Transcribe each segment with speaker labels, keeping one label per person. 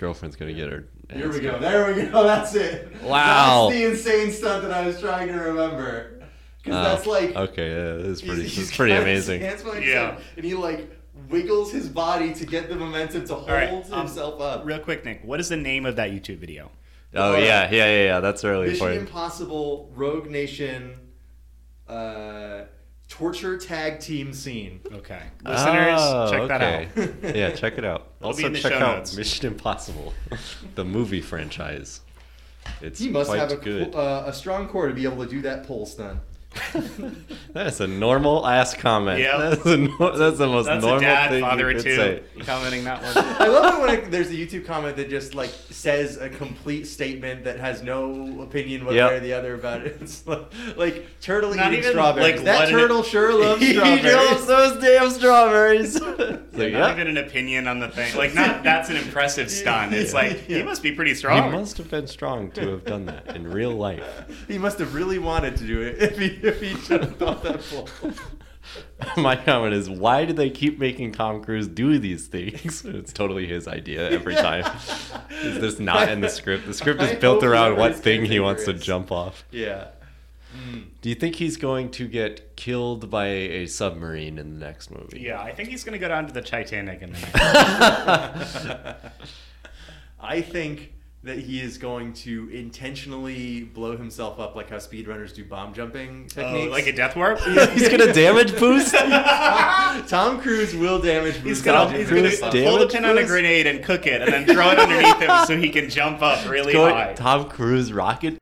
Speaker 1: girlfriend's gonna get her.
Speaker 2: Here we go. There we go. That's it.
Speaker 1: Wow.
Speaker 2: That's the insane stunt that I was trying to remember. Because
Speaker 1: Oh,
Speaker 2: that's like.
Speaker 1: Okay, yeah, that is pretty.
Speaker 2: he's-
Speaker 1: It's
Speaker 2: he's
Speaker 1: pretty
Speaker 2: got his
Speaker 1: amazing.
Speaker 2: Hands behind his
Speaker 3: Yeah.
Speaker 2: head, and he like wiggles his body to get the momentum to hold
Speaker 3: right, um,
Speaker 2: himself up.
Speaker 3: Real quick, Nick, what is the name of that YouTube video?
Speaker 1: Oh yeah, yeah, yeah, yeah. That's really
Speaker 2: Mission
Speaker 1: important.
Speaker 2: Impossible Rogue Nation uh, torture tag team scene.
Speaker 3: Okay. Listeners,
Speaker 1: Oh,
Speaker 3: check that
Speaker 1: okay.
Speaker 3: out.
Speaker 1: yeah, check it out.
Speaker 3: It'll be
Speaker 1: Also
Speaker 3: in the
Speaker 1: check
Speaker 3: show
Speaker 1: out
Speaker 3: notes.
Speaker 1: Mission Impossible, the movie franchise. It's
Speaker 2: He must
Speaker 1: quite
Speaker 2: have a,
Speaker 1: good.
Speaker 2: uh, a strong core to be able to do that pole stunt.
Speaker 1: that is a normal ass comment.
Speaker 3: Yeah.
Speaker 1: That's, a nor- that's the most
Speaker 3: That's
Speaker 1: normal
Speaker 3: a dad,
Speaker 1: thing
Speaker 3: father
Speaker 1: you
Speaker 3: of
Speaker 1: could
Speaker 3: two,
Speaker 1: say.
Speaker 3: commenting that one.
Speaker 2: I love it when it, there's a YouTube comment that just like says a complete statement that has no opinion one way
Speaker 1: Yep.
Speaker 2: or the other about it. It's like, like turtle
Speaker 3: Not
Speaker 2: eating
Speaker 3: even,
Speaker 2: strawberries.
Speaker 3: like,
Speaker 2: that
Speaker 3: what it-
Speaker 2: turtle sure loves
Speaker 1: He
Speaker 2: strawberries.
Speaker 1: loves those damn strawberries. It's like,
Speaker 3: Not
Speaker 1: yeah,
Speaker 3: even an opinion on the thing. Like, not that's an impressive stunt. It's like
Speaker 2: Yeah.
Speaker 3: he must be pretty
Speaker 1: he
Speaker 3: strong.
Speaker 1: must have been strong to have done that in real life.
Speaker 2: He must have really wanted to do it if he if he jumped off that pole.
Speaker 1: My comment is, why do they keep making Tom Cruise do these things? It's totally his idea every time. Is this not in the script? The script
Speaker 2: I
Speaker 1: is built
Speaker 2: hope
Speaker 1: around what
Speaker 2: whoever's
Speaker 1: thing he
Speaker 2: character
Speaker 1: wants to
Speaker 2: is.
Speaker 1: jump off.
Speaker 2: Yeah.
Speaker 1: Do you think he's going to get killed by a submarine in the next movie?
Speaker 3: Yeah, I think he's gonna go down to the Titanic and then.
Speaker 2: I think that he is going to intentionally blow himself up like how speedrunners do bomb jumping
Speaker 3: Oh,
Speaker 2: techniques.
Speaker 3: like a death warp.
Speaker 1: He's gonna damage boost.
Speaker 2: Tom Cruise will damage
Speaker 3: He's
Speaker 2: Bruce
Speaker 3: gonna,
Speaker 2: Dodge.
Speaker 3: he's
Speaker 1: Cruise
Speaker 3: gonna
Speaker 1: damage
Speaker 3: pull the pin on a
Speaker 1: Cruise?
Speaker 3: grenade and cook it, and then throw it underneath him so he can jump up really
Speaker 1: Go-
Speaker 3: high.
Speaker 1: Tom Cruise rocket.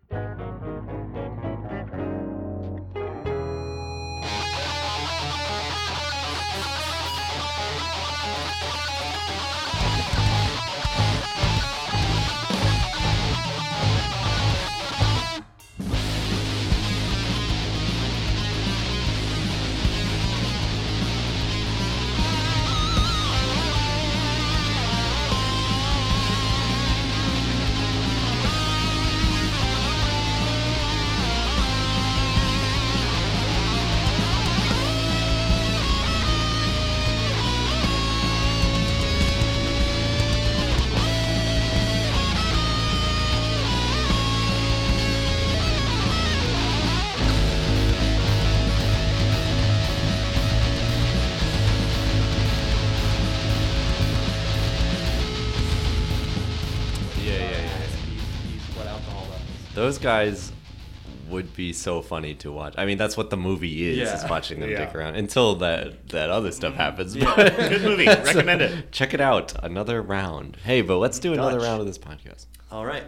Speaker 1: Yeah, yeah, yeah. Those guys would be so funny to watch. I mean, that's what the movie is,
Speaker 2: Yeah.
Speaker 1: is watching them
Speaker 3: Yeah.
Speaker 1: dick around until that that other stuff happens.
Speaker 2: Yeah.
Speaker 1: but-
Speaker 3: Good movie. Recommend it.
Speaker 1: Check it out. Another round. Hey, but let's do another
Speaker 3: Dutch.
Speaker 1: round of this podcast.
Speaker 2: All right.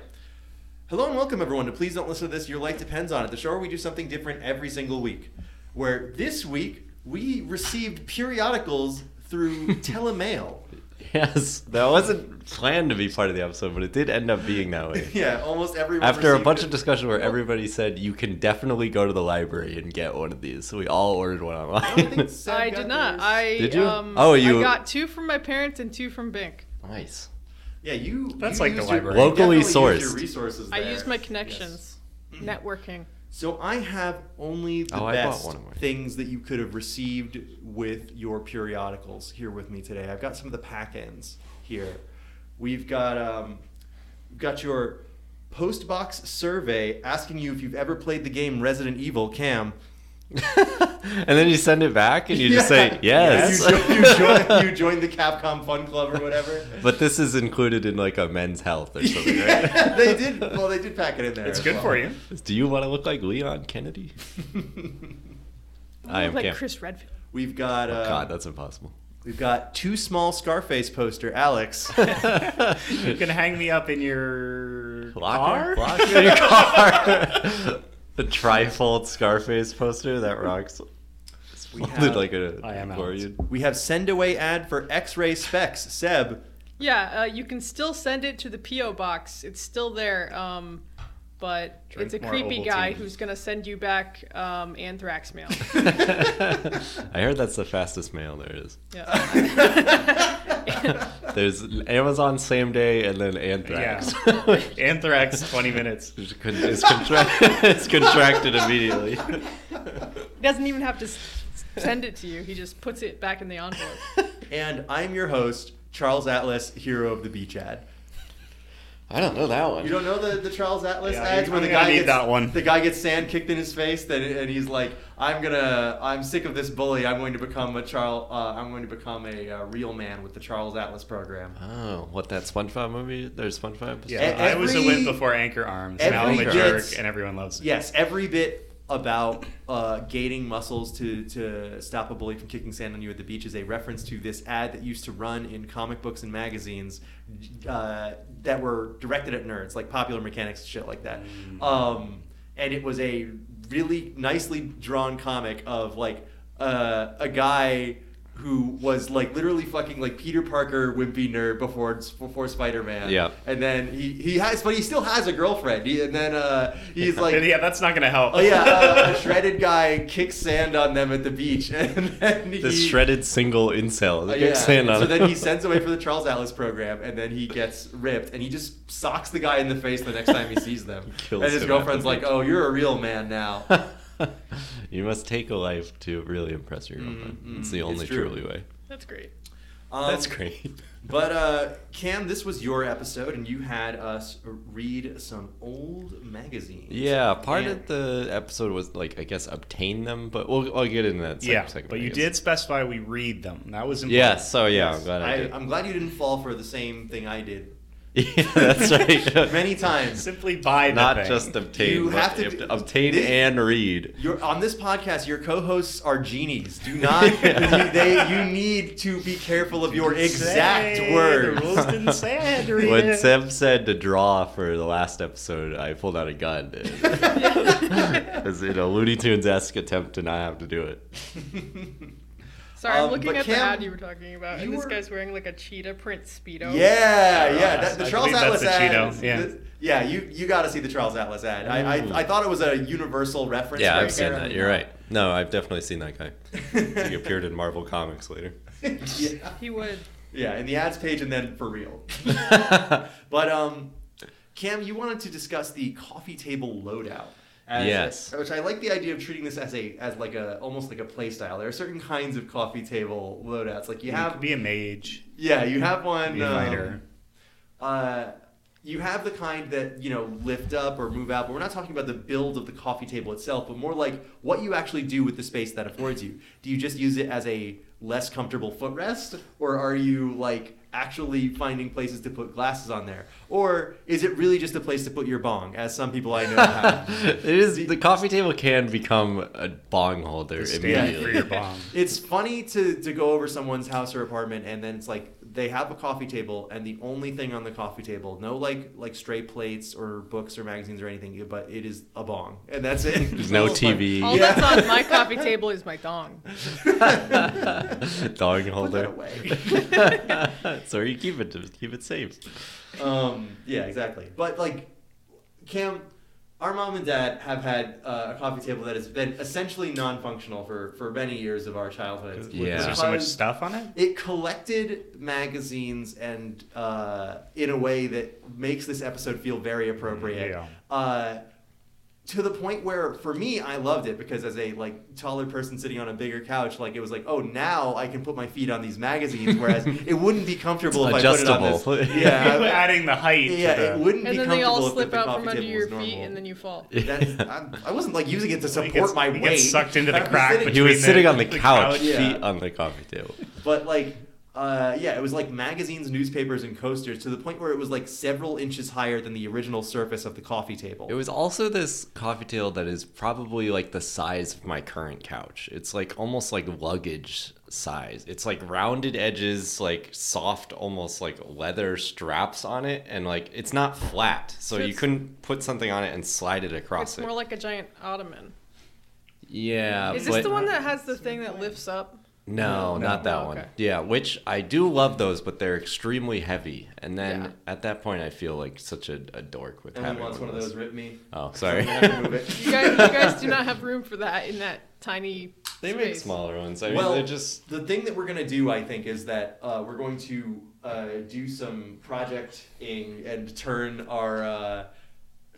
Speaker 2: Hello and welcome everyone to Please Don't Listen to This. Your life depends on it. The show where we do something different every single week. Where this week we received periodicals through telemail.
Speaker 1: Yes, that wasn't planned to be part of the episode, but it did end up being that way.
Speaker 2: yeah, almost everyone.
Speaker 1: After a
Speaker 2: received
Speaker 1: bunch
Speaker 2: it.
Speaker 1: of discussion where everybody said you can definitely go to the library and get one of these, so we all ordered one
Speaker 2: I don't think
Speaker 1: online.
Speaker 2: Seb
Speaker 4: I
Speaker 2: got
Speaker 4: did not.
Speaker 2: theirs.
Speaker 4: I
Speaker 1: Did you?
Speaker 4: Um,
Speaker 1: Oh, you-
Speaker 4: I got two from my parents and two from Bink.
Speaker 1: nice.
Speaker 2: Yeah, you.
Speaker 3: That's
Speaker 2: you
Speaker 3: like the
Speaker 2: used your-
Speaker 3: library.
Speaker 2: you
Speaker 1: Locally
Speaker 2: definitely used your
Speaker 1: sourced.
Speaker 2: resources
Speaker 4: I
Speaker 2: there.
Speaker 4: used my
Speaker 2: Yes.
Speaker 4: connections,
Speaker 1: Mm-hmm.
Speaker 4: networking.
Speaker 2: So I have only the
Speaker 1: Oh, I bought
Speaker 2: best
Speaker 1: one of mine.
Speaker 2: things that you could have received with your periodicals here with me today. I've got some of the pack ends here. We've got um, we've got your postbox survey asking you if you've ever played the game Resident Evil. Cam,
Speaker 1: And then you send it back and you just
Speaker 2: Yeah.
Speaker 1: say yes.
Speaker 2: You join, you, join, you join the Capcom Fun Club or whatever.
Speaker 1: But this is included in like a men's health or something, right?
Speaker 2: Yeah, they did. Well, they did pack it in there.
Speaker 3: It's
Speaker 2: as
Speaker 3: good
Speaker 2: well.
Speaker 3: for you.
Speaker 1: Do you want to look like Leon Kennedy? I am
Speaker 4: like
Speaker 1: Cam.
Speaker 4: Chris Redfield.
Speaker 2: We've got. Uh,
Speaker 1: Oh, God, that's impossible.
Speaker 2: We've got two small Scarface poster, Alex.
Speaker 3: You can hang me up in your
Speaker 1: Locker?
Speaker 3: car.
Speaker 1: Locker your car. the trifold Scarface poster that rocks.
Speaker 2: We
Speaker 1: Folded
Speaker 2: have-
Speaker 1: like a
Speaker 3: I am out.
Speaker 1: accordion.
Speaker 2: We have send away ad for X-ray specs. Seb,
Speaker 4: Yeah, uh, you can still send it to the PO box. It's still there, um, but
Speaker 3: Drink
Speaker 4: it's a
Speaker 3: more
Speaker 4: creepy
Speaker 3: Ovaltine.
Speaker 4: guy who's gonna send you back um, anthrax mail.
Speaker 1: I heard that's the fastest mail there is.
Speaker 4: Yeah.
Speaker 1: There's Amazon same day and then anthrax.
Speaker 3: Anthrax, 20 minutes.
Speaker 1: It's, con- it's, contract- it's contracted immediately.
Speaker 4: he doesn't even have to s- send it to you. He just puts it back in the envelope.
Speaker 2: and I'm your host, Charles Atlas, hero of the beach ad.
Speaker 1: I don't know that one.
Speaker 2: You don't know the, the Charles Atlas
Speaker 3: Yeah,
Speaker 2: ads
Speaker 3: you-
Speaker 2: where the
Speaker 3: I'm gonna
Speaker 2: guy
Speaker 3: need
Speaker 2: gets
Speaker 3: that one.
Speaker 2: the guy gets sand kicked in his face, then and he's like, "I'm gonna, I'm sick of this bully. I'm going to become a Charles. Uh, I'm going to become a uh, real man with the Charles Atlas program."
Speaker 1: Oh, what that SpongeBob movie? There's SpongeBob. Episode?
Speaker 3: Yeah,
Speaker 2: E-
Speaker 3: I was a
Speaker 2: every-
Speaker 3: wimp before Anchor Arms. Now I'm a
Speaker 1: every
Speaker 3: jerk,
Speaker 2: bit-
Speaker 3: and everyone loves me.
Speaker 2: Yes, every bit about uh, gating muscles to, to stop a bully from kicking sand on you at the beach is a reference to this ad that used to run in comic books and magazines uh, that were directed at nerds, like Popular Mechanics and shit like that. Um, and it was a really nicely drawn comic of like uh, a guy who was like literally fucking like Peter Parker wimpy nerd before before Spider Man.
Speaker 1: Yeah.
Speaker 2: And then he, he has, but he still has a girlfriend. He, and then uh, he's like,
Speaker 3: yeah, that's not gonna help.
Speaker 2: Oh yeah, uh, a shredded guy kicks sand on them at the beach, and then he,
Speaker 1: This shredded single incel.
Speaker 2: Uh,
Speaker 1: that
Speaker 2: yeah.
Speaker 1: kicks in on
Speaker 2: so
Speaker 1: it.
Speaker 2: then he sends away for the Charles Atlas program, and then he gets ripped, and he just socks the guy in the face the next time he sees them.
Speaker 1: Kills
Speaker 2: and his
Speaker 1: him at the
Speaker 2: girlfriend's like,
Speaker 1: beach.
Speaker 2: "Oh, you're a real man now."
Speaker 1: you must take a life to really impress your girlfriend.
Speaker 2: mm,
Speaker 1: it's the
Speaker 2: it's
Speaker 1: only
Speaker 2: true.
Speaker 1: truly way.
Speaker 4: That's great.
Speaker 2: Um,
Speaker 1: That's great.
Speaker 2: But uh, Cam, this was your episode, and you had us read some old magazines.
Speaker 1: Yeah, part
Speaker 2: And-
Speaker 1: of the episode was like I guess obtain them, but we'll I'll get into that. sec-
Speaker 3: yeah,
Speaker 1: second,
Speaker 3: but
Speaker 1: I
Speaker 3: you
Speaker 1: guess.
Speaker 3: did specify we read them. That was important.
Speaker 1: Yes. So yeah, I'm glad Oh, I,
Speaker 2: I,
Speaker 1: did.
Speaker 2: I'm glad you didn't fall for the same thing I did
Speaker 1: yeah, that's right.
Speaker 2: many times.
Speaker 3: Simply buy the
Speaker 1: Not
Speaker 3: thing.
Speaker 1: just obtain.
Speaker 2: You
Speaker 1: but
Speaker 2: have to
Speaker 1: you have
Speaker 2: do-
Speaker 1: to obtain
Speaker 2: this-
Speaker 1: and read.
Speaker 2: Your on this podcast, your co-hosts are genies. Do not
Speaker 1: Yeah.
Speaker 2: you, they you need to be careful of your
Speaker 3: Didn't
Speaker 2: exact
Speaker 3: say,
Speaker 2: words.
Speaker 3: The rules didn't say I had to read
Speaker 1: When
Speaker 3: it.
Speaker 1: Seb said to draw for the last episode, I pulled out a gun. As in a Looney Tunes esque attempt to not have to do it.
Speaker 4: Sorry,
Speaker 2: Um,
Speaker 4: I'm looking
Speaker 2: but
Speaker 4: at the
Speaker 2: Cam,
Speaker 4: ad you were talking about,
Speaker 2: you
Speaker 4: and this
Speaker 2: were-
Speaker 4: guy's wearing like a cheetah print speedo.
Speaker 2: yeah, yeah.
Speaker 1: Uh,
Speaker 2: That, the
Speaker 3: Uh, I
Speaker 2: Charles
Speaker 3: believe that's
Speaker 2: Atlas
Speaker 3: the
Speaker 2: ad.
Speaker 3: Cheeto,
Speaker 2: is-
Speaker 3: yeah.
Speaker 2: the- yeah, you you got to see the Charles Atlas ad. I,
Speaker 1: Ooh.
Speaker 2: I I thought it was a universal reference.
Speaker 1: Yeah,
Speaker 2: but
Speaker 1: I've seen that.
Speaker 2: apparently
Speaker 1: You're
Speaker 2: not.
Speaker 1: right. No, I've definitely seen that guy. He appeared in Marvel Comics later.
Speaker 2: yeah.
Speaker 4: He would.
Speaker 2: yeah, in the ads page, and then for real. But um, Cam, you wanted to discuss the coffee table loadout. as-
Speaker 1: Yes.
Speaker 2: Which I like the idea of treating this as a as like a almost like a play style. There are certain kinds of coffee table loadouts. Like you
Speaker 3: You have
Speaker 2: have
Speaker 3: to be a mage,
Speaker 2: yeah, you have one
Speaker 3: be a fighter.
Speaker 2: um, uh you have the kind that, you know, lift up or move out, but we're not talking about the build of the coffee table itself, but more like what you actually do with the space that affords you. Do you just use it as a less comfortable footrest or are you like actually finding places to put glasses on there? Or is it really just a place to put your bong as some people I know have?
Speaker 1: it is the coffee table can become a bong holder
Speaker 3: Stand for
Speaker 1: immediately.
Speaker 3: your bomb.
Speaker 2: It's funny to, to go over someone's house or apartment and then it's like they have a coffee table and the only thing on the coffee table, no like like stray plates or books or magazines or anything, but it is a bong and that's it.
Speaker 1: There's no TV.
Speaker 4: All
Speaker 2: Yeah.
Speaker 4: that's on my coffee table is my dong.
Speaker 1: Dog
Speaker 2: Put that
Speaker 1: holder.
Speaker 2: away.
Speaker 1: so you keep it, just keep it safe.
Speaker 2: um, yeah, exactly. But like, Cam, our mom and dad have had uh, a coffee table that has been essentially non-functional for for many years of our childhood.
Speaker 1: Yeah.
Speaker 3: Is there so much stuff on it?
Speaker 2: it collected magazines and uh, in a way that makes this episode feel very appropriate.
Speaker 3: Yeah.
Speaker 2: Uh, to the point where, for me, I loved it because as a like taller person sitting on a bigger couch, like it was like, oh, now I can put my feet on these magazines, whereas it wouldn't be comfortable if
Speaker 1: It's
Speaker 2: I put it on
Speaker 1: adjustable.
Speaker 2: this. Yeah,
Speaker 3: People
Speaker 2: I-
Speaker 3: adding the height.
Speaker 2: yeah,
Speaker 3: to the,
Speaker 2: it wouldn't
Speaker 4: And
Speaker 2: be
Speaker 4: then
Speaker 2: comfortable
Speaker 4: they all
Speaker 2: if
Speaker 4: slip
Speaker 2: the
Speaker 4: out
Speaker 2: coffee
Speaker 4: from under
Speaker 2: table
Speaker 4: your
Speaker 2: was
Speaker 4: feet,
Speaker 2: normal.
Speaker 4: and then you fall.
Speaker 2: That's, I'm, I wasn't like using it to
Speaker 3: It
Speaker 2: support
Speaker 3: gets-
Speaker 2: my
Speaker 3: it
Speaker 2: weight.
Speaker 3: gets sucked into
Speaker 2: I
Speaker 3: the
Speaker 2: was
Speaker 3: crack.
Speaker 2: sitting-
Speaker 3: between
Speaker 1: He was sitting on the, couch,
Speaker 2: Yeah.
Speaker 1: feet on the coffee table.
Speaker 2: But like, uh, yeah, it was like magazines, newspapers, and coasters to the point where it was like several inches higher than the original surface of the coffee table.
Speaker 1: It was also this coffee table that is probably like the size of my current couch. It's like almost like luggage size. It's like rounded edges, like soft, almost like leather straps on it, and like it's not flat, so,
Speaker 4: So
Speaker 1: you
Speaker 4: it's-
Speaker 1: couldn't put something on it and slide it across
Speaker 4: It's
Speaker 1: it.
Speaker 4: more like a giant ottoman.
Speaker 2: Uh,
Speaker 1: yeah,
Speaker 4: Is
Speaker 1: but
Speaker 4: this the one that has the thing that lifts up?
Speaker 1: no,
Speaker 3: No.
Speaker 1: not that
Speaker 4: Oh,
Speaker 1: one.
Speaker 4: okay.
Speaker 1: Yeah, which I do love those, but they're extremely heavy. And then
Speaker 4: Yeah.
Speaker 1: at that point, I feel like such a, a dork with
Speaker 2: Emily
Speaker 1: having
Speaker 2: wants one of those. Rip me.
Speaker 1: Oh, sorry.
Speaker 2: I'm gonna have to move it.
Speaker 4: You guys, you guys do not have room for that in that tiny.
Speaker 1: They make
Speaker 4: space.
Speaker 1: smaller ones. I mean,
Speaker 2: well,
Speaker 1: they're just
Speaker 2: the thing that we're gonna do, I think, is that uh, we're going to uh, do some projecting and turn our uh,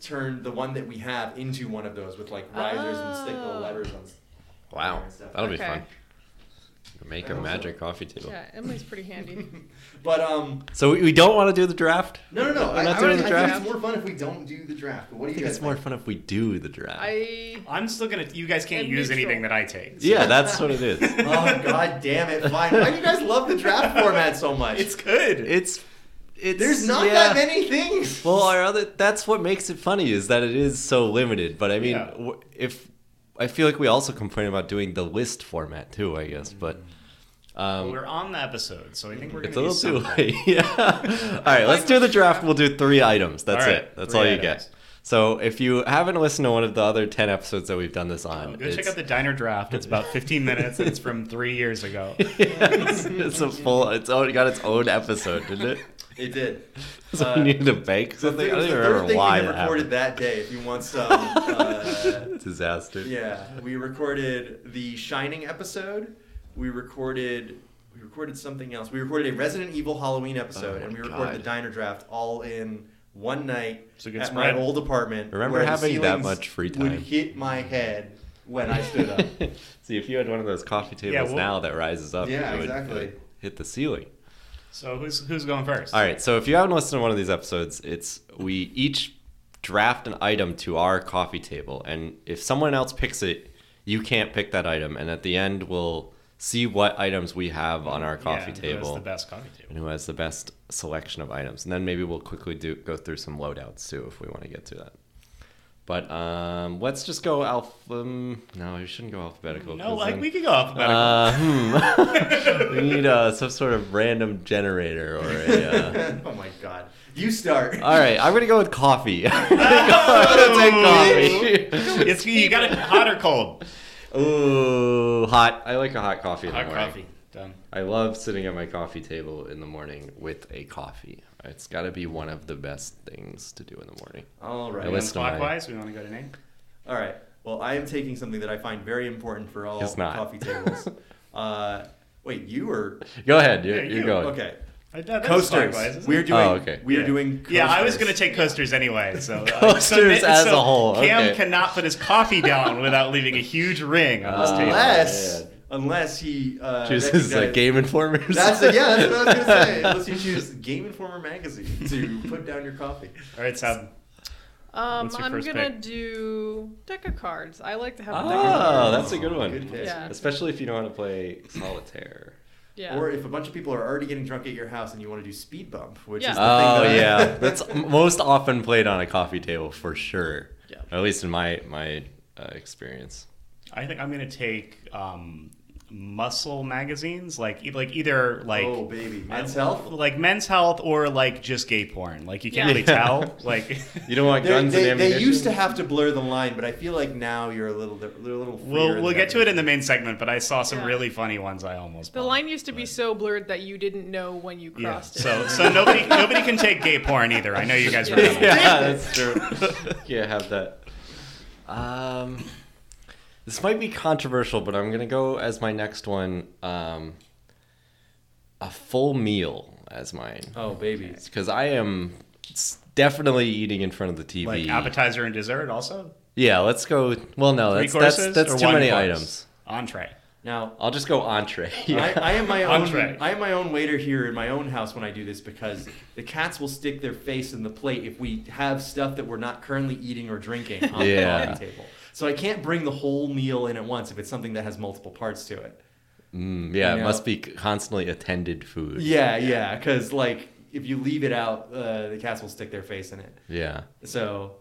Speaker 2: turn the one that we have into one of those with like risers and stick little
Speaker 4: Oh.
Speaker 2: levers on.
Speaker 1: wow. That'll be
Speaker 4: Okay.
Speaker 1: fun. Make a magic coffee table.
Speaker 4: Yeah, Emily's pretty handy.
Speaker 2: But um,
Speaker 1: So we, we don't want to do the draft.
Speaker 2: no, no, no.
Speaker 1: We're
Speaker 2: I,
Speaker 1: not
Speaker 2: I,
Speaker 1: doing
Speaker 2: would-
Speaker 1: the
Speaker 2: I
Speaker 1: draft.
Speaker 2: think it's more fun if we don't do the draft. But what do
Speaker 1: I
Speaker 2: you
Speaker 1: think
Speaker 2: guys
Speaker 1: it's more fun if we do the draft.
Speaker 4: I
Speaker 3: I'm still gonna. You guys can't
Speaker 4: And
Speaker 3: use
Speaker 4: neutral.
Speaker 3: anything that I take. so-
Speaker 1: yeah, that's what it is.
Speaker 2: Oh god damn it! Fine. Why do you guys love the draft format so much?
Speaker 3: It's good.
Speaker 1: It's it's
Speaker 2: There's not
Speaker 1: yeah.
Speaker 2: that many things.
Speaker 1: Well, our other that's what makes it funny is that it is so limited. But I mean,
Speaker 3: Yeah.
Speaker 1: w if I feel like we also complain about doing the list format too, I guess. But um,
Speaker 3: We're on the episode, so I think we're
Speaker 1: it's a
Speaker 3: gonna
Speaker 1: little
Speaker 3: do
Speaker 1: too
Speaker 3: something.
Speaker 1: late. yeah. All right, let's do the draft. We'll do three items. That's
Speaker 3: All right,
Speaker 1: it. That's
Speaker 3: three
Speaker 1: all you
Speaker 3: items.
Speaker 1: get. So if you haven't listened to one of the other ten episodes that we've done this on,
Speaker 3: Oh, Go check
Speaker 1: it's-
Speaker 3: out the diner draft. It's about 15 minutes. and It's from three years ago.
Speaker 1: it's, it's a full. It's own, got its own episode, didn't it?
Speaker 2: It did.
Speaker 1: So
Speaker 2: Uh,
Speaker 1: we needed to bake
Speaker 2: The
Speaker 1: something. I
Speaker 2: thing-
Speaker 1: don't
Speaker 2: the
Speaker 1: even
Speaker 2: third
Speaker 1: remember
Speaker 2: thing
Speaker 1: why
Speaker 2: we
Speaker 1: that um,
Speaker 2: recorded
Speaker 1: happened.
Speaker 2: that day. If you want some, uh,
Speaker 1: Disaster.
Speaker 2: yeah, we recorded the Shining episode. We recorded we recorded something else. We recorded a Resident Evil Halloween episode,
Speaker 1: Oh
Speaker 2: and
Speaker 1: my
Speaker 2: we recorded
Speaker 1: God.
Speaker 2: the diner draft all in one night
Speaker 3: It's a good
Speaker 2: at
Speaker 3: spread.
Speaker 2: my old apartment.
Speaker 1: Remember
Speaker 2: where the
Speaker 1: having that
Speaker 2: ceilings
Speaker 1: much free
Speaker 2: Would
Speaker 1: time.
Speaker 2: hit my head when I stood up.
Speaker 1: See, if you had one of those coffee tables
Speaker 3: well-
Speaker 1: now that rises up,
Speaker 2: Yeah,
Speaker 1: it would,
Speaker 2: exactly.
Speaker 1: it would hit the ceiling.
Speaker 3: So who's who's going first?
Speaker 1: All right, so if you haven't listened to one of these episodes, it's we each draft an item to our coffee table, and if someone else picks it, you can't pick that item, and at the end we'll see what items we have on our coffee
Speaker 3: Yeah, who has
Speaker 1: table
Speaker 3: the best coffee table.
Speaker 1: and who has the best selection of items, and then maybe we'll quickly do go through some loadouts too if we want to get to that. But um, let's just go alpha. Um, no, we shouldn't go alphabetical.
Speaker 3: No,
Speaker 1: 'cause
Speaker 3: like
Speaker 1: then-
Speaker 3: we could go alphabetical.
Speaker 1: uh, hmm. we need uh, some sort of random generator or a. Uh...
Speaker 2: oh my god! You start.
Speaker 1: All right, I'm gonna go with coffee. I'm gonna Uh, take coffee.
Speaker 3: it's you got it hot or cold.
Speaker 1: Ooh, hot. I like a hot coffee. In
Speaker 3: Hot
Speaker 1: the morning.
Speaker 3: coffee. Done.
Speaker 1: I love sitting at my coffee table in the morning with a coffee. It's got to be one of the best things to do in the morning.
Speaker 2: All
Speaker 1: I
Speaker 3: We
Speaker 2: right.
Speaker 1: was-
Speaker 3: went
Speaker 1: listen to my-
Speaker 3: clockwise. We want to go to name.
Speaker 2: All right. Well, I am taking something that I find very important for all
Speaker 1: It's not.
Speaker 2: coffee tables. uh, wait, you or
Speaker 1: Go ahead. You're,
Speaker 3: Yeah,
Speaker 1: you're
Speaker 3: you.
Speaker 1: going.
Speaker 2: okay?
Speaker 3: I, that, that's
Speaker 2: Coasters.
Speaker 3: clockwise, isn't
Speaker 2: We're
Speaker 3: it?
Speaker 2: doing.
Speaker 1: Oh, okay.
Speaker 2: We are
Speaker 3: Yeah.
Speaker 2: doing. Coasters.
Speaker 3: Yeah, I was gonna take coasters anyway. So uh,
Speaker 1: Coasters
Speaker 3: so-
Speaker 1: as
Speaker 3: so
Speaker 1: a whole,
Speaker 3: Cam
Speaker 1: okay.
Speaker 3: cannot put his coffee down without leaving a huge ring on his
Speaker 1: Uh,
Speaker 3: table.
Speaker 2: Unless,
Speaker 1: Oh,
Speaker 2: unless he uh,
Speaker 1: Chooses uh,
Speaker 2: recognized-
Speaker 1: Game Informers.
Speaker 2: That's it. Yeah, that's what I was gonna say. Unless you choose Game Informer magazine to put down your coffee.
Speaker 3: All right, Sab.
Speaker 4: um
Speaker 3: What's your
Speaker 4: I'm
Speaker 3: first
Speaker 4: gonna
Speaker 3: pick?
Speaker 4: do deck of cards. I like to have a deck
Speaker 2: Ah.
Speaker 4: of
Speaker 1: Oh,
Speaker 4: cards.
Speaker 1: that's a good one.
Speaker 2: Good pick.
Speaker 4: Yeah.
Speaker 1: Especially if you know how to play solitaire.
Speaker 4: Yeah.
Speaker 2: Or if a bunch of people are already getting drunk at your house and you want to do speed bump, which
Speaker 4: Yeah.
Speaker 2: is the
Speaker 1: Oh
Speaker 2: thing that I-
Speaker 1: yeah, that's m- most often played on a coffee table for sure.
Speaker 4: Yeah.
Speaker 1: At least in my my uh, experience.
Speaker 3: I think I'm gonna take um, muscle magazines, like e- like either like
Speaker 2: oh baby, men's health.
Speaker 3: like men's health or like just gay porn. Like you can't
Speaker 4: Yeah.
Speaker 3: really
Speaker 1: Yeah.
Speaker 3: tell. Like
Speaker 1: You don't want
Speaker 2: They-
Speaker 1: guns
Speaker 2: they,
Speaker 1: and
Speaker 2: they
Speaker 1: ammunition.
Speaker 2: used to have to blur the line, but I feel like now you're a little, you're a little. freer
Speaker 3: we'll
Speaker 2: in
Speaker 3: we'll
Speaker 2: the
Speaker 3: get to it in the
Speaker 2: definition.
Speaker 3: main segment, but I saw some
Speaker 4: Yeah.
Speaker 3: really funny ones. I almost
Speaker 4: the
Speaker 3: bought.
Speaker 4: line used to be
Speaker 3: but-
Speaker 4: so blurred that you didn't know when you
Speaker 3: Yeah.
Speaker 4: crossed it.
Speaker 3: So so nobody nobody can take gay porn either. I know you guys remember. that.
Speaker 1: yeah, that's true. Can't have that. Um, this might be controversial, but I'm gonna go as my next one. Um, a full meal as mine,
Speaker 2: Oh baby.
Speaker 1: because I am s- definitely eating in front of the TV.
Speaker 3: Like appetizer and dessert also.
Speaker 1: Yeah, let's go. Well, no,
Speaker 3: Three
Speaker 1: that's that's,
Speaker 3: courses
Speaker 1: that's
Speaker 3: or
Speaker 1: too
Speaker 3: one
Speaker 1: many
Speaker 3: course?
Speaker 1: items.
Speaker 3: Entree.
Speaker 2: Now
Speaker 1: I'll just go entree.
Speaker 2: I, I am my own.
Speaker 3: Entree.
Speaker 2: I am my own waiter here in my own house when I do this because the cats will stick their face in the plate if we have stuff that we're not currently eating or drinking on
Speaker 1: Yeah.
Speaker 2: the coffee table. So I can't bring the whole meal in at once if it's something that has multiple parts to it.
Speaker 1: Mm, yeah,
Speaker 2: you
Speaker 1: it
Speaker 2: know?
Speaker 1: must be c- constantly attended food.
Speaker 2: Yeah, yeah, because like if you leave it out, uh, the cats will stick their face in it.
Speaker 1: Yeah.
Speaker 2: So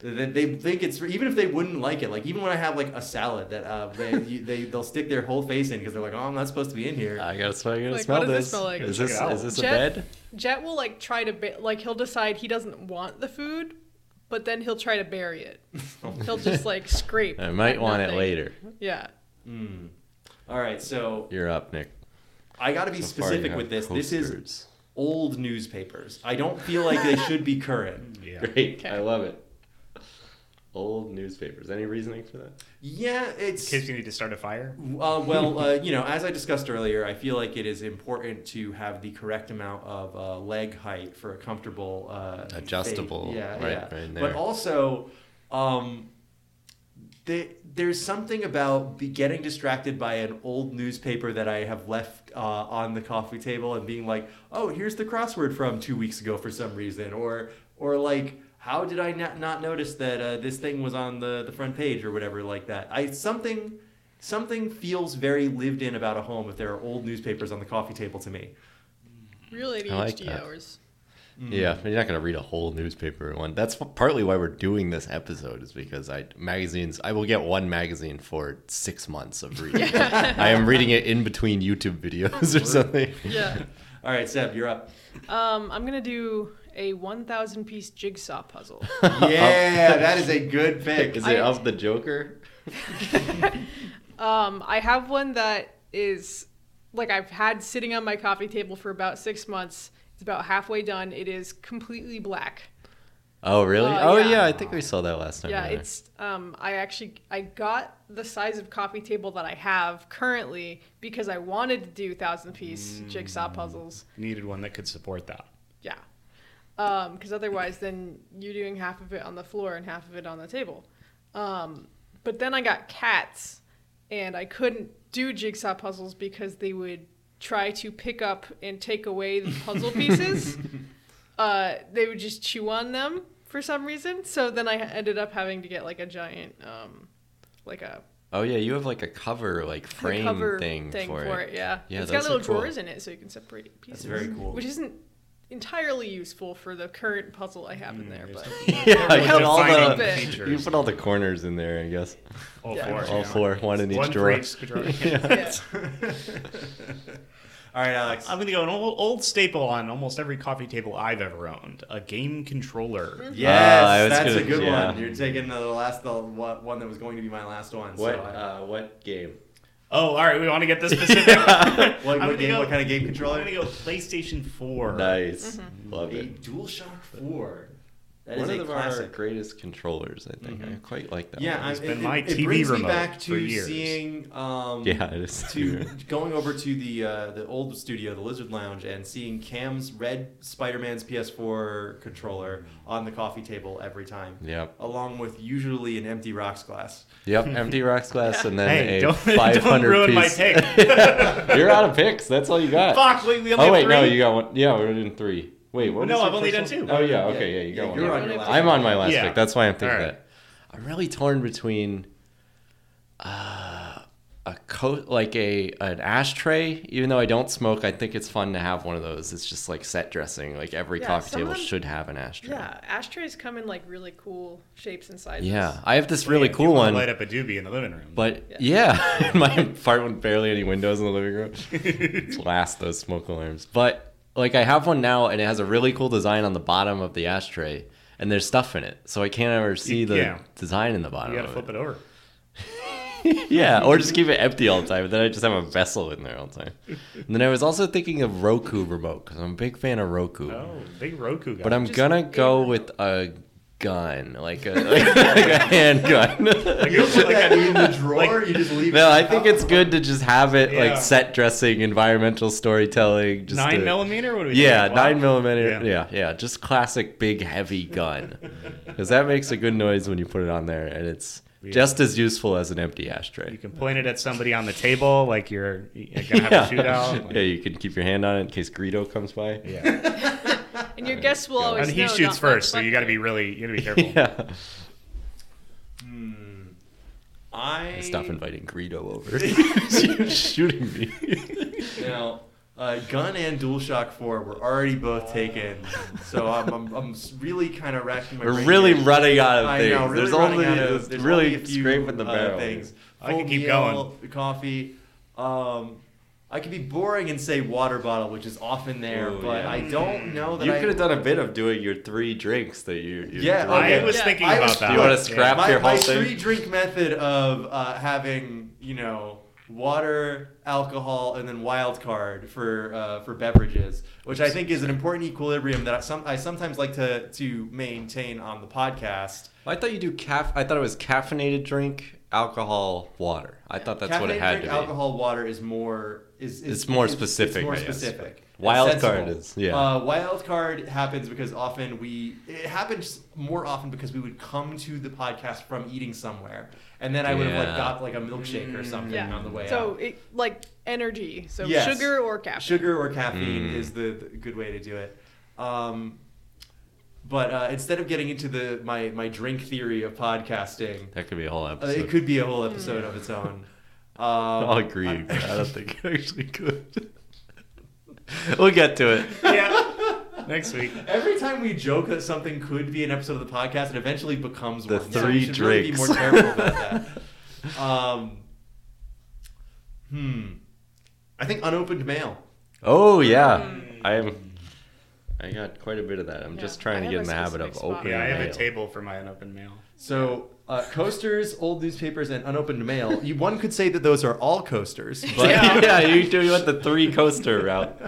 Speaker 2: they, they think it's even if they wouldn't like it. Like even when I have like a salad that uh, they you, they they'll stick their whole face in because they're like, oh, I'm not supposed to be in here.
Speaker 1: I gotta smell, I gotta
Speaker 4: Like,
Speaker 1: smell
Speaker 4: what does
Speaker 1: this.
Speaker 4: this smell like?
Speaker 1: Is
Speaker 3: Check
Speaker 1: this
Speaker 3: it out.
Speaker 1: is this a
Speaker 4: Jet,
Speaker 1: bed?
Speaker 4: Jet will like try to ba- like he'll decide he doesn't want the food, but then he'll try to bury it. He'll just like scrape.
Speaker 1: I might
Speaker 4: at
Speaker 1: want it
Speaker 4: nothing.
Speaker 1: later.
Speaker 4: Yeah.
Speaker 2: Mm. All right, so
Speaker 1: You're up, Nick.
Speaker 2: I got to be
Speaker 1: So far you
Speaker 2: specific
Speaker 1: have
Speaker 2: with this. This is
Speaker 1: coasters.
Speaker 2: old newspapers. I don't feel like they should be current.
Speaker 3: Yeah.
Speaker 1: great.
Speaker 4: Okay.
Speaker 1: I love it. Old newspapers. Any reasoning for that?
Speaker 2: Yeah, it's
Speaker 3: Kids, you need to start a fire.
Speaker 2: Uh, well, uh, you know, as I discussed earlier, I feel like it is important to have the correct amount of uh, leg height for a comfortable, uh,
Speaker 1: Adjustable,
Speaker 2: fade. Yeah,
Speaker 1: right-
Speaker 2: yeah.
Speaker 1: right there.
Speaker 2: But also, um, There, there's something about be getting distracted by an old newspaper that I have left uh, on the coffee table and being like, oh, here's the crossword from two weeks ago for some reason, or or like, how did I not, not notice that uh, this thing was on the, the front page or whatever like that? I something something feels very lived in about a home if there are old newspapers on the coffee table to me.
Speaker 4: Real ADHD
Speaker 1: like that.
Speaker 4: hours.
Speaker 1: Yeah, you're not gonna read a whole newspaper in one. That's partly why we're doing this episode is because I magazines. I will get one magazine for six months of reading. I am reading it in between YouTube videos or something.
Speaker 4: Yeah.
Speaker 2: All right, Seb, you're up.
Speaker 4: Um, I'm gonna do a 1,000 piece jigsaw puzzle.
Speaker 2: Yeah, that is a good pick.
Speaker 1: Is it
Speaker 4: I-
Speaker 1: of the Joker?
Speaker 4: Um, I have one that is like I've had sitting on my coffee table for about six months. It's about halfway done. It is completely black.
Speaker 1: Oh really?
Speaker 4: Uh,
Speaker 1: oh yeah.
Speaker 4: yeah.
Speaker 1: I think we saw that last time.
Speaker 4: Yeah,
Speaker 1: we were
Speaker 4: it's um I actually I got the size of coffee table that I have currently because I wanted to do thousand piece jigsaw puzzles.
Speaker 3: Needed one that could support that.
Speaker 4: Yeah. Um because otherwise then you're doing half of it on the floor and half of it on the table. Um but then I got cats and I couldn't do jigsaw puzzles because they would try to pick up and take away the puzzle pieces. uh, they would just chew on them for some reason. So then I ended up having to get like a giant, um, like a
Speaker 1: Oh yeah, you have like a cover like
Speaker 4: a
Speaker 1: frame
Speaker 4: cover
Speaker 1: thing, for, it.
Speaker 4: Yeah,
Speaker 1: Yeah,
Speaker 4: it's got
Speaker 1: those are
Speaker 4: little
Speaker 1: cool.
Speaker 4: drawers in it so you can separate pieces.
Speaker 2: very cool.
Speaker 4: Which isn't entirely useful for the current puzzle I
Speaker 1: Mm,
Speaker 4: have in there, but
Speaker 1: yeah,
Speaker 4: Like
Speaker 1: you put all
Speaker 4: defining
Speaker 1: the
Speaker 3: features.
Speaker 1: you put all the corners in there, I guess.
Speaker 3: All
Speaker 4: Yeah.
Speaker 3: four.
Speaker 1: All
Speaker 3: yeah.
Speaker 1: four, one in each
Speaker 3: One
Speaker 1: drawer.
Speaker 3: for each drawer.
Speaker 4: yeah.
Speaker 2: All right, Alex.
Speaker 3: I'm gonna go an old, old staple on almost every coffee table I've ever owned: a game controller.
Speaker 2: Mm-hmm.
Speaker 1: Ah, I
Speaker 2: Yes,
Speaker 1: was
Speaker 2: that's
Speaker 1: gonna-
Speaker 2: a good
Speaker 1: yeah.
Speaker 2: one. You're taking the last the wa- one that was going to be my last one.
Speaker 1: What
Speaker 2: So I,
Speaker 1: uh, what game?
Speaker 3: Oh, all right, we want to get this specific.
Speaker 2: what,
Speaker 3: I'm
Speaker 2: what,
Speaker 3: gonna
Speaker 2: game,
Speaker 3: go-
Speaker 2: what kind of game
Speaker 3: I'm
Speaker 2: controller?
Speaker 3: gonna go PlayStation Four.
Speaker 1: Nice,
Speaker 4: Mm-hmm.
Speaker 1: love
Speaker 2: A
Speaker 1: it.
Speaker 2: DualShock Four. That is
Speaker 1: One
Speaker 2: a
Speaker 1: of our
Speaker 2: classic.
Speaker 1: greatest controllers, I think. I quite like that.
Speaker 2: yeah,
Speaker 1: one.
Speaker 2: I-
Speaker 3: It's
Speaker 2: it,
Speaker 3: been
Speaker 2: it-
Speaker 3: my
Speaker 2: it
Speaker 3: TV
Speaker 2: brings me
Speaker 3: remote
Speaker 2: back to
Speaker 3: for years.
Speaker 2: seeing. Um,
Speaker 1: yeah, it is.
Speaker 2: To
Speaker 1: too.
Speaker 2: going over to the uh, the old studio, the Lizard Lounge, and seeing Cam's red Spider-Man's PS4 controller on the coffee table every time.
Speaker 1: Yep.
Speaker 2: Along with usually an empty rocks glass.
Speaker 1: Yep. Empty rocks glass, and then
Speaker 3: Hey,
Speaker 1: a
Speaker 3: don't,
Speaker 1: five
Speaker 3: don't
Speaker 1: hundred
Speaker 3: ruin
Speaker 1: piece.
Speaker 3: my take.
Speaker 1: You're out of picks. That's all you got.
Speaker 3: Fuck, we, we only
Speaker 1: oh
Speaker 3: have
Speaker 1: wait,
Speaker 3: three.
Speaker 1: no, you got one. Yeah, we're doing three. Wait, what?
Speaker 3: No,
Speaker 1: was your
Speaker 3: I've only
Speaker 1: first
Speaker 3: done
Speaker 1: one?
Speaker 3: two.
Speaker 1: Oh yeah, okay, yeah, you got one.
Speaker 2: You're
Speaker 1: more.
Speaker 2: on your last.
Speaker 1: I'm on my last
Speaker 3: Yeah.
Speaker 1: pick. That's why I'm thinking
Speaker 3: Alright.
Speaker 1: that. I'm really torn between uh, a coat like a an ashtray. Even though I don't smoke, I think it's fun to have one of those. It's just like set dressing. Like every
Speaker 4: Yeah,
Speaker 1: coffee
Speaker 4: some of
Speaker 1: table
Speaker 4: them-
Speaker 1: should have an ashtray.
Speaker 4: yeah, ashtrays come in like really cool shapes and sizes.
Speaker 1: Yeah, I have this
Speaker 3: Yeah,
Speaker 1: really
Speaker 3: if you
Speaker 1: cool
Speaker 3: wanna
Speaker 1: one.
Speaker 3: Light up a doobie in the living room.
Speaker 1: But yeah, my apartment barely any windows in the living room. Blast those smoke alarms. But like I have one now, and it has a really cool design on the bottom of the ashtray, and there's stuff in it, so I can't ever see the
Speaker 3: yeah.
Speaker 1: design in the bottom.
Speaker 3: you gotta
Speaker 1: of
Speaker 3: flip it over.
Speaker 1: yeah, or just keep it empty all the time. And then I just have a vessel in there all the time. And then I was also thinking of Roku remote because I'm a big fan of Roku.
Speaker 3: Oh, big Roku guy.
Speaker 1: But I'm
Speaker 4: Just
Speaker 1: gonna
Speaker 4: a
Speaker 1: go
Speaker 4: remote.
Speaker 1: with a gun, like a, like a handgun.
Speaker 3: like, you
Speaker 2: Put
Speaker 3: like
Speaker 2: that in the drawer.
Speaker 3: like-
Speaker 2: you just leave.
Speaker 1: No,
Speaker 2: it
Speaker 1: I think
Speaker 2: out?
Speaker 1: it's good to just have it
Speaker 3: Yeah.
Speaker 1: like set dressing, environmental storytelling. Just
Speaker 3: nine
Speaker 1: to-
Speaker 3: millimeter. What are we
Speaker 1: Yeah,
Speaker 3: doing? Wow.
Speaker 1: nine millimeter. Yeah.
Speaker 3: Yeah.
Speaker 1: yeah, just classic big heavy gun, because that makes a good noise when you put it on there, and it's just as useful as an empty
Speaker 3: You
Speaker 1: ashtray.
Speaker 3: can point it at somebody on the table, like you're, you're gonna have a shootout.
Speaker 1: yeah,
Speaker 3: Like,
Speaker 1: you can keep your hand on it in case Greedo comes by.
Speaker 3: yeah.
Speaker 4: and your guests will
Speaker 1: Yeah.
Speaker 4: always.
Speaker 3: and he
Speaker 4: know
Speaker 3: shoots
Speaker 4: not
Speaker 3: first, so
Speaker 4: fuck
Speaker 3: you gotta be
Speaker 4: it.
Speaker 3: really, you gotta be careful.
Speaker 1: Yeah,
Speaker 2: Hmm. I
Speaker 1: stop inviting Greedo over. He's shooting me.
Speaker 2: Now, uh, Gun and DualShock 4 were already both taken, so I'm, I'm, I'm s- really kind of racking my
Speaker 1: We're
Speaker 2: brain
Speaker 1: really
Speaker 2: here.
Speaker 1: running out of
Speaker 2: I
Speaker 1: things.
Speaker 2: know, really
Speaker 1: there's
Speaker 2: running
Speaker 1: only
Speaker 2: out of,
Speaker 1: there's
Speaker 2: there's
Speaker 1: really
Speaker 2: only a few,
Speaker 1: scraping the
Speaker 2: uh,
Speaker 1: barrel.
Speaker 2: things.
Speaker 3: I can
Speaker 2: Full
Speaker 3: keep
Speaker 2: meal, Coffee. Um, I could be boring and say water bottle, which is often there,
Speaker 1: Ooh,
Speaker 2: but
Speaker 1: yeah.
Speaker 2: I don't know that
Speaker 1: You
Speaker 2: I
Speaker 1: could have done a bit of doing your three drinks that you. you
Speaker 2: Yeah,
Speaker 1: threw
Speaker 2: okay.
Speaker 1: in.
Speaker 3: I was
Speaker 4: Yeah.
Speaker 3: thinking
Speaker 2: I
Speaker 3: about
Speaker 2: was-
Speaker 3: that.
Speaker 1: You wanna scrap-
Speaker 2: my,
Speaker 1: your whole
Speaker 2: my
Speaker 1: thing?
Speaker 2: three drink method of uh, having you know water alcohol and then wild card for uh, for beverages which i think is an important equilibrium that i, some, I sometimes like to to maintain on the podcast
Speaker 1: I thought you do caf. I thought it was caffeinated drink, alcohol, water. I thought that's what it
Speaker 2: Caffeinated
Speaker 1: had
Speaker 2: drink,
Speaker 1: to be.
Speaker 2: alcohol water is more is, is
Speaker 1: It's more
Speaker 2: is-
Speaker 1: specific,
Speaker 2: It's more
Speaker 1: I guess.
Speaker 2: specific.
Speaker 1: Wild
Speaker 2: It's sensible.
Speaker 1: card is- yeah.
Speaker 2: Uh, wild card happens because often we it happens more often because we would come to the podcast from eating somewhere, and then I would have
Speaker 1: Yeah.
Speaker 2: like got like a milkshake or something
Speaker 4: Mm, Yeah.
Speaker 2: on the way
Speaker 4: so
Speaker 2: out.
Speaker 4: it like energy. So
Speaker 2: Yes.
Speaker 4: sugar or caffeine.
Speaker 2: Sugar or caffeine
Speaker 1: Mm.
Speaker 2: is the, the good way to do it. Um, but uh, instead of getting into the my my drink theory of podcasting,
Speaker 1: That could be a whole
Speaker 2: uh,
Speaker 1: episode.
Speaker 2: it could be a
Speaker 4: Mm.
Speaker 2: whole episode of its own. Um,
Speaker 1: I'll agree,
Speaker 2: I-
Speaker 1: but I don't think it actually could. we'll get to it.
Speaker 3: yeah. Next week.
Speaker 2: Every time we joke that something could be an episode of the podcast, it eventually becomes
Speaker 1: The
Speaker 2: one. so we
Speaker 1: three
Speaker 2: should really be more
Speaker 1: drinks.
Speaker 2: careful about that. Um, hmm. I think unopened mail.
Speaker 1: Oh yeah, I'm. I got quite a bit of that. I'm
Speaker 4: Mm. Yeah,
Speaker 1: just trying
Speaker 4: I
Speaker 1: to get
Speaker 4: have
Speaker 1: in the
Speaker 4: a
Speaker 1: habit of
Speaker 4: specific spot.
Speaker 1: opening.
Speaker 3: Yeah, I have
Speaker 1: mail.
Speaker 3: a table for my unopened mail.
Speaker 2: So uh, coasters, old newspapers, and unopened mail. You, one could say that those are all coasters, but,
Speaker 1: But yeah, you do you want the three coaster route?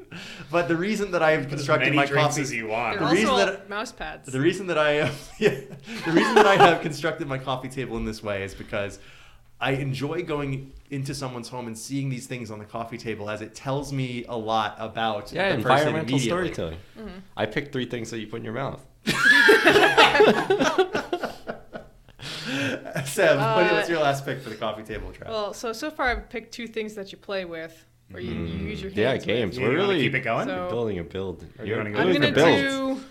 Speaker 2: but the reason that I have
Speaker 3: As
Speaker 2: constructed
Speaker 3: many
Speaker 2: my
Speaker 3: drinks
Speaker 2: coffee
Speaker 3: as you want.
Speaker 4: They're
Speaker 2: The
Speaker 4: also
Speaker 2: reason that-
Speaker 4: mouse pads.
Speaker 2: The reason that I have, yeah, the reason that I have constructed my coffee table in this way is because I enjoy going into someone's home and seeing these things on the coffee table, as it tells me a lot about
Speaker 1: Yeah,
Speaker 2: the person
Speaker 1: environmental
Speaker 2: immediately.
Speaker 1: storytelling.
Speaker 4: Mm-hmm.
Speaker 1: I picked three things that you put in your mouth.
Speaker 2: Sam, what-
Speaker 4: Uh,
Speaker 2: what's your last pick for the coffee table trap?
Speaker 4: well, so so far I've picked two things that you play with or you, you use your
Speaker 1: Mm.
Speaker 4: hands.
Speaker 1: Yeah,
Speaker 4: with.
Speaker 1: games.
Speaker 3: Yeah,
Speaker 1: We're
Speaker 3: you wanna
Speaker 1: really
Speaker 3: keep it going?
Speaker 4: So-
Speaker 1: building a build.
Speaker 3: Are you
Speaker 1: You're
Speaker 3: gonna go
Speaker 4: I'm
Speaker 1: building
Speaker 4: gonna
Speaker 1: a build.
Speaker 4: do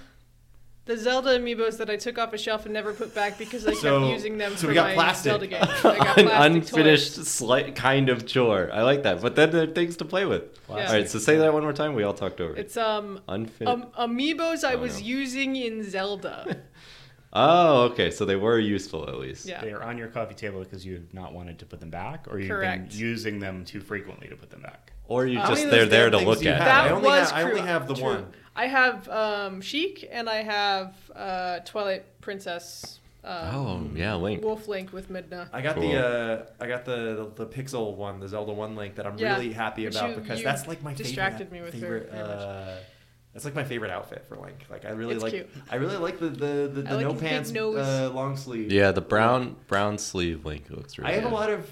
Speaker 4: the Zelda amiibos that I took off a shelf and never put back because I
Speaker 2: So-
Speaker 4: kept using them
Speaker 2: so
Speaker 4: for
Speaker 2: we got
Speaker 4: my
Speaker 2: plastic.
Speaker 4: Zelda game. I got
Speaker 1: An
Speaker 4: plastic toys.
Speaker 1: unfinished slight kind of chore. I like that. But then there are things to play with.
Speaker 4: Yeah.
Speaker 1: All right, so say that one more time. We all talked over it.
Speaker 4: It's um,
Speaker 1: Unfinished.
Speaker 4: um amiibos I
Speaker 1: Oh,
Speaker 4: was
Speaker 1: no.
Speaker 4: using in Zelda.
Speaker 1: oh, okay. So they were useful at least.
Speaker 4: Yeah.
Speaker 3: They are on your coffee table because you have not wanted to put them back, or you've
Speaker 4: Correct.
Speaker 3: been using them too frequently to put them back.
Speaker 1: Or you
Speaker 4: Uh, How many
Speaker 1: just
Speaker 4: of
Speaker 1: they're
Speaker 2: those
Speaker 1: there
Speaker 2: damn
Speaker 1: to
Speaker 2: things
Speaker 1: look
Speaker 2: you
Speaker 1: at.
Speaker 2: have? I
Speaker 4: that
Speaker 2: only
Speaker 4: was
Speaker 2: ha- I
Speaker 4: true.
Speaker 2: only have the
Speaker 4: true.
Speaker 2: one.
Speaker 4: I have um Sheik and I have uh Twilight Princess. Um,
Speaker 1: Oh yeah, Link.
Speaker 4: Wolf Link with Midna.
Speaker 2: I got
Speaker 1: Cool.
Speaker 2: the uh, I got the, the the Pixel one, the Zelda one link that I'm
Speaker 4: Yeah,
Speaker 2: really happy
Speaker 4: which
Speaker 2: about
Speaker 4: you-
Speaker 2: because
Speaker 4: you
Speaker 2: that's like my
Speaker 4: distracted
Speaker 2: favorite,
Speaker 4: me with her
Speaker 2: favorite.
Speaker 4: very much.
Speaker 2: uh, that's like my favorite outfit for Link. Like I really
Speaker 4: It's
Speaker 2: like
Speaker 4: cute.
Speaker 2: I really like the the the,
Speaker 4: I
Speaker 2: the
Speaker 4: like
Speaker 2: no
Speaker 4: his big
Speaker 2: pants
Speaker 4: nose.
Speaker 2: uh, long sleeve.
Speaker 1: Yeah, the brown brown sleeve Link looks really.
Speaker 2: I have a
Speaker 1: good.
Speaker 2: lot of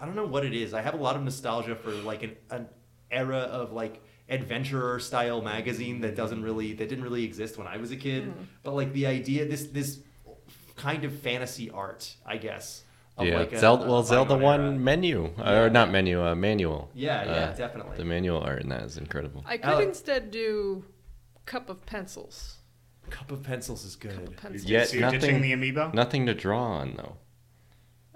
Speaker 2: I don't know what it is. I have a lot of nostalgia for like an, an era of like adventurer style magazine that doesn't really that didn't really exist when I was a kid.
Speaker 4: Hmm.
Speaker 2: But like the idea this this kind of fantasy art, I guess. Of
Speaker 1: Yeah,
Speaker 2: like a-
Speaker 1: Zelda.
Speaker 2: a
Speaker 1: Well, Zelda
Speaker 2: Pokemon
Speaker 1: one
Speaker 2: era.
Speaker 1: menu
Speaker 2: Yeah.
Speaker 1: or not menu, uh, manual.
Speaker 2: Yeah, yeah,
Speaker 1: Uh,
Speaker 2: definitely.
Speaker 1: The manual art in that is incredible.
Speaker 4: I could
Speaker 2: Alec-
Speaker 4: instead do Cup of Pencils.
Speaker 2: Cup of pencils is good.
Speaker 4: Pencils.
Speaker 1: Yet
Speaker 3: so you're
Speaker 1: nothing,
Speaker 3: ditching the amiibo?
Speaker 1: nothing to draw on though.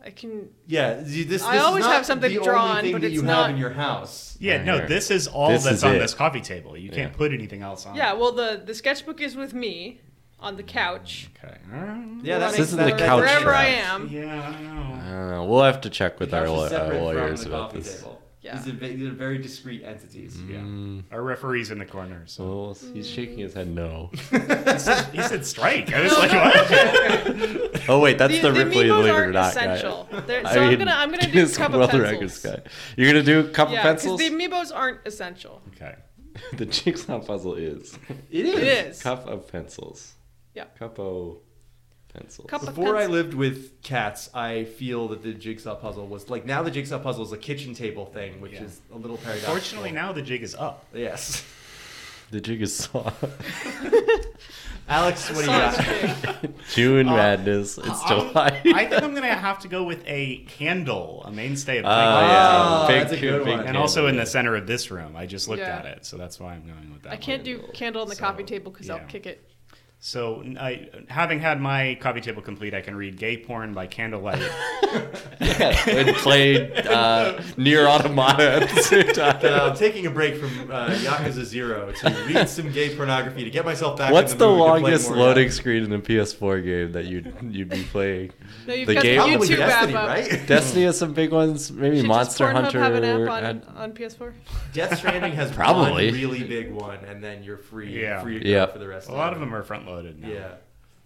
Speaker 4: I can.
Speaker 2: Yeah, you- this, this
Speaker 4: I always
Speaker 2: is not
Speaker 4: have something
Speaker 2: the
Speaker 4: drawn,
Speaker 2: only thing
Speaker 4: but
Speaker 2: that
Speaker 4: it's
Speaker 2: you
Speaker 4: not-
Speaker 2: have in your house.
Speaker 3: Yeah,
Speaker 1: Right
Speaker 3: no,
Speaker 1: here.
Speaker 3: this is all
Speaker 1: This
Speaker 3: that's
Speaker 1: is
Speaker 3: on
Speaker 1: it.
Speaker 3: this coffee table. You can't
Speaker 1: Yeah.
Speaker 3: put anything else
Speaker 2: Oh.
Speaker 3: on.
Speaker 4: Yeah. Well, the the sketchbook is with me on the couch.
Speaker 3: Okay. Mm,
Speaker 2: Yeah,
Speaker 4: Well,
Speaker 2: that
Speaker 4: that
Speaker 2: makes
Speaker 1: makes
Speaker 2: that,
Speaker 1: sense.
Speaker 2: that-
Speaker 1: Couch
Speaker 4: wherever I
Speaker 1: trap.
Speaker 4: am.
Speaker 3: Yeah, I don't know.
Speaker 1: I don't know. Uh, We'll have to check with
Speaker 2: The
Speaker 1: our,
Speaker 2: couch is
Speaker 1: law- our
Speaker 2: separate from
Speaker 1: lawyers
Speaker 2: the
Speaker 1: about
Speaker 2: coffee
Speaker 1: this. Mm-hmm.
Speaker 2: table.
Speaker 4: Yeah.
Speaker 2: These are, ve- these are very discreet entities.
Speaker 3: Yeah.
Speaker 1: Um,
Speaker 3: Our referee's in the corner. So
Speaker 1: So he's shaking his head no.
Speaker 3: he said strike. I was like, what?
Speaker 1: Oh wait, that's the, Ripley
Speaker 4: amiibos
Speaker 1: Believe It or
Speaker 4: aren't
Speaker 1: Not
Speaker 4: essential.
Speaker 1: guy.
Speaker 4: They're- So
Speaker 1: I
Speaker 4: I am
Speaker 1: mean,
Speaker 4: gonna I'm gonna do
Speaker 1: Guinness
Speaker 4: Cup
Speaker 1: World
Speaker 4: of Pencils.
Speaker 1: Records guy. You're gonna do cup
Speaker 4: Yeah,
Speaker 1: of
Speaker 4: because
Speaker 1: pencils.
Speaker 4: the amiibos aren't essential.
Speaker 3: okay.
Speaker 1: The, jigsaw puzzle is
Speaker 2: It is.
Speaker 4: It is.
Speaker 1: cup of pencils.
Speaker 4: Yeah.
Speaker 1: Cup of pencils.
Speaker 4: Cup-
Speaker 2: Before I
Speaker 4: pencil.
Speaker 2: lived with cats, I feel that the jigsaw puzzle was like now the jigsaw puzzle is a kitchen table thing, which
Speaker 3: Yeah.
Speaker 2: is a little paradoxical.
Speaker 3: Fortunately, now the jig is up.
Speaker 2: Yes.
Speaker 1: the jigsaw.
Speaker 2: Alex, what do you
Speaker 4: Sounds
Speaker 2: got?
Speaker 4: big.
Speaker 1: June
Speaker 2: Uh,
Speaker 1: Madness. It's
Speaker 3: I'm-
Speaker 1: July.
Speaker 3: I think I'm going to have to go with a candle, a mainstay of
Speaker 1: Oh,
Speaker 3: my
Speaker 1: yeah.
Speaker 2: Ah,
Speaker 1: Big
Speaker 2: that's a good
Speaker 1: big
Speaker 2: one.
Speaker 3: And
Speaker 1: candle,
Speaker 3: also in
Speaker 1: yeah.
Speaker 3: the center of this room. I just looked
Speaker 4: Yeah.
Speaker 3: at it, so that's why I'm going with that.
Speaker 4: I can't
Speaker 3: one.
Speaker 4: do candle on the coffee
Speaker 3: So,
Speaker 4: table because
Speaker 3: yeah.
Speaker 4: I'll kick it.
Speaker 3: So, n- I, having had my coffee table complete, I can read gay porn by candlelight.
Speaker 1: Yeah, and play uh, near automata at the same time.
Speaker 2: Uh, I'm taking a break from uh, Yakuza Zero to read some gay pornography to get myself back.
Speaker 1: What's
Speaker 2: in
Speaker 1: the
Speaker 2: the, mood to play
Speaker 1: longest
Speaker 2: more
Speaker 1: loading
Speaker 2: Yakuza.
Speaker 1: screen in a PS4 game that you'd you'd be playing?
Speaker 4: No, you've
Speaker 1: The
Speaker 4: got
Speaker 1: game-
Speaker 4: the
Speaker 2: Probably
Speaker 4: YouTube
Speaker 2: Destiny,
Speaker 4: app up.
Speaker 2: right?
Speaker 1: Destiny has some big ones. Maybe
Speaker 4: Should
Speaker 1: Monster
Speaker 4: just Pornhub
Speaker 1: Hunter.
Speaker 4: have an app on,
Speaker 1: had-
Speaker 4: on PS4?
Speaker 2: Death Stranding has
Speaker 1: Probably.
Speaker 2: one really big one, and then you're free,
Speaker 3: Yeah.
Speaker 2: free to go
Speaker 1: Yeah.
Speaker 2: for the rest.
Speaker 3: a lot of them are front loaded now.
Speaker 2: Yeah.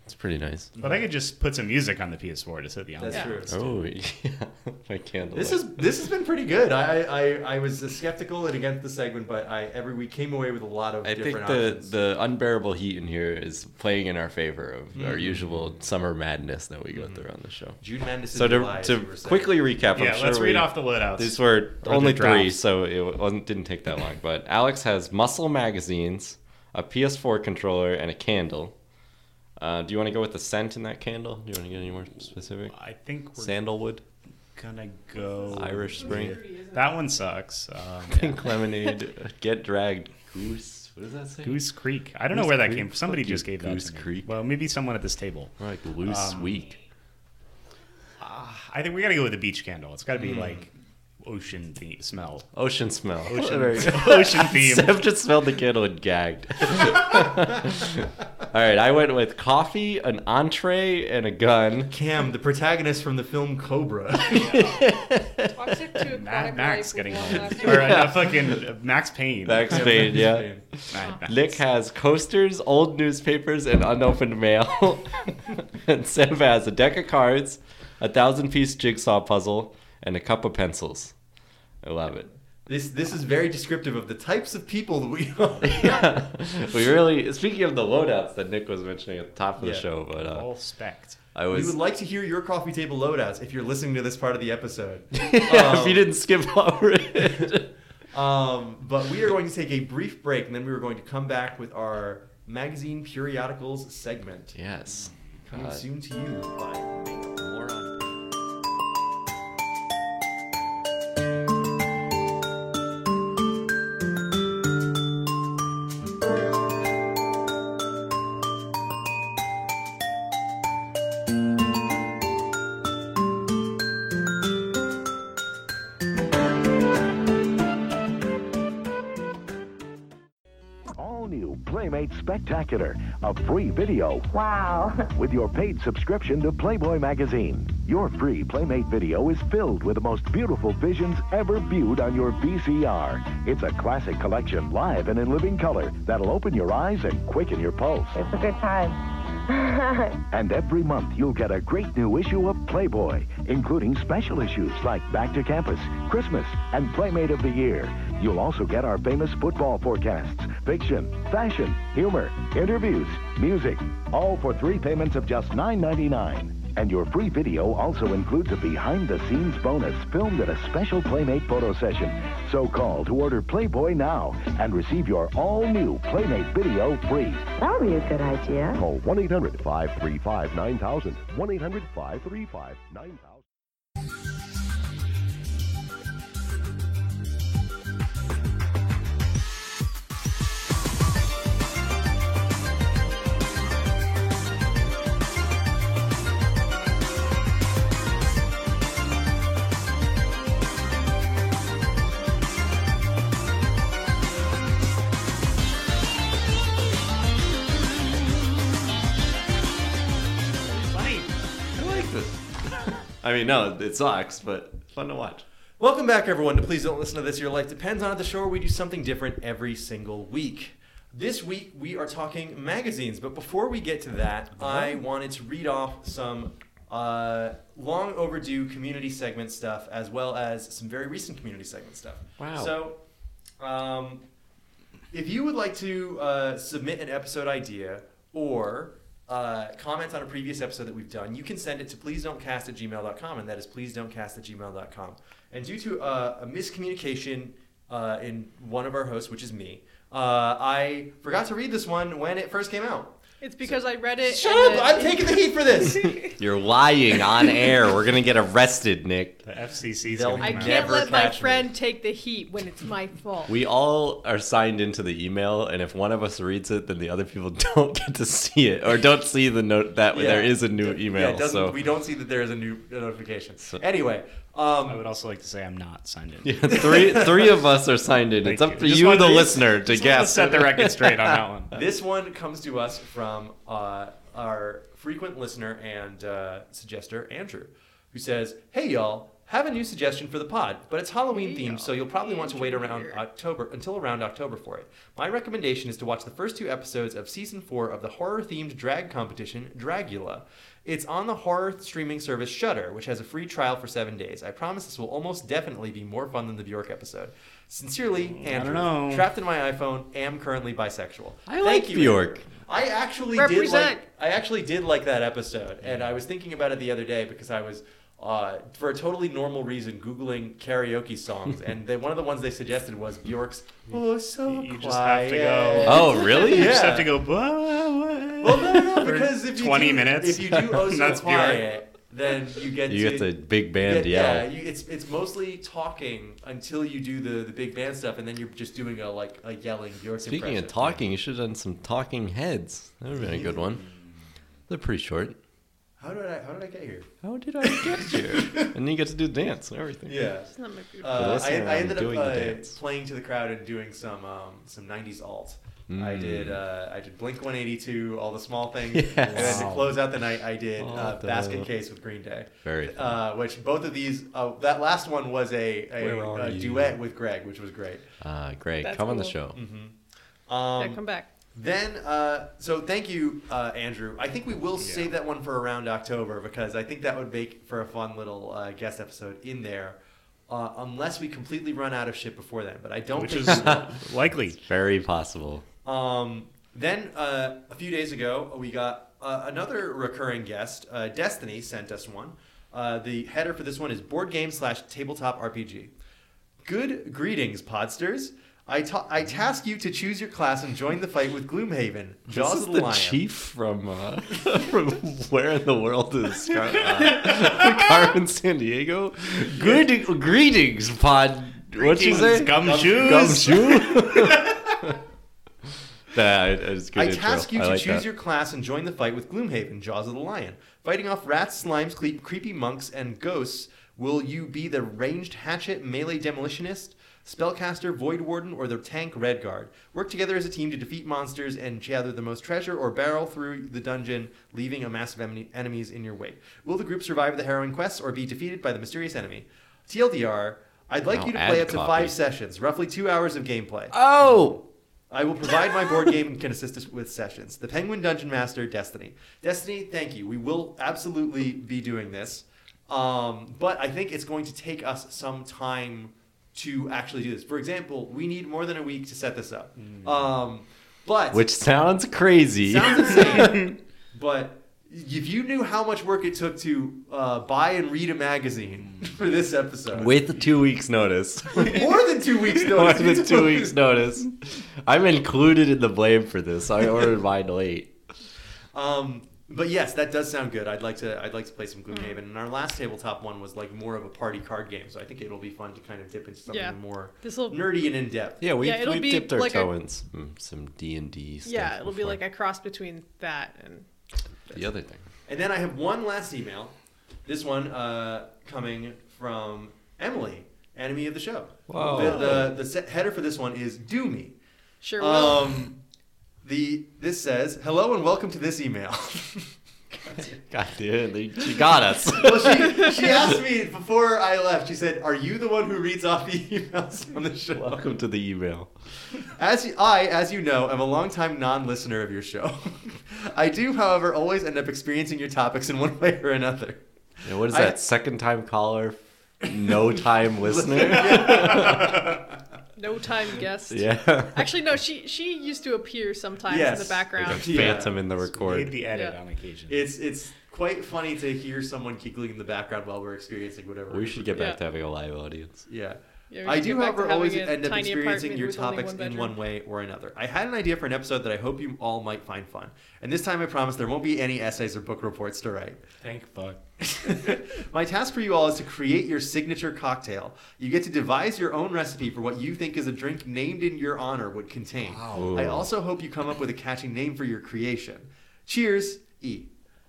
Speaker 1: It's pretty nice.
Speaker 3: But I could just put some music on the PS4 to set the ambiance.
Speaker 2: That's
Speaker 4: Yeah.
Speaker 2: true.
Speaker 1: Oh, yeah. My candle.
Speaker 2: This is this has been pretty good. I, I I was skeptical and against the segment, but I every we came away with a lot of
Speaker 1: I think
Speaker 2: different
Speaker 1: the,
Speaker 2: options.
Speaker 1: the unbearable heat in here is playing in our favor of our
Speaker 2: Mm-hmm.
Speaker 1: usual summer madness that we go through on the show.
Speaker 2: June Madness. in
Speaker 1: So to,
Speaker 2: July, as you were
Speaker 1: to
Speaker 2: saying.
Speaker 1: quickly recap,
Speaker 3: Yeah,
Speaker 1: I'm sure
Speaker 3: let's read
Speaker 1: we-
Speaker 3: off the loadouts.
Speaker 1: These were
Speaker 3: Or the
Speaker 1: only three,
Speaker 3: drafts.
Speaker 1: so it wasn't, didn't take that long. But Alex has muscle magazines, a PS4 controller, and a candle. Uh, do you want to go with the scent in that candle? Do you want to get any more specific?
Speaker 3: I think we're
Speaker 1: Sandalwood,
Speaker 3: gonna go
Speaker 1: Irish Spring,
Speaker 3: That one sucks. Um,
Speaker 1: pink lemonade, get dragged, goose. What does that say?
Speaker 3: Goose Creek. I don't know
Speaker 1: Goose
Speaker 3: where that
Speaker 1: Creek?
Speaker 3: came from. Somebody
Speaker 1: Fuck you,
Speaker 3: just gave that.
Speaker 1: Goose
Speaker 3: to me.
Speaker 1: Creek.
Speaker 3: Well, maybe someone at this table.
Speaker 1: More like loose
Speaker 3: Um,
Speaker 1: week.
Speaker 3: I think we gotta go with a beach candle. It's gotta be like ocean theme smell.
Speaker 1: Ocean smell.
Speaker 3: Ocean,
Speaker 1: There you go.
Speaker 3: ocean theme.
Speaker 1: Steph just smelled the candle and gagged. All right, I went with coffee, an entree, and a gun.
Speaker 2: Cam, the protagonist from the film Cobra.
Speaker 4: Toxic to aquatic
Speaker 3: Mad Max
Speaker 4: life with
Speaker 3: getting
Speaker 4: one
Speaker 3: home.
Speaker 4: last-
Speaker 3: or uh, fucking Max Payne.
Speaker 1: Max Payne, yeah.
Speaker 3: Mad Max.
Speaker 1: Nick has coasters, old newspapers, and unopened mail. and Seb has a deck of cards, a thousand piece jigsaw puzzle, and a cup of pencils. I love it.
Speaker 2: This this is very descriptive of the types of people that we are.
Speaker 1: we really, speaking of the loadouts that Nick was mentioning at the top of the
Speaker 2: Yeah.
Speaker 1: show, but uh,
Speaker 3: All spect.
Speaker 1: I
Speaker 2: We
Speaker 1: was.
Speaker 2: would like to hear your coffee table loadouts if you're listening to this part of the episode.
Speaker 1: if you didn't skip over it.
Speaker 2: Um, but we are going to take a brief break, and then we are going to come back with our magazine periodicals segment.
Speaker 1: yes.
Speaker 2: Coming
Speaker 1: God.
Speaker 2: soon to you by mail.
Speaker 1: More on-
Speaker 5: All new Playmate Spectacular, a free video
Speaker 6: Wow.
Speaker 5: with your paid subscription to Playboy magazine. Your free Playmate video is filled with the most beautiful visions ever viewed on your VCR. It's a classic collection live and in living color that'll open your eyes and quicken your pulse.
Speaker 6: It's a good time.
Speaker 5: And every month you'll get a great new issue of Playboy, including special issues like Back to Campus, Christmas, and Playmate of the Year. You'll also get our famous football forecasts, fiction, fashion, humor, interviews, music, all for three payments of just $9.99. And your free video also includes a behind-the-scenes bonus filmed at a special Playmate photo session. So call to order Playboy now and receive your all-new Playmate video free.
Speaker 6: that would be a good idea.
Speaker 5: Call 1 800 535 9000. 1 800 535 9000.
Speaker 3: Funny.
Speaker 1: I like this. I mean, no, it sucks, but fun to watch.
Speaker 2: Welcome back, everyone. To please don't listen to this. Your life depends on it. The show where we do something different every single week. This week we are talking magazines, but before we get to that, I wanted to read off some uh, long overdue community segment stuff, as well as some very recent community segment stuff.
Speaker 1: Wow.
Speaker 2: So, um, if you would like to uh, submit an episode idea or uh, comment on a previous episode that we've done, you can send it to please don't cast at gmail.com, and that is please don't cast at gmail.com. And due to uh, a miscommunication uh, in one of our hosts, which is me, uh, I forgot to read this one when it first came out.
Speaker 4: It's because I read it.
Speaker 2: Shut
Speaker 4: and
Speaker 2: up!
Speaker 4: then
Speaker 2: I'm taking the heat for this!
Speaker 1: You're lying on air. We're gonna get arrested, Nick.
Speaker 3: The FCC's
Speaker 2: They'll
Speaker 3: gonna
Speaker 4: I
Speaker 3: come out.
Speaker 4: can't
Speaker 2: Never
Speaker 4: let my
Speaker 2: catch me.
Speaker 4: friend take the heat when it's my fault.
Speaker 1: We all are signed into the email, and if one of us reads it, then the other people don't get to see it or don't see the note that
Speaker 2: Yeah.
Speaker 1: there is a new
Speaker 2: Yeah,
Speaker 1: email.
Speaker 2: it doesn't-
Speaker 1: so
Speaker 2: We don't see that there is a new notification. anyway, um,
Speaker 3: I would also like to say I'm not signed in.
Speaker 1: Yeah, three three of us are signed in. It's
Speaker 3: Thank
Speaker 1: up to
Speaker 3: Just
Speaker 1: you,
Speaker 3: wanted
Speaker 1: the
Speaker 3: to-
Speaker 1: listener, to
Speaker 3: just wanted
Speaker 1: guess.
Speaker 3: set the record straight on that one.
Speaker 2: This one comes to us from uh, our frequent listener and uh, suggester, Andrew, who says, Hey, y'all, Have a new suggestion for the pod, but it's Halloween
Speaker 4: Yeah.
Speaker 2: themed, so you'll probably want to wait around
Speaker 4: Engineer.
Speaker 2: October until around October for it. My recommendation is to watch the first two episodes of season four of the horror-themed drag competition Dragula. It's on the horror streaming service Shudder, which has a free trial for seven days. I promise this will almost definitely be more fun than the Bjork episode. Sincerely, Andrew.
Speaker 3: know.
Speaker 2: Trapped in my iPhone, am currently bisexual.
Speaker 1: I like Bjork.
Speaker 2: I actually did
Speaker 4: Represent.
Speaker 2: like I actually did like that episode, and I was thinking about it the other day because I was, uh, for a totally normal reason, googling karaoke songs, and they, one of the ones they suggested was Bjork's "Oh So
Speaker 3: You
Speaker 2: Quiet."
Speaker 3: just have to go-
Speaker 1: Oh, really?
Speaker 3: You just
Speaker 2: Yeah.
Speaker 3: have to go. Well,
Speaker 2: Well, no, no, no, because if you
Speaker 3: 20
Speaker 2: do,
Speaker 3: minutes.
Speaker 2: if you do "Oh So
Speaker 3: That's Bjork.
Speaker 2: Quiet," then you get
Speaker 1: You get the
Speaker 2: to
Speaker 1: big
Speaker 2: Yeah,
Speaker 1: band
Speaker 2: yeah,
Speaker 1: yell.
Speaker 2: you, it's it's mostly talking until you do the, the big band stuff, and then you're just doing a like a yelling Bjork
Speaker 1: Speaking
Speaker 2: impression.
Speaker 1: of talking, you should have done some talking heads. That would have been a good one. They're pretty short.
Speaker 2: how did I how did I get here?
Speaker 1: How did I get you? and you get to do dance and everything.
Speaker 2: Yeah.
Speaker 4: It's not my beautiful.
Speaker 1: For
Speaker 2: Uh, I,
Speaker 1: listening,
Speaker 2: I
Speaker 1: I'm
Speaker 2: ended up
Speaker 1: doing the
Speaker 2: uh,
Speaker 1: dance.
Speaker 2: playing to the crowd and doing some um, some '90s alt. I
Speaker 1: Hmm.
Speaker 2: did uh, I did Blink 182, all the small things,
Speaker 1: Yes.
Speaker 2: and then to
Speaker 3: Wow.
Speaker 2: close out the night, I did
Speaker 1: All
Speaker 2: uh,
Speaker 1: the-
Speaker 2: Basket Case with Green Day.
Speaker 1: Very fun.
Speaker 2: Uh, which both of these, uh, that last one was a,
Speaker 1: Where
Speaker 2: a,
Speaker 1: are
Speaker 2: a
Speaker 1: you?
Speaker 2: duet with Greg, which was great.
Speaker 1: Uh, Greg,
Speaker 4: That's
Speaker 1: come on the
Speaker 4: cool.
Speaker 1: show.
Speaker 2: Um,
Speaker 4: yeah, come back.
Speaker 2: then, uh, so thank you, uh, Andrew. I think we will save that one for around October because I think that would make for a fun little uh, guest episode in there, uh, unless we completely run out of shit before then. But I don't
Speaker 3: which
Speaker 2: think
Speaker 3: is
Speaker 2: we will.
Speaker 3: likely.
Speaker 1: Very possible.
Speaker 2: Um, then uh, a few days ago, we got uh, another recurring guest. Uh, Destiny sent us one. Uh, the header for this one is board game slash tabletop RPG. Good greetings, Podsters. I, ta- I task you to choose your class and join the fight with Gloomhaven, Jaws
Speaker 1: this is
Speaker 2: of
Speaker 1: the
Speaker 2: Lion.
Speaker 1: chief from uh, from where in the world is Car- uh, Carmen San Diego? Good greetings, pod. What'd you say?
Speaker 3: Gumshoes.
Speaker 1: Nah, it- it's good
Speaker 2: I
Speaker 1: intro.
Speaker 2: task you
Speaker 1: I
Speaker 2: to
Speaker 1: like
Speaker 2: choose
Speaker 1: that.
Speaker 2: your class and join the fight with Gloomhaven, Jaws of the Lion. Fighting off rats, slimes, cle- creepy monks, and ghosts, will you be the ranged hatchet melee demolitionist, spellcaster, void warden, or the tank red guard? Work together as a team to defeat monsters and gather the most treasure or barrel through the dungeon, leaving a mass of enemy- enemies in your wake. Will the group survive the harrowing quests or be defeated by the mysterious enemy? TLDR, I'd like
Speaker 1: Now
Speaker 2: you to
Speaker 1: add
Speaker 2: play up to
Speaker 1: copy.
Speaker 2: five sessions, roughly two hours of gameplay.
Speaker 1: Oh,
Speaker 2: I will provide my board game and can assist us with sessions. The Penguin Dungeon Master, Destiny. Destiny, thank you. We will absolutely be doing this. Um, but I think it's going to take us some time to actually do this. For example, we need more than a week to set this up. Um, but
Speaker 1: which sounds crazy.
Speaker 2: sounds insane. but if you knew how much work it took to uh, buy and read a magazine for this episode,
Speaker 1: With two weeks' notice.
Speaker 2: more than two weeks
Speaker 1: More
Speaker 2: notice,
Speaker 1: than two weeks' notice. I'm included in the blame for this. I ordered mine late.
Speaker 2: Um, but yes, that does sound good. I'd like to. I'd like to play some Gloomhaven. And our last tabletop one was like more of a party card game, so I think it'll be fun to kind of dip into something
Speaker 4: Yeah.
Speaker 2: more
Speaker 4: This'll-
Speaker 2: nerdy and in depth.
Speaker 1: Yeah, we
Speaker 4: Yeah, it'll
Speaker 1: we
Speaker 4: be
Speaker 1: dipped our
Speaker 4: like a-
Speaker 1: toe in some, some D and D stuff.
Speaker 4: Yeah, it'll be
Speaker 1: before.
Speaker 4: like a cross between that and
Speaker 1: the other thing.
Speaker 2: And then I have one last email. This one uh, coming from Emily, enemy of the show.
Speaker 1: Whoa.
Speaker 2: The, the, the se- header for this one is "Do Me."
Speaker 4: sure will.
Speaker 2: Um, the this says hello and welcome to this email.
Speaker 1: God damn, they, she got us.
Speaker 2: well, she, she asked me before I left. She said, "Are you the one who reads off the emails on the show?"
Speaker 1: Welcome to the email.
Speaker 2: As you, I, as you know, am a longtime non-listener of your show. I do, however, always end up experiencing your topics in one way or another.
Speaker 1: Yeah, what is
Speaker 2: I-
Speaker 1: that? Second time caller, no time listener.
Speaker 4: no time guest.
Speaker 1: yeah,
Speaker 4: Actually, no. She she used to appear sometimes
Speaker 2: Yes.
Speaker 4: in the background.
Speaker 2: Yeah.
Speaker 1: phantom in the
Speaker 3: Made
Speaker 1: record.
Speaker 3: the edit
Speaker 4: Yeah.
Speaker 3: on occasion.
Speaker 2: It's it's quite funny to hear someone giggling in the background while we're experiencing whatever.
Speaker 1: We should get back
Speaker 4: Yeah.
Speaker 1: to having a live audience.
Speaker 2: Yeah.
Speaker 4: Yeah, we
Speaker 2: I
Speaker 4: should
Speaker 2: do,
Speaker 4: get back to
Speaker 2: however,
Speaker 4: having
Speaker 2: always
Speaker 4: a
Speaker 2: end up
Speaker 4: tiny
Speaker 2: experiencing
Speaker 4: apartment
Speaker 2: your
Speaker 4: with only
Speaker 2: topics
Speaker 4: one
Speaker 2: in
Speaker 4: bedroom.
Speaker 2: one way or another. I had an idea for an episode that I hope you all might find fun. And this time, I promise there won't be any essays or book reports to write.
Speaker 3: Thank fuck.
Speaker 2: My task for you all is to create your signature cocktail. You get to devise your own recipe for what you think is a drink named in your honor would contain. I also hope you come up with a catchy name for your creation. Cheers, E.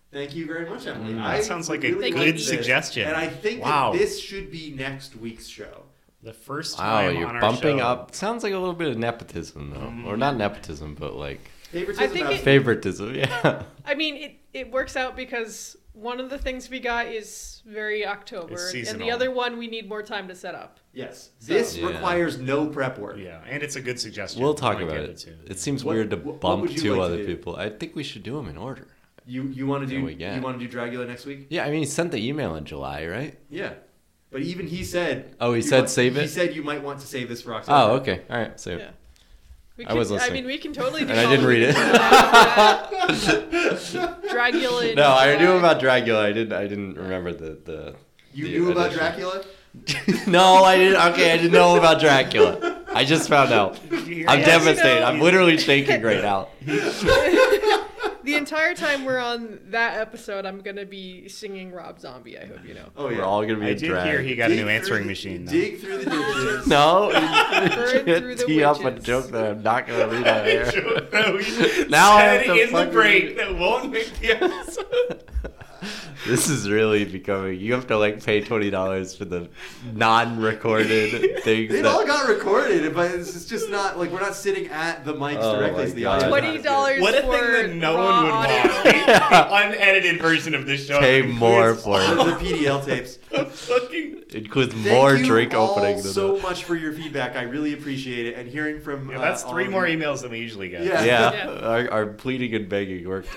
Speaker 2: Thank you very much, Emily. I
Speaker 3: that sounds like a
Speaker 2: really
Speaker 4: good
Speaker 2: liked this,
Speaker 3: suggestion.
Speaker 2: And I think
Speaker 3: Wow.
Speaker 2: that this should be next week's show.
Speaker 3: The first
Speaker 1: Wow,
Speaker 3: time on
Speaker 1: you're
Speaker 3: our
Speaker 1: bumping
Speaker 3: show.
Speaker 1: up. Sounds like a little bit of nepotism, though, or not nepotism, but like
Speaker 2: Favoritism
Speaker 4: I think
Speaker 2: out-
Speaker 4: it-
Speaker 1: favoritism. Yeah,
Speaker 4: I mean, it it works out because One of the things we got is very October,
Speaker 3: It's
Speaker 4: and
Speaker 3: seasonal.
Speaker 4: the other one we need more time to set up.
Speaker 2: Yes.
Speaker 4: So-
Speaker 2: this
Speaker 1: Yeah.
Speaker 2: requires no prep work.
Speaker 3: Yeah, and it's a good suggestion.
Speaker 1: We'll talk
Speaker 3: I
Speaker 1: about
Speaker 3: give
Speaker 1: it.
Speaker 3: to you.
Speaker 1: It seems
Speaker 2: What-
Speaker 1: weird to
Speaker 2: wh- what
Speaker 1: bump
Speaker 2: would you
Speaker 1: two
Speaker 2: like to
Speaker 1: other
Speaker 2: do?
Speaker 1: people. I think we should do them in order.
Speaker 2: You you want to
Speaker 1: Yeah,
Speaker 2: do
Speaker 1: we get.
Speaker 2: you want to do Dragula next week?
Speaker 1: Yeah, I mean, he sent the email in July, right?
Speaker 2: Yeah. But even he said.
Speaker 1: Oh, he
Speaker 2: you
Speaker 1: said
Speaker 2: want-
Speaker 1: save
Speaker 2: He
Speaker 1: it?
Speaker 2: said you might want to save this for October.
Speaker 1: Oh, okay. All right. So
Speaker 4: Yeah. We
Speaker 1: I was
Speaker 4: could-
Speaker 1: listening.
Speaker 4: I mean, we can totally do
Speaker 1: And I didn't read it.
Speaker 4: Dragula. in
Speaker 1: no, I knew
Speaker 4: July.
Speaker 1: about Dracula. I didn't. I didn't remember the the.
Speaker 2: You
Speaker 1: the
Speaker 2: knew about
Speaker 1: addition.
Speaker 2: Dracula?
Speaker 1: no, I didn't. Okay, I didn't know about Dracula. I just found out. I'm
Speaker 3: Yeah,
Speaker 1: devastated.
Speaker 4: know.
Speaker 1: I'm literally shaking right now.
Speaker 4: The entire time we're on that episode, I'm gonna be singing Rob Zombie. I hope you know.
Speaker 2: Oh yeah.
Speaker 1: We're all gonna be
Speaker 3: I
Speaker 1: in
Speaker 3: did
Speaker 1: drag.
Speaker 3: hear he got a
Speaker 2: Dig
Speaker 3: new
Speaker 2: through
Speaker 3: answering
Speaker 2: the-
Speaker 3: machine. though.
Speaker 2: Dig through the ditches.
Speaker 1: No,
Speaker 4: Burn through the
Speaker 1: tee up a
Speaker 4: witches.
Speaker 1: joke that I'm not gonna read on
Speaker 3: I
Speaker 1: air.
Speaker 3: don't know. We
Speaker 1: Now I have
Speaker 3: said
Speaker 1: to
Speaker 3: in the
Speaker 1: fucking
Speaker 3: break
Speaker 1: read it.
Speaker 3: that won't make the episode.
Speaker 1: This is really becoming. You have to like pay twenty dollars for the non-recorded things.
Speaker 2: It
Speaker 1: that-
Speaker 2: all got recorded, but it's it's just not like we're not sitting at the mics
Speaker 1: Oh
Speaker 2: directly
Speaker 1: my
Speaker 2: to the
Speaker 1: God.
Speaker 2: audience.
Speaker 4: Twenty dollars.
Speaker 3: What a
Speaker 4: for
Speaker 3: thing that no
Speaker 4: raw
Speaker 3: one would
Speaker 4: audio.
Speaker 3: want. The unedited version of this show.
Speaker 1: Pay
Speaker 3: includes
Speaker 1: more for
Speaker 2: The,
Speaker 1: it.
Speaker 2: the PDL tapes.
Speaker 3: the fucking
Speaker 1: It includes
Speaker 2: Thank
Speaker 1: more
Speaker 2: you
Speaker 1: drink
Speaker 2: all
Speaker 1: opening than
Speaker 2: so
Speaker 1: the-
Speaker 2: much for your feedback. I really appreciate it, and hearing from
Speaker 3: Yeah,
Speaker 2: uh,
Speaker 3: that's
Speaker 2: all
Speaker 3: three
Speaker 2: of
Speaker 3: more
Speaker 2: you.
Speaker 3: emails than we usually get.
Speaker 2: Yeah.
Speaker 1: Yeah,
Speaker 4: Yeah.
Speaker 1: Our, our pleading and begging worked.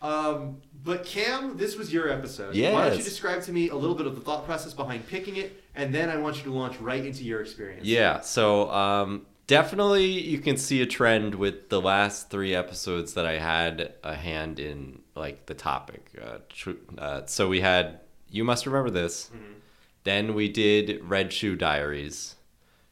Speaker 2: Um, but Cam, this was your episode. Why don't you
Speaker 1: Yes.
Speaker 2: describe to me a little bit of the thought process behind picking it, and then I want you to launch right into your experience.
Speaker 1: Yeah, so um, definitely you can see a trend with the last three episodes that I had a hand in, like the topic. Uh, tr- uh, so we had You Must Remember This,
Speaker 3: Mm-hmm.
Speaker 1: then we did Red Shoe Diaries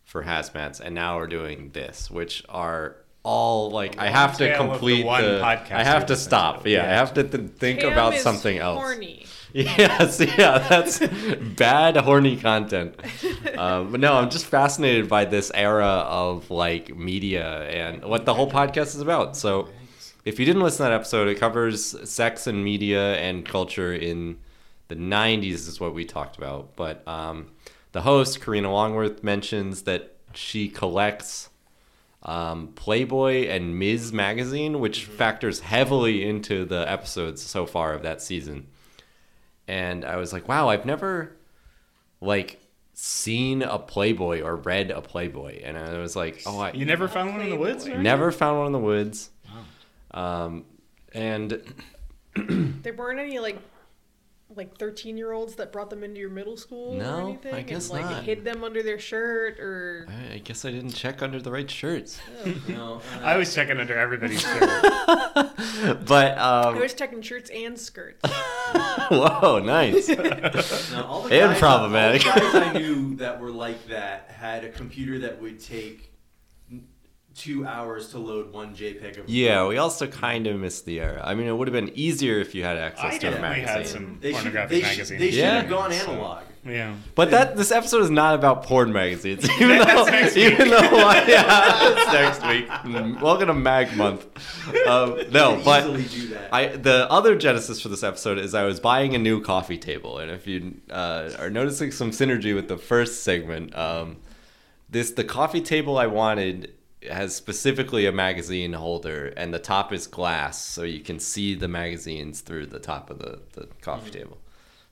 Speaker 1: for hazmats, and now we're doing this, which are all like I have to
Speaker 3: tail of the
Speaker 1: complete the,
Speaker 3: one podcast
Speaker 1: I have
Speaker 3: we've
Speaker 1: to
Speaker 3: listened
Speaker 1: stop.
Speaker 3: to.
Speaker 1: Yeah, I
Speaker 3: Yeah.
Speaker 1: have to th- think
Speaker 4: Cam
Speaker 1: about
Speaker 4: is
Speaker 1: something else.
Speaker 4: Horny.
Speaker 1: Yes, yeah, that's bad, horny content. Um, but no, I'm just fascinated by this era of like media and what the whole podcast is about. So, if you didn't listen to that episode, it covers sex and media and culture in the 90s, is what we talked about. But um, the host, Karina Longworth, mentions that she collects um, Playboy and Ms. magazine, which
Speaker 3: Mm-hmm.
Speaker 1: factors heavily into the episodes so far of that season and I was like, wow, I've never like seen a Playboy or read a Playboy, and I was like, oh, I
Speaker 3: You never found one in the woods? Mary?
Speaker 1: never found one in the woods. Um, and
Speaker 4: There weren't any like like thirteen year olds that brought them into your middle school
Speaker 1: No,
Speaker 4: or anything
Speaker 1: I guess
Speaker 4: and like
Speaker 1: not.
Speaker 4: hid them under their shirt or
Speaker 1: I I guess I didn't check under the right shirts,
Speaker 2: No, uh,
Speaker 3: I was checking under everybody's shirt.
Speaker 1: but
Speaker 4: I
Speaker 1: um,
Speaker 4: was checking shirts and skirts.
Speaker 1: whoa, nice.
Speaker 2: no, all the
Speaker 1: And
Speaker 2: guys-
Speaker 1: problematic.
Speaker 2: all the guys I knew that were like that had a computer that would take two hours to load one JPEG of.
Speaker 1: Yeah, we also kind of missed the era. I mean, it would have been easier if you had access
Speaker 3: I
Speaker 1: to a
Speaker 3: definitely
Speaker 1: magazine.
Speaker 3: had some
Speaker 2: They should,
Speaker 3: pornographic
Speaker 2: they should,
Speaker 3: magazines.
Speaker 2: they should
Speaker 1: Yeah.
Speaker 2: have gone analog.
Speaker 3: Yeah.
Speaker 1: But that this episode is not about porn magazines, even though,
Speaker 3: That's next
Speaker 1: even though, yeah, that's next week. Mm, Welcome to Mag Month. Um,
Speaker 2: They
Speaker 1: no,
Speaker 2: could
Speaker 1: but
Speaker 2: easily do that.
Speaker 1: I the other genesis for this episode is I was buying a new coffee table, and if you uh, are noticing some synergy with the first segment, um, this the coffee table I wanted has specifically a magazine holder, and the top is glass, so you can see the magazines through the top of the, the coffee
Speaker 3: Mm-hmm.
Speaker 1: table.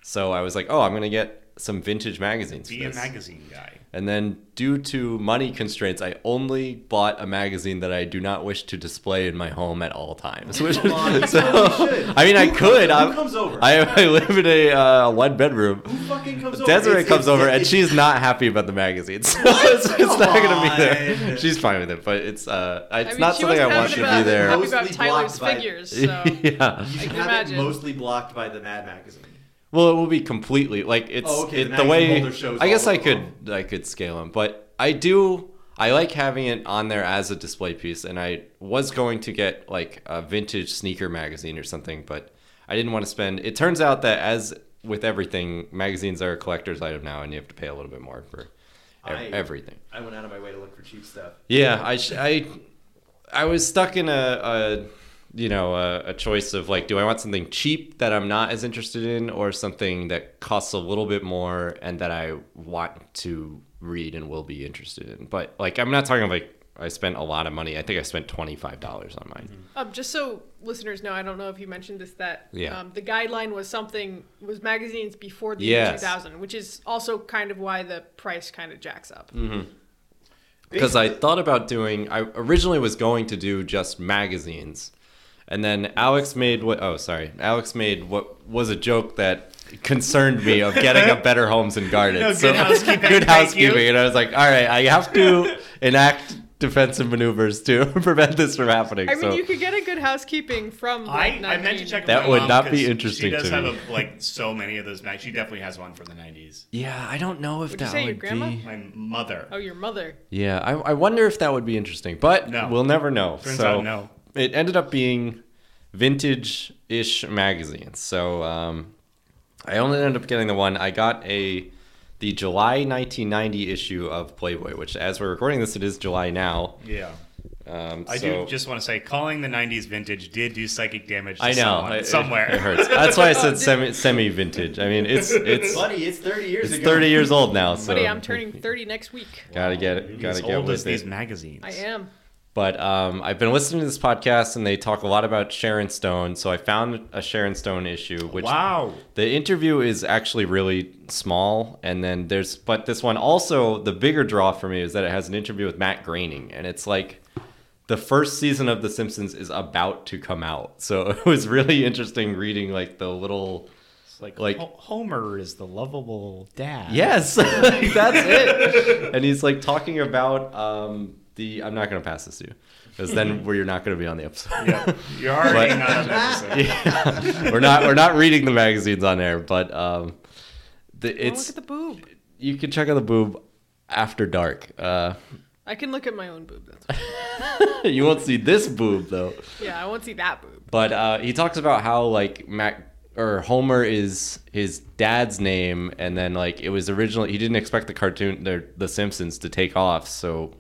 Speaker 1: So I was like, oh, I'm gonna get some vintage magazines.
Speaker 3: Be
Speaker 1: for
Speaker 3: a
Speaker 1: this.
Speaker 3: magazine guy.
Speaker 1: And then, due to money constraints, I only bought a magazine that I do not wish to display in my home at all times. Which,
Speaker 2: Come on, you
Speaker 1: so,
Speaker 2: totally should.
Speaker 1: I mean, I
Speaker 2: Who comes-
Speaker 1: could.
Speaker 2: who
Speaker 1: I'm-
Speaker 2: comes over?
Speaker 1: I, I live in a uh, one bedroom.
Speaker 2: Who fucking comes over?
Speaker 1: Desiree
Speaker 2: It's-
Speaker 1: comes
Speaker 2: it's-
Speaker 1: over, and
Speaker 2: it's-
Speaker 1: she's not happy about the magazine, so it's, it's not gonna be there.
Speaker 2: on.
Speaker 1: She's fine with it, but it's uh, it's
Speaker 4: I mean,
Speaker 1: not
Speaker 4: she
Speaker 1: something I
Speaker 4: wasn't
Speaker 1: want
Speaker 4: happy
Speaker 1: to
Speaker 4: about,
Speaker 1: be there.
Speaker 4: happy about
Speaker 2: Mostly
Speaker 4: Tyler's
Speaker 2: blocked by-
Speaker 4: figures, so
Speaker 1: yeah.
Speaker 2: You should
Speaker 4: can
Speaker 2: have
Speaker 4: imagine.
Speaker 2: it mostly blocked by the Mad magazine.
Speaker 1: Well, it will be completely like it's
Speaker 2: Oh, okay,
Speaker 1: it,
Speaker 2: the
Speaker 1: the
Speaker 2: magazine
Speaker 1: way.
Speaker 2: holder shows
Speaker 1: I guess
Speaker 2: all
Speaker 1: I
Speaker 2: of
Speaker 1: could I could scale them, but I do I like having it on there as a display piece, and I was going to get like a vintage sneaker magazine or something, but I didn't want to spend. It turns out that as with everything, magazines are a collector's item now, and you have to pay a little bit more for ev-
Speaker 2: I-
Speaker 1: everything.
Speaker 2: I went out of my way to look for cheap stuff.
Speaker 1: Yeah, I sh- I I was stuck in a, a you know a, a choice of like, do I want something cheap that I'm not as interested in, or something that costs a little bit more and that I want to read and will be interested in? But like, I'm not talking like I spent a lot of money. I think I spent twenty five dollars on mine.
Speaker 4: Um, just so listeners know, I don't know if you mentioned this that
Speaker 1: Yeah.
Speaker 4: um, the guideline was something was magazines before the year
Speaker 1: Yes.
Speaker 4: 2000, which is also kind of why the price kind of jacks up.
Speaker 1: Mm. because I thought about doing. I originally was going to do just magazines, and then Alex made what? Oh, sorry, Alex made what was a joke that concerned me of getting a better homes and gardens.
Speaker 3: No, good housekeeping,
Speaker 1: good
Speaker 3: thank
Speaker 1: housekeeping,
Speaker 3: you.
Speaker 1: and I was like, all right, I have to enact defensive maneuvers to prevent this from happening.
Speaker 4: I mean,
Speaker 1: so
Speaker 4: you could get a good housekeeping from.
Speaker 3: I,
Speaker 4: like,
Speaker 3: I meant to
Speaker 4: 19
Speaker 3: check with
Speaker 1: That
Speaker 3: my
Speaker 1: would
Speaker 3: mom
Speaker 1: not be
Speaker 3: 'cause
Speaker 1: interesting
Speaker 3: She does
Speaker 1: to
Speaker 3: have
Speaker 1: me.
Speaker 3: A, like so many of those mag. She definitely has one from the '90s.
Speaker 1: yeah, I don't know if
Speaker 4: Would you
Speaker 1: that
Speaker 4: say your
Speaker 1: would
Speaker 4: grandma?
Speaker 1: be.
Speaker 3: My mother.
Speaker 4: Oh, your mother.
Speaker 1: Yeah, I, I wonder if that would be interesting, but
Speaker 3: No.
Speaker 1: we'll never know.
Speaker 3: Turns
Speaker 1: so
Speaker 3: out no.
Speaker 1: It ended up being vintage-ish magazines. So um, I only ended up getting the one. I got a the July 1990 issue of Playboy, which as we're recording this, it is July now.
Speaker 3: Yeah.
Speaker 1: Um,
Speaker 3: I
Speaker 1: so-
Speaker 3: do just want to say, calling the '90s vintage did do psychic damage. To
Speaker 1: I know
Speaker 3: someone,
Speaker 1: I- it-
Speaker 3: somewhere.
Speaker 1: It, hurts. That's why I said semi semi vintage. I mean, it's it's
Speaker 2: Buddy, it's 30 years
Speaker 1: it's
Speaker 2: ago.
Speaker 1: 30 years old now. So
Speaker 4: Buddy, I'm turning 30 next week.
Speaker 1: Gotta get it. Gotta
Speaker 3: as
Speaker 1: get
Speaker 3: old
Speaker 1: with
Speaker 3: as these
Speaker 1: it.
Speaker 3: magazines.
Speaker 4: I am.
Speaker 1: But um, I've been listening to this podcast, and they talk a lot about Sharon Stone. So I found a Sharon Stone issue, which
Speaker 3: Wow.
Speaker 1: the interview is actually really small. And then there's, but this one also the bigger draw for me is that it has an interview with Matt Groening, and it's like the first season of The Simpsons is about to come out. So it was really interesting reading like the little
Speaker 3: It's like,
Speaker 1: Like-
Speaker 3: Ho- Homer is the lovable dad.
Speaker 1: Yes, Like, that's it. And he's like talking about um, the. I'm not gonna pass this to you because then we're, you're not gonna be on the episode.
Speaker 3: Yeah. You're already
Speaker 1: But-
Speaker 3: not on that episode.
Speaker 1: Yeah. we're not we're not reading the magazines on there, but um, the,
Speaker 4: Oh,
Speaker 1: it's
Speaker 4: look at the boob.
Speaker 1: you can check out the boob after dark. Uh,
Speaker 4: I can look at my own boob. That's fine.
Speaker 1: you won't see this boob though.
Speaker 4: yeah, I won't see that boob.
Speaker 1: But uh, he talks about how like Mac or Homer is his dad's name, and then like it was originally he didn't expect the cartoon the the Simpsons to take off, so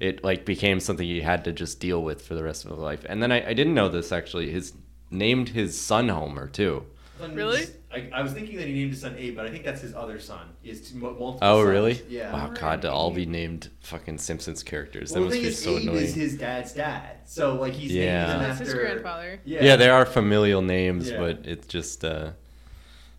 Speaker 1: it like became something he had to just deal with for the rest of his life. And then I, I didn't know this actually. His named his son Homer too.
Speaker 4: Really?
Speaker 2: I, I was thinking that he named his son Abe, but I think that's his other son. He has two, mu- multiple
Speaker 1: Oh,
Speaker 2: sons.
Speaker 1: really?
Speaker 2: Yeah.
Speaker 1: Wow, God, to all be named fucking Simpsons characters.
Speaker 2: Well,
Speaker 1: that
Speaker 2: the
Speaker 1: must
Speaker 2: thing
Speaker 1: be
Speaker 2: is,
Speaker 1: so
Speaker 2: Abe
Speaker 1: annoying.
Speaker 2: is his dad's dad, so like he's
Speaker 1: Yeah.
Speaker 2: named him
Speaker 4: That's
Speaker 2: after
Speaker 4: his grandfather.
Speaker 2: Yeah,
Speaker 1: yeah. there are familial names,
Speaker 2: Yeah.
Speaker 1: but it's just uh,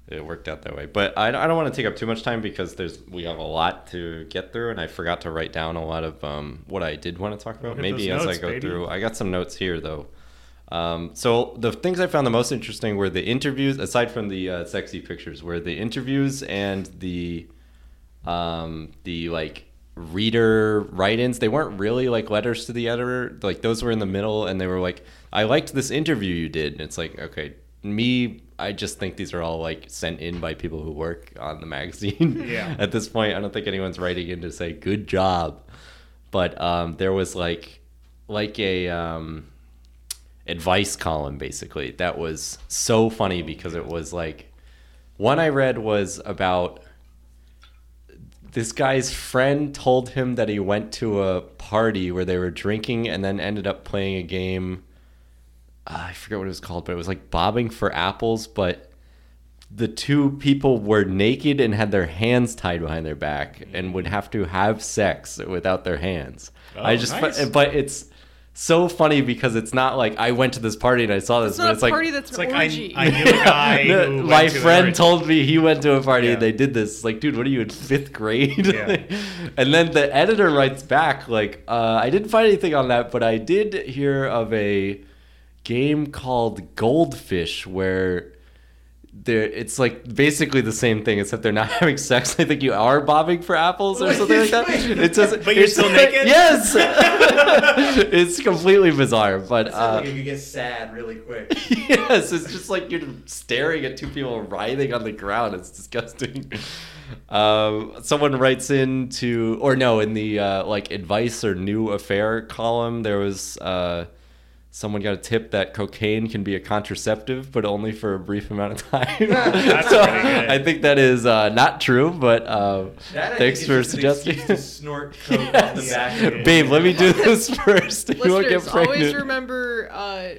Speaker 1: it worked out that way. But I, I don't want to take up too much time because there's we have a lot to get through, and I forgot to write down a lot of um, what I did want to talk about.
Speaker 3: at
Speaker 1: Maybe
Speaker 3: those
Speaker 1: as
Speaker 3: notes,
Speaker 1: I go
Speaker 3: baby.
Speaker 1: through, I got some notes here though. Um, so the things I found the most interesting were the interviews, aside from the uh, sexy pictures, were the interviews and the um, the like reader write-ins. They weren't really like letters to the editor. Like those were in the middle, and they were like, "I liked this interview you did," and it's like, okay, me. I just think these are all like sent in by people who work on the magazine.
Speaker 3: Yeah.
Speaker 1: At this point, I don't think anyone's writing in to say "good job," but um, there was like like a um, advice column basically that was so funny because it was like one I read was about this guy's friend told him that he went to a party where they were drinking and then ended up playing a game. uh, I forget what it was called, but it was like bobbing for apples, but the two people were naked and had their hands tied behind their back and would have to have sex without their hands. I just,
Speaker 3: nice.
Speaker 1: but it's so funny because it's not like I went to this party and I saw this,
Speaker 4: It's
Speaker 1: but
Speaker 4: not
Speaker 1: it's
Speaker 4: a
Speaker 1: like
Speaker 4: party that's
Speaker 3: It's
Speaker 4: an
Speaker 3: like I,
Speaker 4: orgy.
Speaker 3: I knew a guy.
Speaker 1: no,
Speaker 3: who went
Speaker 1: my
Speaker 3: to an
Speaker 1: friend
Speaker 3: orgy.
Speaker 1: told me he went to a party and
Speaker 3: Yeah.
Speaker 1: they did this. It's Like, dude, what are you in fifth grade?
Speaker 3: Yeah.
Speaker 1: and then the editor writes back, like, uh, I didn't find anything on that, but I did hear of a game called Goldfish where there it's like basically the same thing except they're not having sex. I think you are bobbing for apples or something like that. It doesn't,
Speaker 3: But you're
Speaker 1: it's-
Speaker 3: still naked?
Speaker 1: Yes, it's completely bizarre. But
Speaker 2: Sounds
Speaker 1: uh,
Speaker 2: like it could get sad really quick.
Speaker 1: yes, it's just like you're staring at two people writhing on the ground. It's disgusting. Um, someone writes in to, or no, in the uh, like advice or new affair column, there was uh, someone got a tip that cocaine can be a contraceptive, but only for a brief amount of time. so
Speaker 3: pretty good.
Speaker 1: I think that is uh, not true, but uh,
Speaker 2: That, I
Speaker 1: thanks
Speaker 2: think, is
Speaker 1: for
Speaker 2: just an excuse
Speaker 1: suggesting.
Speaker 2: to snort coke off the
Speaker 1: Yes.
Speaker 2: back. of it.
Speaker 1: Babe, let me do this first. You won't get
Speaker 4: Listeners,
Speaker 1: pregnant.
Speaker 4: always remember uh,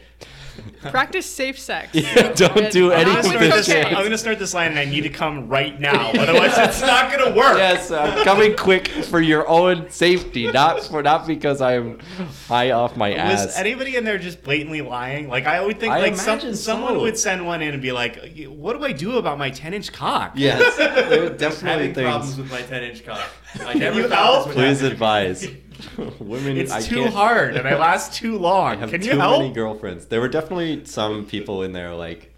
Speaker 4: Practice safe sex.
Speaker 1: Yeah, don't do
Speaker 4: And
Speaker 1: any
Speaker 3: I'm
Speaker 4: honestly,
Speaker 3: gonna, start
Speaker 1: with
Speaker 3: this,
Speaker 4: okay.
Speaker 3: I'm gonna start this line, and I need to come right now. Otherwise, it's not gonna work.
Speaker 1: Yes, I'm coming quick for your own safety, not for not because I'm high off my ass.
Speaker 3: Was anybody in there just blatantly lying? Like I would think,
Speaker 1: I
Speaker 3: like some,
Speaker 1: imagine
Speaker 3: someone
Speaker 1: so.
Speaker 3: would send one in and be like, "What do I do about my 10 inch cock?"
Speaker 1: yes, there were definitely
Speaker 2: Having
Speaker 1: things.
Speaker 2: problems with my 10 inch cock. I never
Speaker 3: you
Speaker 2: thought this
Speaker 3: help?
Speaker 2: would
Speaker 1: Please uh,
Speaker 2: happen.
Speaker 1: advise. Women,
Speaker 3: It's
Speaker 1: I
Speaker 3: too
Speaker 1: can't-
Speaker 3: hard, and I last too long.
Speaker 1: have
Speaker 3: Can
Speaker 1: too
Speaker 3: you help?
Speaker 1: many girlfriends. There were definitely some people in there like,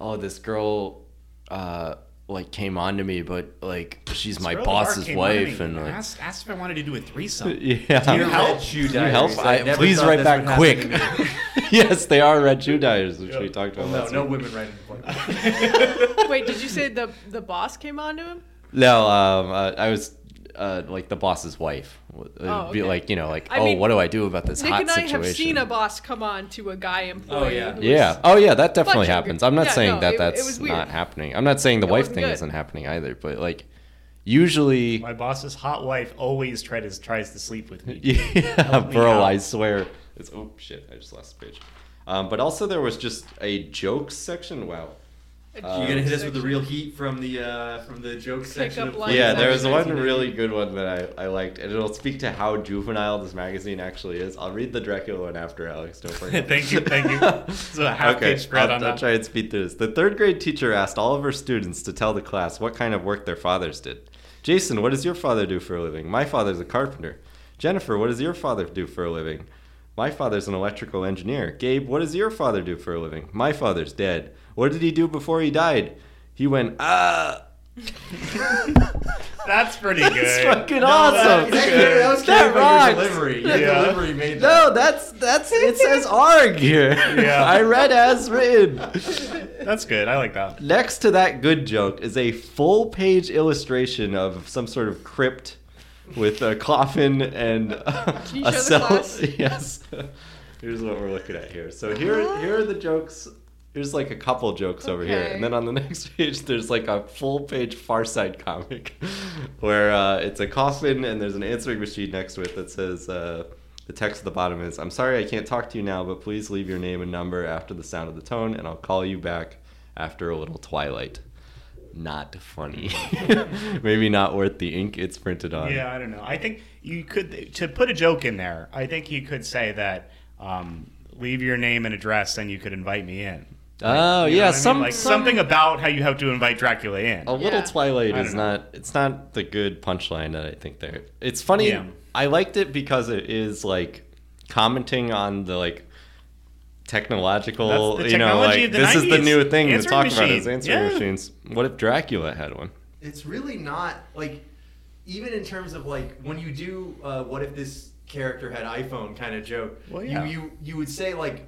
Speaker 1: oh, this girl, uh, like came on to me, but like she's my
Speaker 3: Girl at the bar
Speaker 1: boss's
Speaker 3: came running
Speaker 1: wife, and like,
Speaker 3: asked, asked if I wanted to do a threesome.
Speaker 1: yeah,
Speaker 3: you help?
Speaker 2: Red Shoe
Speaker 1: You help?
Speaker 2: Diaries. I
Speaker 1: I,
Speaker 2: never
Speaker 1: please
Speaker 2: thought
Speaker 1: write
Speaker 2: this
Speaker 1: back
Speaker 2: would happen
Speaker 1: quick.
Speaker 2: to me.
Speaker 1: yes, they are red shoe dyers, which we talked
Speaker 3: Oh,
Speaker 1: about.
Speaker 2: No,
Speaker 1: last
Speaker 2: no
Speaker 1: week.
Speaker 2: women writing porn.
Speaker 4: Wait, did you say the the boss came on to him?
Speaker 1: No, um, uh, I was uh, like the boss's wife. It'd
Speaker 4: Oh,
Speaker 1: be
Speaker 4: okay.
Speaker 1: like, you know, like,
Speaker 4: I
Speaker 1: oh,
Speaker 4: mean,
Speaker 1: what do I do about this
Speaker 4: Nick
Speaker 1: hot
Speaker 4: and I
Speaker 1: situation?
Speaker 4: have seen a boss come on to a guy employee.
Speaker 2: Oh, yeah.
Speaker 4: who was-
Speaker 1: yeah. Oh, yeah. That definitely
Speaker 4: Bunch of
Speaker 1: happens.
Speaker 4: gr-
Speaker 1: I'm not
Speaker 4: yeah,
Speaker 1: saying
Speaker 4: no,
Speaker 1: that
Speaker 4: it- it
Speaker 1: that's
Speaker 4: was weird.
Speaker 1: not happening. I'm not saying the
Speaker 4: It
Speaker 1: wife
Speaker 4: wasn't
Speaker 1: thing
Speaker 4: good.
Speaker 1: isn't happening either. But like, usually,
Speaker 3: My boss's hot wife always tries tries to sleep with me.
Speaker 1: yeah,
Speaker 3: me
Speaker 1: bro.
Speaker 3: out.
Speaker 1: I swear. It's oh shit. I just lost the page. Um, but also there was just a jokes section. Wow.
Speaker 2: You gonna hit us with the real heat from the uh, from the joke section?
Speaker 4: up
Speaker 2: of-
Speaker 4: lines
Speaker 1: Yeah,
Speaker 4: Nice.
Speaker 1: there was one really good one that I, I liked, and it'll speak to how juvenile this magazine actually is. I'll read the Dracula one after Alex. Don't worry.
Speaker 3: thank you, thank you. It's a half
Speaker 1: Okay,
Speaker 3: page spread
Speaker 1: I'll,
Speaker 3: on
Speaker 1: I'll
Speaker 3: that.
Speaker 1: try and speed through this. The third grade teacher asked all of her students to tell the class what kind of work their fathers did. Jason, what does your father do for a living? My father's a carpenter. Jennifer, what does your father do for a living? My father's an electrical engineer. Gabe, what does your father do for a living? My father's dead. What did he do before he died? He went, ah.
Speaker 3: That's pretty good.
Speaker 1: That's fucking
Speaker 2: That
Speaker 1: awesome.
Speaker 2: was good. That was
Speaker 1: That
Speaker 2: good, but your
Speaker 1: rocks.
Speaker 2: delivery. Your
Speaker 3: Yeah.
Speaker 2: delivery made that.
Speaker 1: No, that's that's it says arg here.
Speaker 3: Yeah.
Speaker 1: I read as written.
Speaker 3: That's good. I like that.
Speaker 1: Next to that good joke is a full page illustration of some sort of crypt with a coffin and
Speaker 4: Can you
Speaker 1: a
Speaker 4: show the
Speaker 1: cell.
Speaker 4: class?
Speaker 1: Yes. Here's what we're looking at here. So here here are the jokes. Here's like a couple jokes over here.
Speaker 4: Okay.
Speaker 1: And then on the next page there's like a full page Far Side comic where uh, it's a coffin and there's an answering machine next to it that says uh, the text at the bottom is I'm sorry I can't talk to you now, but please leave your name and number after the sound of the tone and I'll call you back after a little twilight. Not funny. Maybe not worth the ink it's printed on.
Speaker 3: Yeah, I don't know. I think you could to put a joke in there. I think you could say that. Um, leave your name and address, and you could invite me in.
Speaker 1: Oh
Speaker 3: You know
Speaker 1: yeah,
Speaker 3: what I mean?
Speaker 1: some,
Speaker 3: like
Speaker 1: some Oh,
Speaker 3: something about how you have to invite Dracula in.
Speaker 1: a little
Speaker 4: Yeah.
Speaker 1: Twilight
Speaker 3: I
Speaker 1: is
Speaker 3: don't know.
Speaker 1: not. It's not the good punchline that I think there. It's funny.
Speaker 3: Yeah.
Speaker 1: I liked it because it is like commenting on the like technological.
Speaker 3: That's the
Speaker 1: you know,
Speaker 3: technology
Speaker 1: like
Speaker 3: of the
Speaker 1: this is the
Speaker 3: 90s.
Speaker 1: new thing to
Speaker 3: Answering
Speaker 1: talk about is
Speaker 3: machine.
Speaker 1: answering
Speaker 3: Yeah.
Speaker 1: machines. What if Dracula had one?
Speaker 2: it's really not like even in terms of like when you do uh, what if this character had iphone kind of joke
Speaker 3: Well, yeah.
Speaker 2: you, you you would say like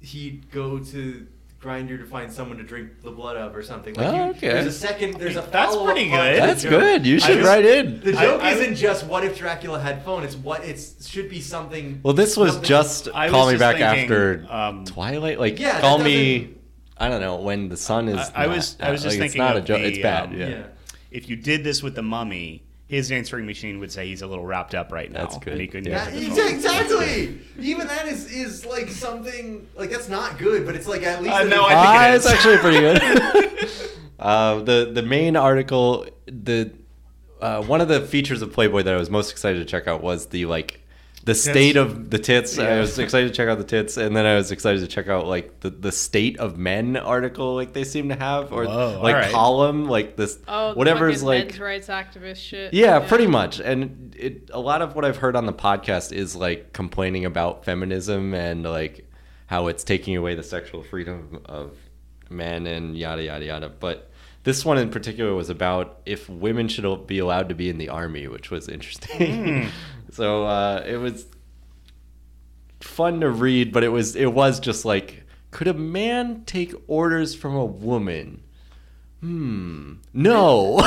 Speaker 2: he'd go to grinder to find someone to drink the blood of or something like
Speaker 1: Oh,
Speaker 2: you,
Speaker 1: okay.
Speaker 2: there's a second there's a
Speaker 3: That's
Speaker 2: follow-up
Speaker 3: pretty
Speaker 2: part to
Speaker 3: good.
Speaker 2: the
Speaker 1: That's
Speaker 2: joke.
Speaker 1: good. You should
Speaker 3: just-
Speaker 1: write in.
Speaker 2: the
Speaker 3: I-
Speaker 2: joke
Speaker 3: I-
Speaker 2: isn't just what if dracula had phone it's what it's should be something
Speaker 1: Well, this was
Speaker 2: something-
Speaker 1: just
Speaker 3: I was
Speaker 1: call me
Speaker 3: just
Speaker 1: back
Speaker 3: thinking,
Speaker 1: after
Speaker 3: um,
Speaker 1: Twilight. Like
Speaker 2: Yeah, that
Speaker 1: call me. I don't know when the sun is.
Speaker 3: I- I was-
Speaker 1: not
Speaker 3: I was
Speaker 1: out.
Speaker 3: just
Speaker 1: Like,
Speaker 3: thinking
Speaker 1: it's not
Speaker 3: of
Speaker 1: a joke.
Speaker 3: the,
Speaker 1: It's bad.
Speaker 3: um,
Speaker 1: yeah.
Speaker 2: yeah
Speaker 3: If you did this with the mummy, his answering machine would say he's a little wrapped up right now.
Speaker 1: That's good.
Speaker 3: And he couldn't
Speaker 1: Yeah.
Speaker 3: answer the phone.
Speaker 2: Exa- Exactly. Even that is is like something like that's not good, but it's like at least
Speaker 3: Uh,
Speaker 2: it
Speaker 3: no,
Speaker 2: is-
Speaker 3: I- think it
Speaker 1: Ah,
Speaker 3: is.
Speaker 1: it's actually pretty good. uh, the the main article, the uh, one of the features of Playboy that I was most excited to check out was the like the state of the tits. I
Speaker 3: Yeah.
Speaker 1: was excited to check out the tits, and then I was excited to check out like the, the state of men article, like they seem to have, or
Speaker 3: Whoa,
Speaker 1: like
Speaker 3: alright.
Speaker 1: column, like this
Speaker 4: Oh, the
Speaker 1: whatever's
Speaker 4: fucking
Speaker 1: like
Speaker 4: men's rights activist shit.
Speaker 1: yeah, pretty much. And it, a lot of what I've heard on the podcast is like complaining about feminism and like how it's taking away the sexual freedom of men and yada yada yada. But this one in particular was about if women should be allowed to be in the army, which was interesting. so uh, it was fun to read, but it was it was just like, could a man take orders from a woman? Hmm. No.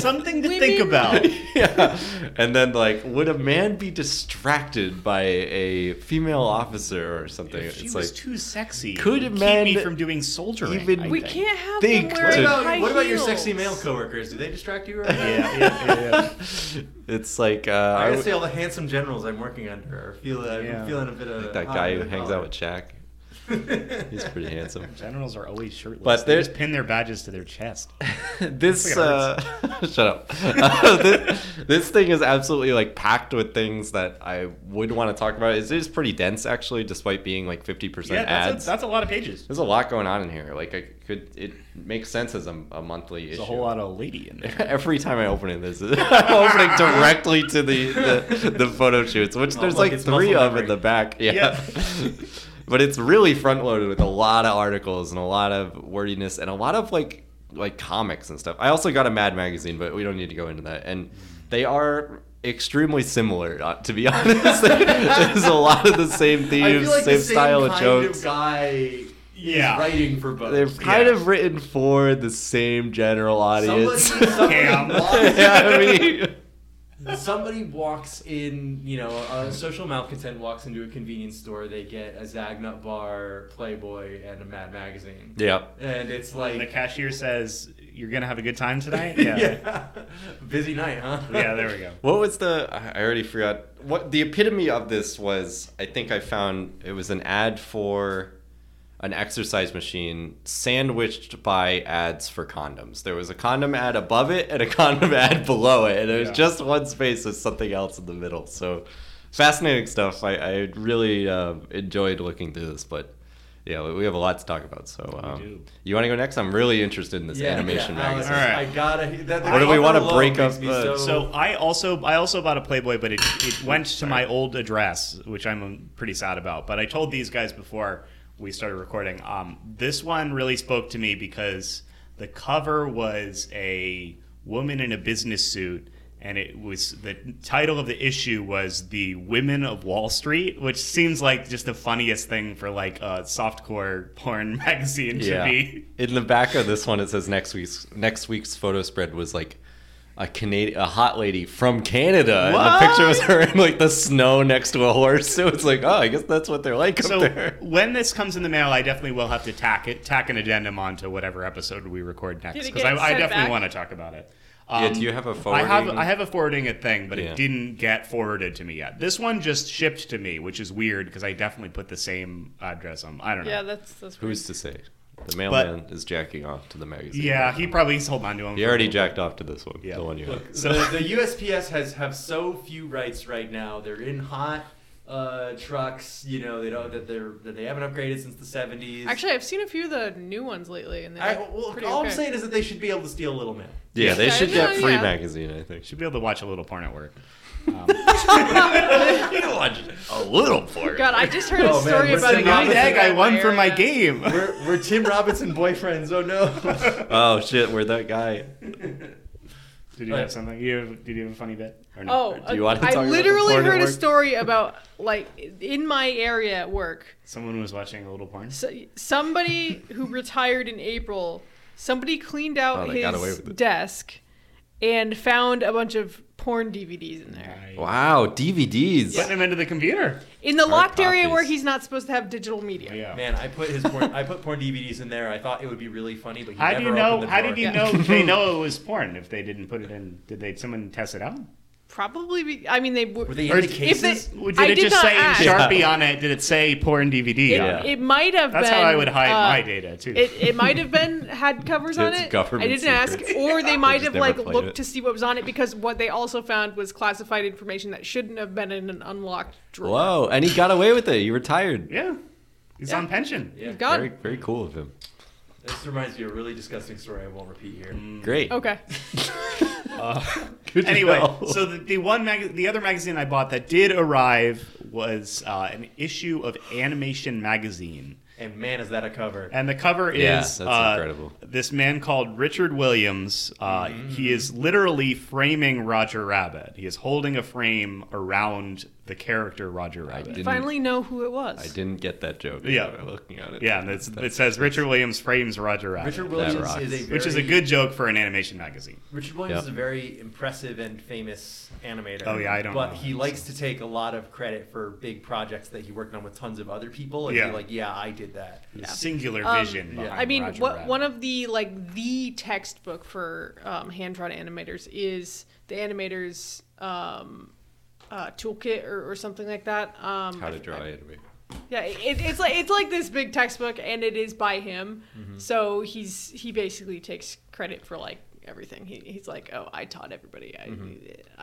Speaker 3: Something to
Speaker 4: Women-
Speaker 3: think about.
Speaker 1: yeah. And then like, would a man be distracted by a female officer or something?
Speaker 3: She
Speaker 1: it's
Speaker 3: was
Speaker 1: like
Speaker 3: too sexy.
Speaker 1: Could
Speaker 3: Could keep
Speaker 1: men
Speaker 3: me from doing soldiering.
Speaker 1: even-
Speaker 3: I
Speaker 4: We
Speaker 3: think.
Speaker 4: can't have
Speaker 1: Think
Speaker 4: them
Speaker 2: What
Speaker 4: wearing
Speaker 1: to-
Speaker 2: about,
Speaker 4: high
Speaker 2: what about your
Speaker 4: heels.
Speaker 2: sexy male coworkers? Do they distract you? Right now?
Speaker 3: Yeah, yeah, yeah, yeah.
Speaker 1: it's like uh,
Speaker 2: I
Speaker 1: I
Speaker 2: gotta
Speaker 1: would-
Speaker 2: say, all the handsome generals I'm working under are feeling, I'm
Speaker 3: Yeah.
Speaker 2: feeling a bit of
Speaker 1: that
Speaker 2: hot
Speaker 1: guy
Speaker 2: under
Speaker 1: who
Speaker 2: the
Speaker 1: hangs
Speaker 2: collar.
Speaker 1: out with Shaq. He's pretty handsome.
Speaker 3: Generals are always shirtless.
Speaker 1: But
Speaker 3: they
Speaker 1: there-
Speaker 3: just pin their badges to their chest.
Speaker 1: this uh,
Speaker 3: That's
Speaker 1: shut up. Uh, this, this thing is absolutely like packed with things that I would want to talk about. It is pretty dense actually, despite being like fifty
Speaker 3: yeah,
Speaker 1: percent
Speaker 3: that's
Speaker 1: ads.
Speaker 3: a, that's a lot of pages.
Speaker 1: There's a lot going on in here. Like I could, it makes sense as a, a monthly
Speaker 3: There's
Speaker 1: issue.
Speaker 3: a whole lot of lady in there.
Speaker 1: Every time I open it, this is I'm opening directly to the the, the photo shoots, which
Speaker 2: Oh,
Speaker 1: there's
Speaker 2: look,
Speaker 1: like
Speaker 2: it's
Speaker 1: three
Speaker 2: muscle
Speaker 1: of
Speaker 2: memory.
Speaker 1: in the back. Yeah.
Speaker 3: Yeah.
Speaker 1: but it's really front loaded with a lot of articles and a lot of wordiness and a lot of like like comics and stuff. I also got a Mad magazine, but we don't need to go into that. And they are extremely similar, uh, to be honest. there's a lot of the same
Speaker 2: I
Speaker 1: themes,
Speaker 2: feel like
Speaker 1: same,
Speaker 2: the same
Speaker 1: style
Speaker 2: kind
Speaker 1: of jokes.
Speaker 2: of guy
Speaker 3: Yeah.
Speaker 2: is writing for both.
Speaker 1: They're kind
Speaker 3: Yeah.
Speaker 1: of written for the same general
Speaker 2: somebody,
Speaker 1: audience.
Speaker 2: somebody
Speaker 3: Cam.
Speaker 2: walks-
Speaker 1: yeah, I mean,
Speaker 2: somebody walks in, you know, a social malcontent walks into a convenience store, they get a Zagnut bar, Playboy, and a Mad magazine.
Speaker 1: yeah.
Speaker 2: And it's
Speaker 3: And the
Speaker 2: like,
Speaker 3: cashier says, "You're gonna have a good time tonight."
Speaker 2: yeah.
Speaker 3: Yeah. yeah.
Speaker 2: Busy night, huh?
Speaker 3: there we go.
Speaker 1: What was the? I I already forgot. What the epitome of this was? I think I found it was an ad for an exercise machine sandwiched by ads for condoms. There was a condom ad above it and a condom ad below it, and there was
Speaker 3: Yeah.
Speaker 1: just one space with something else in the middle. So fascinating stuff. I, I really uh, enjoyed looking through this, but. Yeah, we have a lot to talk about. So,
Speaker 3: do.
Speaker 1: um, you want to go next? I'm really interested in this animation
Speaker 2: yeah,
Speaker 1: magazine.
Speaker 2: Alice, I
Speaker 3: Alright.
Speaker 2: gotta. That,
Speaker 1: What do we wanna
Speaker 2: alone
Speaker 1: break
Speaker 2: makes
Speaker 1: up
Speaker 2: me
Speaker 1: the-
Speaker 3: So I also I also bought a Playboy, but it, it went to my old address, which I'm um, pretty sad about. But I told these guys before we started recording. Um, this one really spoke to me because the cover was a woman in a business suit, and it was the title of the issue was "The Women of Wall Street," which seems like just the funniest thing for like a softcore porn magazine to be.
Speaker 1: In the back of this one, it says next week's next week's photo spread was like a Canadian, a hot lady from Canada, and the picture was her in like the snow next to a horse. So it's like, oh, I guess that's what they're like
Speaker 3: so
Speaker 1: up there.
Speaker 3: when this comes in the mail, I definitely will have to tack it, tack an addendum onto whatever episode we record next
Speaker 4: Did it
Speaker 3: because I,
Speaker 4: get
Speaker 3: I
Speaker 4: sent
Speaker 3: definitely
Speaker 4: back?
Speaker 3: want to talk about it. Um,
Speaker 1: Yeah, do you have a
Speaker 3: I have
Speaker 1: forwarding?
Speaker 3: I have a forwarding it thing, but
Speaker 1: Yeah.
Speaker 3: it didn't get forwarded to me yet. This one just shipped to me, which is weird because I definitely put the same address on. I don't know.
Speaker 4: Yeah, that's that's weird.
Speaker 1: Who's to say? The mailman is jacking off to the magazine.
Speaker 3: yeah, he probably is holding on to him.
Speaker 1: he already jacked off to this one.
Speaker 3: Yeah.
Speaker 1: The one you have.
Speaker 2: Look,
Speaker 3: So-
Speaker 2: the, the USPS has have so few rights right now. They're in hot uh, trucks, you know. They don't that they're that they haven't upgraded since the seventies.
Speaker 4: Actually, I've seen a few of the new ones lately, and they're
Speaker 2: I, well,
Speaker 4: pretty
Speaker 2: all
Speaker 4: okay.
Speaker 2: I'm saying is that they should be able to steal Little Man.
Speaker 1: Yeah, they
Speaker 4: Yeah,
Speaker 1: should
Speaker 4: no,
Speaker 1: get free
Speaker 4: yeah.
Speaker 1: magazine. I think.
Speaker 3: should be able to watch a little porn at work.
Speaker 1: You can watch a little for
Speaker 4: God, I just heard a
Speaker 2: Oh, man,
Speaker 4: story
Speaker 2: we're
Speaker 4: about
Speaker 2: sitting
Speaker 4: an
Speaker 2: on
Speaker 3: Nine
Speaker 2: the
Speaker 4: officer
Speaker 3: egg I
Speaker 4: in
Speaker 3: won for my
Speaker 4: area.
Speaker 3: game.
Speaker 2: We're, we're Tim Robinson boyfriends. Oh no!
Speaker 1: Oh shit, we're that guy.
Speaker 3: Did you have something? You have, did you have a funny bit? Or no?
Speaker 4: Oh,
Speaker 1: Do you want to talk
Speaker 4: I
Speaker 1: about the
Speaker 4: literally
Speaker 1: porn at
Speaker 4: heard a
Speaker 1: work?
Speaker 4: story about like in my area at work.
Speaker 3: someone was watching a little porn.
Speaker 4: So, somebody who retired in April, somebody cleaned out
Speaker 1: Oh, they got away
Speaker 4: his
Speaker 1: with it.
Speaker 4: desk and found a bunch of porn DVDs in there.
Speaker 1: Wow, DVDs.
Speaker 3: Putting him into the computer.
Speaker 4: In the locked area
Speaker 1: copies.
Speaker 4: where he's not supposed to have digital media.
Speaker 3: Yeah.
Speaker 2: Man, I put his porn, I put porn DVDs in there. I thought it would be really funny, but he
Speaker 3: How
Speaker 2: never
Speaker 3: do you know?
Speaker 2: opened the
Speaker 3: How
Speaker 2: drawer.
Speaker 3: did you
Speaker 4: Yeah.
Speaker 3: know they know it was porn if they didn't put it in? Did they? Someone test it out?
Speaker 4: Probably be, I mean they were,
Speaker 2: Were they
Speaker 3: Or
Speaker 2: in the
Speaker 3: if
Speaker 4: if they,
Speaker 2: cases?
Speaker 3: Did
Speaker 4: I
Speaker 3: it
Speaker 4: did
Speaker 3: just
Speaker 4: not
Speaker 3: say in
Speaker 4: ask.
Speaker 3: Sharpie on it? Did it say porn DVD?
Speaker 4: It,
Speaker 3: on
Speaker 1: Yeah.
Speaker 3: it?
Speaker 4: it might have
Speaker 3: That's
Speaker 4: been
Speaker 3: how I would hide
Speaker 4: uh,
Speaker 3: my data too.
Speaker 4: It, it might have been had covers on
Speaker 1: It's
Speaker 4: it.
Speaker 1: government
Speaker 4: I didn't
Speaker 1: secrets.
Speaker 4: ask, or they might
Speaker 1: just
Speaker 4: have
Speaker 1: never
Speaker 4: like
Speaker 1: played
Speaker 4: looked
Speaker 1: it.
Speaker 4: to see what was on it because what they also found was classified information that shouldn't have been in an unlocked drawer.
Speaker 1: Whoa, and he got away with it. He retired.
Speaker 3: yeah, he's
Speaker 4: Yeah.
Speaker 3: on pension.
Speaker 2: Yeah.
Speaker 4: God.
Speaker 1: Very, very cool of him.
Speaker 2: This reminds me of a really disgusting story. I won't repeat here.
Speaker 1: Great.
Speaker 4: Okay.
Speaker 1: Good to
Speaker 3: Anyway,
Speaker 1: know.
Speaker 3: so the, the one mag- the other magazine I bought that did arrive was uh, an issue of Animation Magazine.
Speaker 2: And man, is that a cover!
Speaker 3: And the cover is
Speaker 1: Yeah, that's
Speaker 3: uh,
Speaker 1: incredible.
Speaker 3: This man called Richard Williams. Uh, He is literally framing Roger Rabbit. He is holding a frame around the character Roger Rabbit.
Speaker 1: Didn't-
Speaker 4: Finally know who it was.
Speaker 1: I didn't get that joke.
Speaker 3: Yeah.
Speaker 1: when I was looking at it.
Speaker 3: Yeah, and it's, it says Richard Williams frames Roger Rabbit,
Speaker 2: Richard Williams
Speaker 1: rocks.
Speaker 2: is a very,
Speaker 3: which is a good joke for an animation magazine.
Speaker 2: Richard Williams
Speaker 1: Yep.
Speaker 2: is a very impressive and famous animator.
Speaker 3: Oh, yeah, I don't
Speaker 2: But
Speaker 3: know.
Speaker 2: he likes to take a lot of credit for big projects that he worked on with tons of other people, and
Speaker 3: Yeah.
Speaker 2: be like, "Yeah, I did that."
Speaker 3: The Singular vision.
Speaker 2: yeah.
Speaker 3: behind
Speaker 4: I mean,
Speaker 3: Roger
Speaker 4: what,
Speaker 3: Rabbit.
Speaker 4: one of the like the textbook for um, hand drawn animators is the animators um, uh, toolkit or, or something like that. Um,
Speaker 1: How to draw anime.
Speaker 4: Yeah, it, it's like it's like this big textbook, and it is by him. So he's he basically takes credit for like everything. He, he's like, oh, I taught everybody. I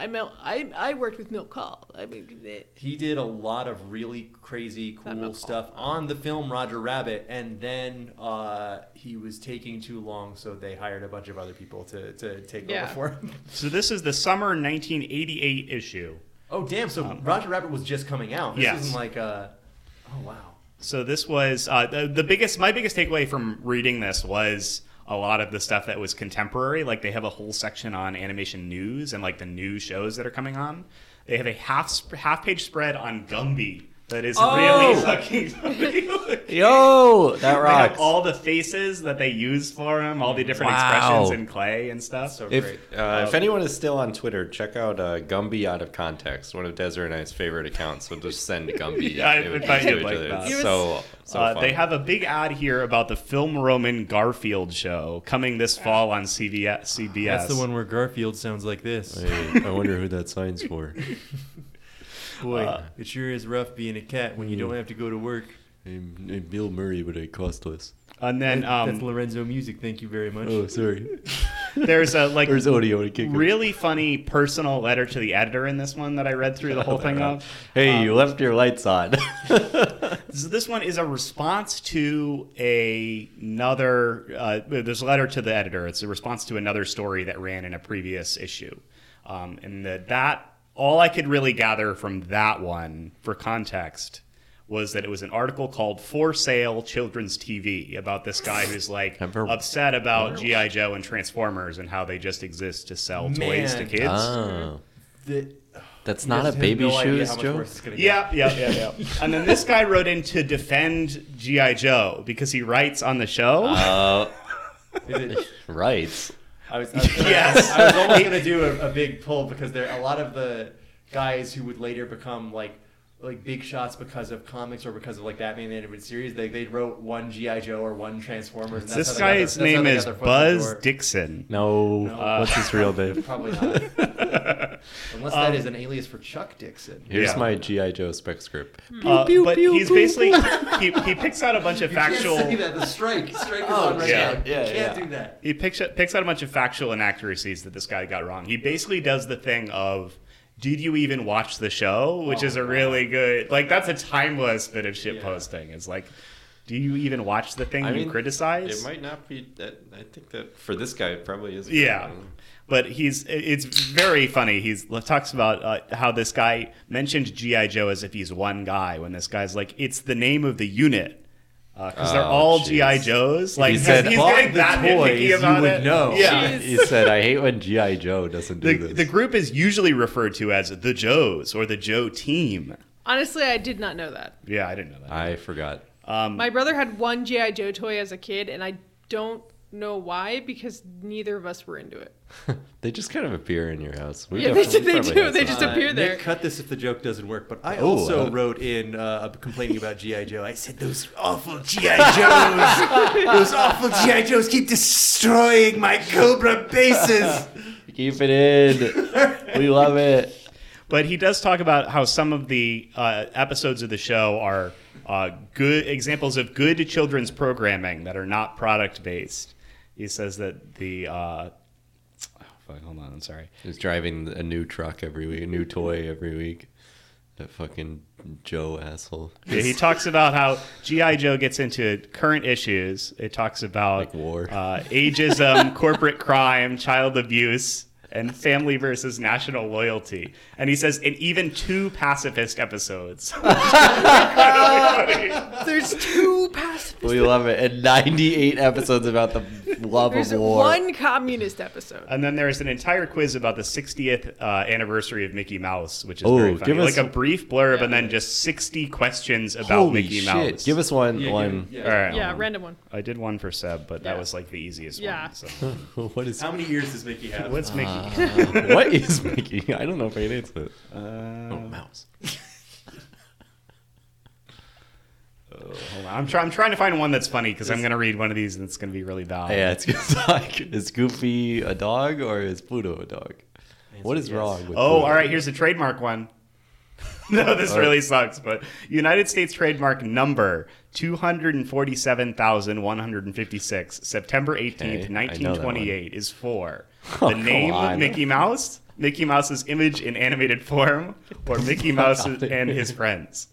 Speaker 4: I, mil- I I worked with Milk Call. I mean, it-
Speaker 2: He did a lot of really crazy, cool
Speaker 4: Milk
Speaker 2: stuff on the film Roger Rabbit, and then uh, he was taking too long, so they hired a bunch of other people to, to take
Speaker 4: Yeah.
Speaker 2: over for him.
Speaker 3: So this is the summer 1988 issue.
Speaker 2: Oh, damn! So Roger Rabbit was just coming out. This
Speaker 3: Um, Yes.
Speaker 2: isn't like a. Oh wow.
Speaker 3: So this was uh, the, the biggest. My biggest takeaway from reading this was a lot of the stuff that was contemporary. Like they have a whole section on animation news and like the new shows that are coming on. They have a half sp- half page spread on Gumby that is really fucking. They
Speaker 7: Yo, that
Speaker 3: have
Speaker 7: Oh! rocks.
Speaker 3: all the faces that they use for him, all the different
Speaker 7: Wow.
Speaker 3: expressions in clay and stuff.
Speaker 2: So
Speaker 7: if
Speaker 2: great.
Speaker 7: uh, if anyone is still on Twitter, check out uh, Gumby out of context, one of Desert and I's favorite accounts. So just send Gumby.
Speaker 3: Yeah, I would
Speaker 7: images
Speaker 3: find
Speaker 7: to
Speaker 3: it
Speaker 7: each
Speaker 3: like
Speaker 7: other.
Speaker 3: that.
Speaker 7: It's
Speaker 4: It was-
Speaker 7: so so
Speaker 3: uh,
Speaker 7: fun.
Speaker 3: they have a big ad here about the film Roman Garfield show coming this fall on CBS. CBS.
Speaker 2: where Garfield sounds like this.
Speaker 7: Hey, I wonder who that sign's for.
Speaker 2: Boy, Uh, it sure is rough being a cat when you don't have to go to work.
Speaker 7: Hey, hey, Bill Murray, but it cost less.
Speaker 3: And then
Speaker 2: That's
Speaker 3: um,
Speaker 2: Lorenzo music. Thank you very much.
Speaker 7: Oh, sorry.
Speaker 3: there's a like
Speaker 7: There's audio to kick.
Speaker 3: really funny personal letter to the editor in this one that I read through the whole thing of.
Speaker 7: Hey, you left your lights on.
Speaker 3: So this one is a response to a, another. Uh, there's a letter to the editor. It's a response to another story that ran in a previous issue, um, and that that all I could really gather from that one for context was that it was an article called "For Sale Children's TV" about this guy who's like
Speaker 7: Never-
Speaker 3: upset about GI Joe and Transformers and how they just exist to sell toys to
Speaker 2: Man.
Speaker 3: kids.
Speaker 7: oh,
Speaker 2: The-
Speaker 7: that's
Speaker 2: you
Speaker 7: not a
Speaker 2: guys have
Speaker 7: baby
Speaker 2: no idea
Speaker 7: shoes
Speaker 2: how much
Speaker 7: joke.
Speaker 2: worse it's gonna get.
Speaker 3: Yeah, yeah, yeah, yeah. and then this guy wrote in to defend GI Joe because he writes on the show.
Speaker 2: Ah,
Speaker 7: Uh,
Speaker 2: Is it-
Speaker 7: right.
Speaker 2: I was, I was gonna,
Speaker 3: Yes.
Speaker 2: I was almost gonna do a, a big pull because there a lot of the guys who would later become like like big shots because of comics or because of like Batman the animated series. They they wrote one GI Joe or one Transformers. And
Speaker 3: this
Speaker 2: that's how they got
Speaker 3: guy's
Speaker 2: their- that's how
Speaker 3: name
Speaker 2: they got
Speaker 3: is
Speaker 2: their foot in the
Speaker 3: Buzz
Speaker 2: door.
Speaker 3: Dixon.
Speaker 7: No,
Speaker 2: No.
Speaker 7: what's his real name?
Speaker 2: Probably not. Unless that
Speaker 3: Um,
Speaker 2: is an alias for Chuck Dixon.
Speaker 7: Here's
Speaker 3: Yeah.
Speaker 7: my GI Joe spec script.
Speaker 3: Uh, but he's basically he, he picks out a bunch of
Speaker 2: You can't say
Speaker 3: factual
Speaker 2: that. The strike. Strike is on right
Speaker 3: yeah,
Speaker 2: now.
Speaker 7: Oh, yeah,
Speaker 2: you can't
Speaker 7: yeah.
Speaker 2: do that.
Speaker 3: he picks picks out a bunch of factual inaccuracies that this guy got wrong. He basically does the thing of. Did you even watch the show? Which
Speaker 2: Oh,
Speaker 3: is a really good, like, that's a timeless bit of shit posting. It's like, do you even watch the thing
Speaker 1: I
Speaker 3: you
Speaker 1: mean,
Speaker 3: criticize?
Speaker 1: It might not be that. I think that for this guy, it probably is.
Speaker 3: Yeah. But he's it's very funny. He's talks about uh, how this guy mentioned GI Joe as if he's one guy when this guy's like it's the name of the unit. Because they're
Speaker 7: Oh,
Speaker 3: all
Speaker 7: jeez.
Speaker 3: GI Joes. Like
Speaker 7: he said,
Speaker 3: he's
Speaker 2: "Bought
Speaker 3: getting
Speaker 2: the
Speaker 3: that
Speaker 2: toys,
Speaker 3: nitpicky
Speaker 2: you
Speaker 3: about
Speaker 2: would
Speaker 3: it.
Speaker 2: know."
Speaker 3: Yeah.
Speaker 4: Jeez.
Speaker 7: He said, "I hate when GI Joe doesn't
Speaker 3: The,
Speaker 7: do this."
Speaker 3: the group is usually referred to as the Joes or the Joe team.
Speaker 4: honestly, I did not know that.
Speaker 3: Yeah, I didn't know that.
Speaker 7: I forgot.
Speaker 4: My brother had one GI Joe toy as a kid, and I don't know why because neither of us were into it.
Speaker 7: They just kind of appear in your house. We
Speaker 4: Yeah, they,
Speaker 7: definitely-
Speaker 4: they
Speaker 7: probably
Speaker 4: do.
Speaker 7: have
Speaker 4: They
Speaker 7: some.
Speaker 4: just
Speaker 2: Uh,
Speaker 4: appear there.
Speaker 2: Nick, cut this if the joke doesn't work. But I
Speaker 7: Oh,
Speaker 2: also
Speaker 7: uh,
Speaker 2: wrote in uh, complaining about GI Joe. I said those awful GI Joes, those awful GI Joes keep destroying my Cobra bases.
Speaker 7: keep it in. we love it.
Speaker 3: But he does talk about how some of the uh, episodes of the show are uh, good examples of good children's programming that are not product based. He says that the uh, oh, fuck, hold on, I'm sorry.
Speaker 7: He's driving a new truck every week, a new toy every week. That fucking Joe asshole.
Speaker 3: Yeah, he talks about how GI Joe gets into current issues. It talks about
Speaker 7: Like war.
Speaker 3: uh, ageism, corporate crime, child abuse. And family versus national loyalty, and he says, and even two pacifist episodes.
Speaker 4: There's two pacifists.
Speaker 7: We love it. And 98 episodes about the love
Speaker 4: There's
Speaker 7: of war.
Speaker 4: one communist episode.
Speaker 3: And then there's an entire quiz about the 60th uh, anniversary of Mickey Mouse, which is
Speaker 7: Oh,
Speaker 3: very funny.
Speaker 7: give us-
Speaker 3: like a brief blurb and then just 60 questions about
Speaker 7: Holy
Speaker 3: Mickey
Speaker 7: shit.
Speaker 3: Mouse.
Speaker 7: Give us one.
Speaker 2: Yeah,
Speaker 7: one.
Speaker 2: yeah.
Speaker 3: All right,
Speaker 4: Yeah,
Speaker 3: hold on.
Speaker 4: random one.
Speaker 3: I did one for Seb, but that
Speaker 4: Yeah.
Speaker 3: was like the easiest
Speaker 4: Yeah.
Speaker 3: one. So.
Speaker 7: What is Uh-huh.
Speaker 2: How many years does Mickey have?
Speaker 3: What's Mickey?
Speaker 7: what is Mickey? I don't know if I can answer it. oh, mouse.
Speaker 3: Hold on. I'm, try- I'm trying to find one that's funny because I'm going to read one of these and it's going to be really bad.
Speaker 7: Yeah, it's it's like is Goofy a dog or is Pluto a dog? What is wrong with
Speaker 3: Oh,
Speaker 7: Pluto?
Speaker 3: all right. Here's a trademark one. no, this really sucks, but United States trademark number 247,156, September 18th,
Speaker 1: Okay, I know that
Speaker 3: 1928 is for the name of Mickey Mouse, Mickey Mouse's image in animated form, or
Speaker 1: Oh,
Speaker 3: Mickey Mouse and his friends.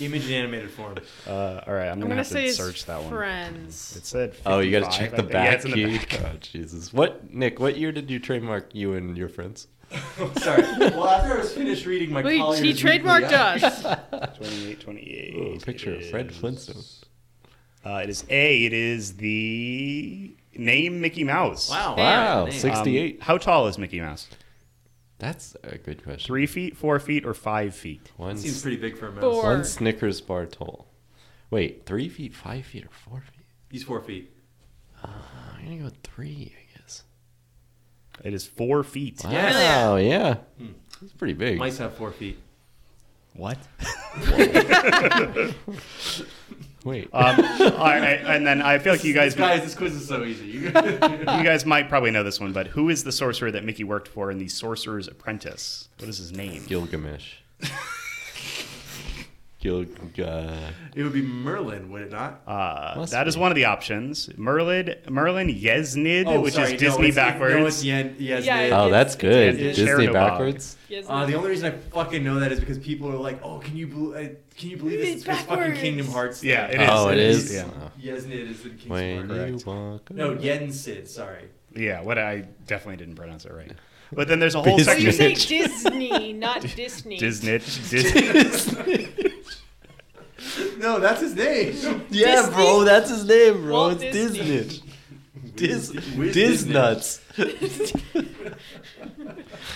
Speaker 2: Image in animated form.
Speaker 3: Uh, all right, I'm
Speaker 4: I'm
Speaker 3: going to
Speaker 4: gonna
Speaker 3: have
Speaker 4: say
Speaker 3: to
Speaker 4: it's
Speaker 3: search that one.
Speaker 4: friends.
Speaker 3: It said
Speaker 1: Oh, you got to
Speaker 3: 55,
Speaker 1: check
Speaker 3: I
Speaker 1: the
Speaker 3: think.
Speaker 1: back.
Speaker 3: Yeah, it's in the
Speaker 1: key.
Speaker 3: back.
Speaker 7: Oh,
Speaker 1: God, Jesus. What, Nick? What year did you trademark you and your friends?
Speaker 2: Sorry. Well, after I was finished reading my
Speaker 4: Wait,
Speaker 2: Collier's
Speaker 4: he
Speaker 2: Weekly,
Speaker 4: trademarked
Speaker 2: I-
Speaker 4: us.
Speaker 3: 28, 28.
Speaker 1: Ooh, picture of Fred Flintstone.
Speaker 3: Uh, it is A. It is the name Mickey Mouse.
Speaker 2: Wow.
Speaker 1: Wow,
Speaker 2: Damn.
Speaker 3: Um,
Speaker 1: 68.
Speaker 3: how tall is Mickey Mouse?
Speaker 1: That's a good question.
Speaker 3: Three feet, four feet, or five feet?
Speaker 1: One,
Speaker 2: Seems
Speaker 1: s-
Speaker 2: pretty big for a mouse.
Speaker 4: Four.
Speaker 1: one Snickers bar tall. Wait, three feet, five feet, or four feet?
Speaker 2: He's four feet.
Speaker 1: I'm gonna go with three, I guess.
Speaker 3: It is four feet.
Speaker 1: Wow, Oh, yeah, it's Hmm. pretty big.
Speaker 2: Mice have four feet.
Speaker 3: What?
Speaker 1: Wait,
Speaker 3: Um, all right, and then I feel like you guys,
Speaker 2: Guys, this quiz is so easy. You-
Speaker 3: you guys might probably know this one, but who is the sorcerer that Mickey worked for in The Sorcerer's Apprentice? What is his name?
Speaker 1: Gilgamesh. Gil, uh,
Speaker 2: it would be Merlin, would it not?
Speaker 3: Uh,
Speaker 1: Must
Speaker 3: that is
Speaker 1: be.
Speaker 3: one of the options. Merlin, Merlin Yeznid, which
Speaker 2: Oh, sorry,
Speaker 3: is
Speaker 2: no,
Speaker 3: Disney
Speaker 2: it's-
Speaker 3: backwards.
Speaker 2: No, it's Yen, yes,
Speaker 4: Yeah,
Speaker 2: Ned.
Speaker 1: oh,
Speaker 4: It's-
Speaker 1: that's good.
Speaker 3: it's
Speaker 1: Disney
Speaker 3: Chernobyl.
Speaker 1: backwards.
Speaker 4: Yes,
Speaker 2: Uh, the only reason I fucking know that is because people are like, "Oh, can you bel- uh, can you believe this? It's because fucking
Speaker 4: Backwards.
Speaker 2: Kingdom Hearts."
Speaker 3: yeah, it is.
Speaker 1: Oh, it is.
Speaker 3: Yeah.
Speaker 1: Oh.
Speaker 2: Yesnid is the King's
Speaker 1: When
Speaker 2: Hearts.
Speaker 1: you walk.
Speaker 2: No, Yensid. Sorry.
Speaker 3: Yeah, what I definitely didn't pronounce it right. But then there's a whole
Speaker 4: well,
Speaker 1: Business.
Speaker 3: section.
Speaker 4: you
Speaker 1: Disney.
Speaker 4: say Disney, not Disney.
Speaker 3: Disney. Disney.
Speaker 2: No, that's his name.
Speaker 1: Yeah,
Speaker 4: Disney?
Speaker 7: Oh,
Speaker 1: bro, that's his name, bro.
Speaker 4: Walt
Speaker 1: it's
Speaker 4: Disney.
Speaker 1: Disney. Dis,
Speaker 2: Wiz
Speaker 1: Disnuts.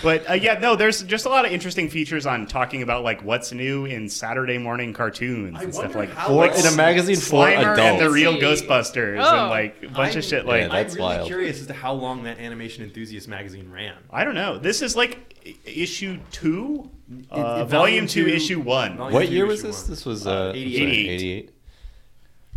Speaker 3: but uh, yeah, no, there's just a lot of interesting features on talking about like what's new in Saturday morning cartoons
Speaker 2: I
Speaker 3: and stuff
Speaker 2: wonder
Speaker 3: like
Speaker 2: how
Speaker 1: Or
Speaker 2: it's-
Speaker 1: in a magazine for
Speaker 3: Slimer and the
Speaker 1: adults.
Speaker 3: Real
Speaker 4: See.
Speaker 3: Ghostbusters and
Speaker 4: Oh.
Speaker 3: like a bunch
Speaker 2: I'm-
Speaker 3: of shit like
Speaker 1: Yeah, that's
Speaker 2: I'm really
Speaker 1: wild.
Speaker 2: curious as to how long that animation enthusiast magazine ran.
Speaker 3: I don't know. This is like i- issue two, uh,
Speaker 2: it-
Speaker 3: volume,
Speaker 2: volume
Speaker 3: two,
Speaker 2: two-
Speaker 3: issue one.
Speaker 2: volume-
Speaker 1: What
Speaker 2: Issue
Speaker 1: year was
Speaker 2: issue
Speaker 1: this?
Speaker 2: one.
Speaker 1: This was uh, I'm sorry,
Speaker 3: 88.
Speaker 1: 88.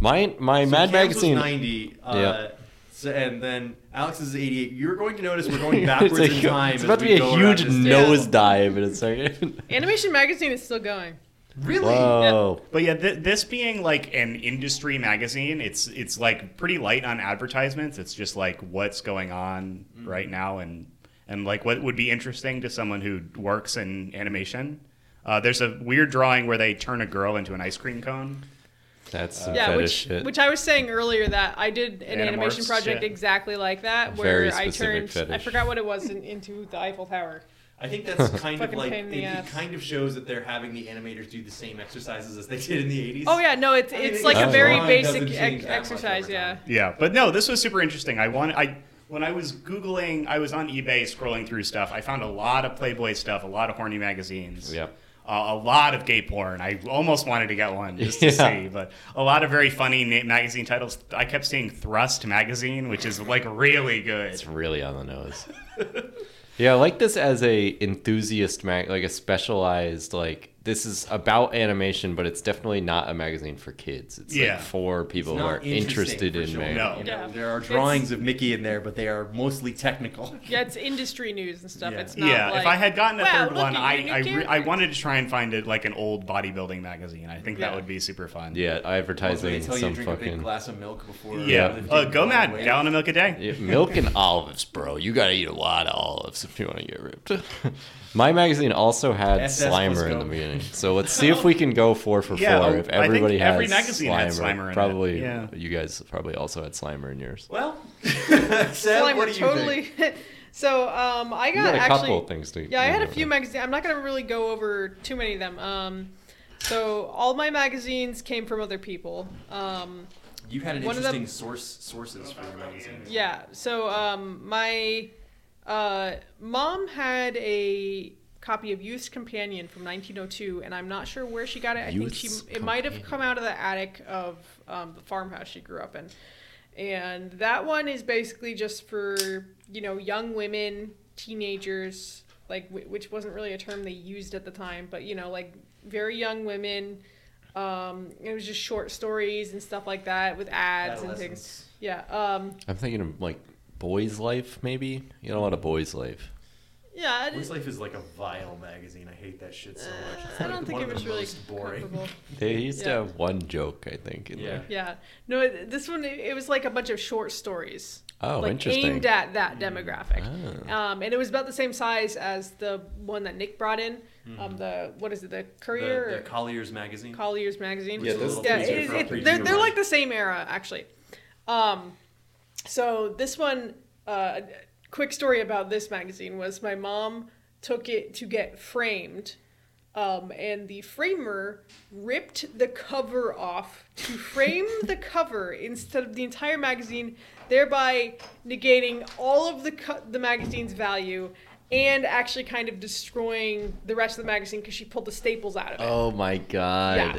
Speaker 1: My my
Speaker 2: So
Speaker 1: Mad
Speaker 2: Cam's
Speaker 1: Magazine.
Speaker 2: was 90. Uh,
Speaker 1: Yeah.
Speaker 2: So, and then Alex is 88. You're going to notice we're going
Speaker 1: It's
Speaker 2: backwards
Speaker 1: like-
Speaker 2: in time.
Speaker 1: It's
Speaker 2: as
Speaker 1: about to
Speaker 2: we
Speaker 1: be a
Speaker 2: go around
Speaker 1: huge
Speaker 2: this table.
Speaker 1: nosedive in a second.
Speaker 4: Animation magazine is still going.
Speaker 2: Really?
Speaker 1: Whoa.
Speaker 3: But yeah, th- this being like an industry magazine, it's it's like pretty light on advertisements. It's just like what's going on right now and and like what would be interesting to someone who works in animation. Uh, there's a weird drawing where they turn a girl into an ice cream cone.
Speaker 1: That's some
Speaker 4: Yeah,
Speaker 1: fetish
Speaker 4: which
Speaker 1: shit.
Speaker 4: which I was saying earlier that I did an animation
Speaker 3: Animorphs,
Speaker 4: project
Speaker 3: yeah.
Speaker 4: exactly like that
Speaker 1: Very
Speaker 4: where I
Speaker 1: specific
Speaker 4: turned I
Speaker 1: fetish.
Speaker 4: forgot what it was in, into the Eiffel Tower.
Speaker 2: I think that's kind of
Speaker 4: Fucking
Speaker 2: like
Speaker 4: pain in
Speaker 2: it,
Speaker 4: the
Speaker 2: it
Speaker 4: ass.
Speaker 2: kind of shows that they're having the animators do the same exercises as they did in the 80s.
Speaker 4: Oh yeah, no, it's
Speaker 2: mean,
Speaker 4: it's
Speaker 2: it
Speaker 4: like a
Speaker 1: doesn't-
Speaker 4: very
Speaker 2: drawing
Speaker 4: basic
Speaker 2: doesn't change
Speaker 4: ex-
Speaker 2: that much
Speaker 4: exercise,
Speaker 2: over
Speaker 4: yeah.
Speaker 2: time.
Speaker 3: Yeah, but no, this was super interesting. I want I when I was googling, I was on eBay scrolling through stuff. I found a lot of Playboy stuff, a lot of horny magazines.
Speaker 1: Yep.
Speaker 3: Uh, a lot of gay porn. I almost wanted to get one just to
Speaker 1: Yeah.
Speaker 3: see, but a lot of very funny na- magazine titles. I kept seeing Thrust magazine, which is like really good.
Speaker 1: It's really on the nose. yeah, I like this as a enthusiast mag, like a specialized like this is about animation, but it's definitely not a magazine for kids. It's
Speaker 3: Yeah.
Speaker 1: like for people who
Speaker 2: Not
Speaker 1: are interested
Speaker 2: for
Speaker 1: in
Speaker 2: sure.
Speaker 1: mag.
Speaker 3: No.
Speaker 2: You know,
Speaker 4: Yeah.
Speaker 2: There are
Speaker 4: It's-
Speaker 2: drawings of Mickey in there, but they are mostly technical.
Speaker 4: Yeah, it's industry news and stuff.
Speaker 2: Yeah.
Speaker 4: It's not
Speaker 3: Yeah,
Speaker 4: like,
Speaker 3: if I had gotten a
Speaker 4: "Wow,
Speaker 3: third
Speaker 4: look
Speaker 3: one,
Speaker 4: at
Speaker 3: I
Speaker 4: your new
Speaker 3: I, re- I
Speaker 4: characters."
Speaker 3: wanted to try and find it like an old bodybuilding magazine. I think that
Speaker 4: Yeah.
Speaker 3: would be super fun.
Speaker 1: Yeah,
Speaker 2: Also, they
Speaker 1: advertising
Speaker 2: tell you to
Speaker 1: some
Speaker 2: drink a big
Speaker 1: fucking
Speaker 2: glass of milk before.
Speaker 3: Yeah.
Speaker 2: lifting
Speaker 3: Uh, go mad.
Speaker 2: weight.
Speaker 3: Gallon of milk a day.
Speaker 1: Yeah, milk and olives, bro. You gotta eat a lot of olives if you want to get ripped. My magazine also had
Speaker 2: SS plus
Speaker 1: Slimer in the
Speaker 2: go.
Speaker 1: beginning, so let's see if we can go four for
Speaker 3: Yeah,
Speaker 1: four.
Speaker 3: oh,
Speaker 1: If
Speaker 3: I think
Speaker 1: everybody has
Speaker 3: every magazine
Speaker 1: Slimer,
Speaker 3: had Slimer in it.
Speaker 1: probably
Speaker 3: Yeah.
Speaker 1: you guys probably also had Slimer in yours.
Speaker 2: Well,
Speaker 4: Well,
Speaker 2: Sam,
Speaker 4: I'm
Speaker 2: what do you
Speaker 4: totally.
Speaker 2: think?
Speaker 4: so um, I
Speaker 1: You
Speaker 4: got,
Speaker 1: had a
Speaker 4: actually.
Speaker 1: couple of things to.
Speaker 4: Yeah, I had a
Speaker 1: remember.
Speaker 4: few magazines. I'm not gonna really go over too many of them. Um, so all my magazines came from other people. Um,
Speaker 2: You had an
Speaker 4: One of them-
Speaker 2: interesting source sources for your magazine.
Speaker 4: yeah. So um, my uh, mom had a copy of Youth's Companion from 1902, and I'm not sure where she got it. I think she
Speaker 1: Youth's
Speaker 4: it might have
Speaker 1: Companion.
Speaker 4: come out of the attic of um, the farmhouse she grew up in, and that one is basically just for you know young women, teenagers, like wh- which wasn't really a term they used at the time, but you know like very young women. Um, it was just short stories and stuff like that with ads and
Speaker 2: Adolescence.
Speaker 4: things. Yeah. Um,
Speaker 1: I'm thinking of like Boy's Life, maybe. You know, a lot of Boy's Life.
Speaker 4: Yeah, I
Speaker 2: Boys
Speaker 4: didn't,
Speaker 2: Life is like a vile magazine. I hate that shit so much. It's
Speaker 4: Uh, I
Speaker 2: like
Speaker 4: don't think
Speaker 2: one
Speaker 4: it
Speaker 2: of the
Speaker 4: was really
Speaker 2: most boring.
Speaker 4: comparable.
Speaker 1: They used to
Speaker 4: Yeah.
Speaker 1: have one joke, I think. In
Speaker 2: Yeah.
Speaker 1: There.
Speaker 4: Yeah. No, it- this one it it was like a bunch of short stories.
Speaker 1: Oh,
Speaker 4: like
Speaker 1: interesting.
Speaker 4: Aimed at that demographic,
Speaker 2: Hmm.
Speaker 4: um, and it was about the same size as the one that Nick brought in.
Speaker 2: Hmm.
Speaker 4: Um, the what is it? The Courier,
Speaker 2: The, the
Speaker 4: or
Speaker 2: Collier's magazine.
Speaker 4: Collier's magazine.
Speaker 8: Yeah, those
Speaker 4: yeah,
Speaker 8: things
Speaker 4: it-
Speaker 8: are
Speaker 4: it-
Speaker 8: appropriate
Speaker 4: they're,
Speaker 8: to
Speaker 4: they're
Speaker 8: run.
Speaker 4: like the same era actually. Um, so this one, uh, quick story about this magazine was my mom took it to get framed. Um, and the framer ripped the cover off to frame the cover instead of the entire magazine, thereby negating all of the co- the magazine's value and actually kind of destroying the rest of the magazine because she pulled the staples out of it.
Speaker 1: Oh my god.
Speaker 4: Yeah.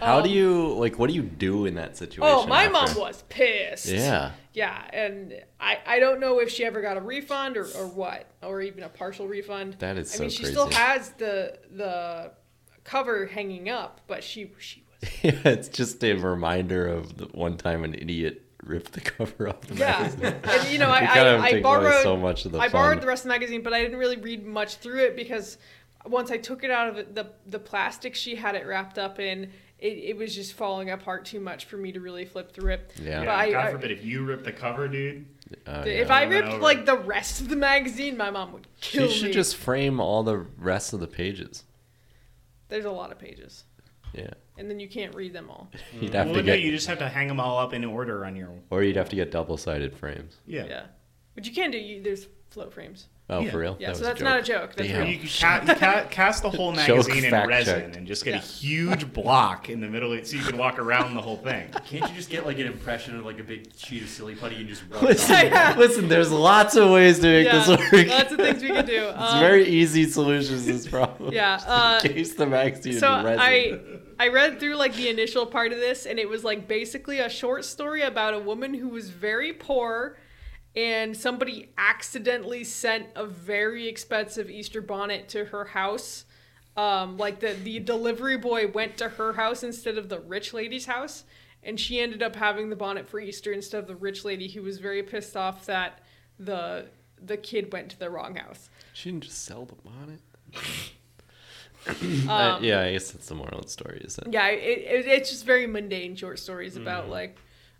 Speaker 1: How do
Speaker 4: Um,
Speaker 1: you like? What do you do in that situation?
Speaker 4: Oh, my
Speaker 1: after?
Speaker 4: mom was pissed.
Speaker 1: Yeah.
Speaker 4: Yeah, and I, I don't know if she ever got a refund or, or what, or even a partial refund.
Speaker 1: That is
Speaker 4: I mean,
Speaker 1: so
Speaker 4: she still
Speaker 1: crazy.
Speaker 4: has the the cover hanging up, but she she was
Speaker 1: Yeah, it's just a reminder of the one time an idiot ripped the cover off the
Speaker 4: yeah.
Speaker 1: magazine.
Speaker 4: and you know, I,
Speaker 1: You gotta
Speaker 4: I, I
Speaker 1: take away
Speaker 4: borrowed
Speaker 1: so much of the
Speaker 4: I borrowed
Speaker 1: fun.
Speaker 4: the rest of the magazine, but I didn't really read much through it because once I took it out of it- the the plastic she had it wrapped up in. It, it was just falling apart too much for me to really flip through it.
Speaker 1: Yeah.
Speaker 4: But
Speaker 3: Yeah,
Speaker 4: I-
Speaker 3: God
Speaker 4: I-
Speaker 3: forbid if you rip the cover, dude.
Speaker 1: Oh,
Speaker 4: If
Speaker 1: yeah.
Speaker 3: Over
Speaker 4: I
Speaker 3: and
Speaker 4: ripped
Speaker 3: over.
Speaker 4: like the rest of the magazine, my mom would kill
Speaker 1: she should
Speaker 4: me.
Speaker 1: just frame all the rest of the pages.
Speaker 4: There's a lot of pages,
Speaker 1: Yeah,
Speaker 4: and then you can't read them all.
Speaker 1: you'd have
Speaker 3: Well,
Speaker 1: to
Speaker 3: no,
Speaker 1: get,
Speaker 3: you just have to hang them all up in order on your.
Speaker 1: or you'd have to get double-sided frames.
Speaker 3: Yeah.
Speaker 4: Yeah, but you can do. You, there's float frames.
Speaker 1: Oh,
Speaker 3: Yeah.
Speaker 1: for real?
Speaker 4: Yeah,
Speaker 1: That
Speaker 4: so
Speaker 1: was
Speaker 4: that's not a joke. That's
Speaker 1: Damn.
Speaker 4: real.
Speaker 3: You could ca- ca- cast the whole magazine in
Speaker 1: fact
Speaker 3: resin
Speaker 1: checked.
Speaker 3: and just get
Speaker 4: Yeah.
Speaker 3: a huge block in the middle, of it so you can walk around the whole thing.
Speaker 2: Can't you just get like an impression of like a big sheet of silly putty and just rub it on?
Speaker 1: Listen, listen, there's lots of ways to make
Speaker 4: Yeah,
Speaker 1: this work.
Speaker 4: lots of things we can do.
Speaker 1: It's
Speaker 4: Um,
Speaker 1: very easy solutions to this problem.
Speaker 4: Yeah,
Speaker 1: Just
Speaker 4: uh,
Speaker 1: encase the magazine
Speaker 4: so
Speaker 1: in resin.
Speaker 4: I I read through like the initial part of this, and it was like basically a short story about a woman who was very poor, and somebody accidentally sent a very expensive Easter bonnet to her house. Um, like the the delivery boy went to her house instead of the rich lady's house, and she ended up having the bonnet for Easter instead of the rich lady who was very pissed off that the the kid went to the wrong house.
Speaker 1: She didn't just sell the bonnet. Uh,
Speaker 4: Um,
Speaker 1: yeah, I guess that's the moral of the story. Is that
Speaker 4: yeah, it, it, it's just very mundane short stories
Speaker 2: Mm.
Speaker 4: about like,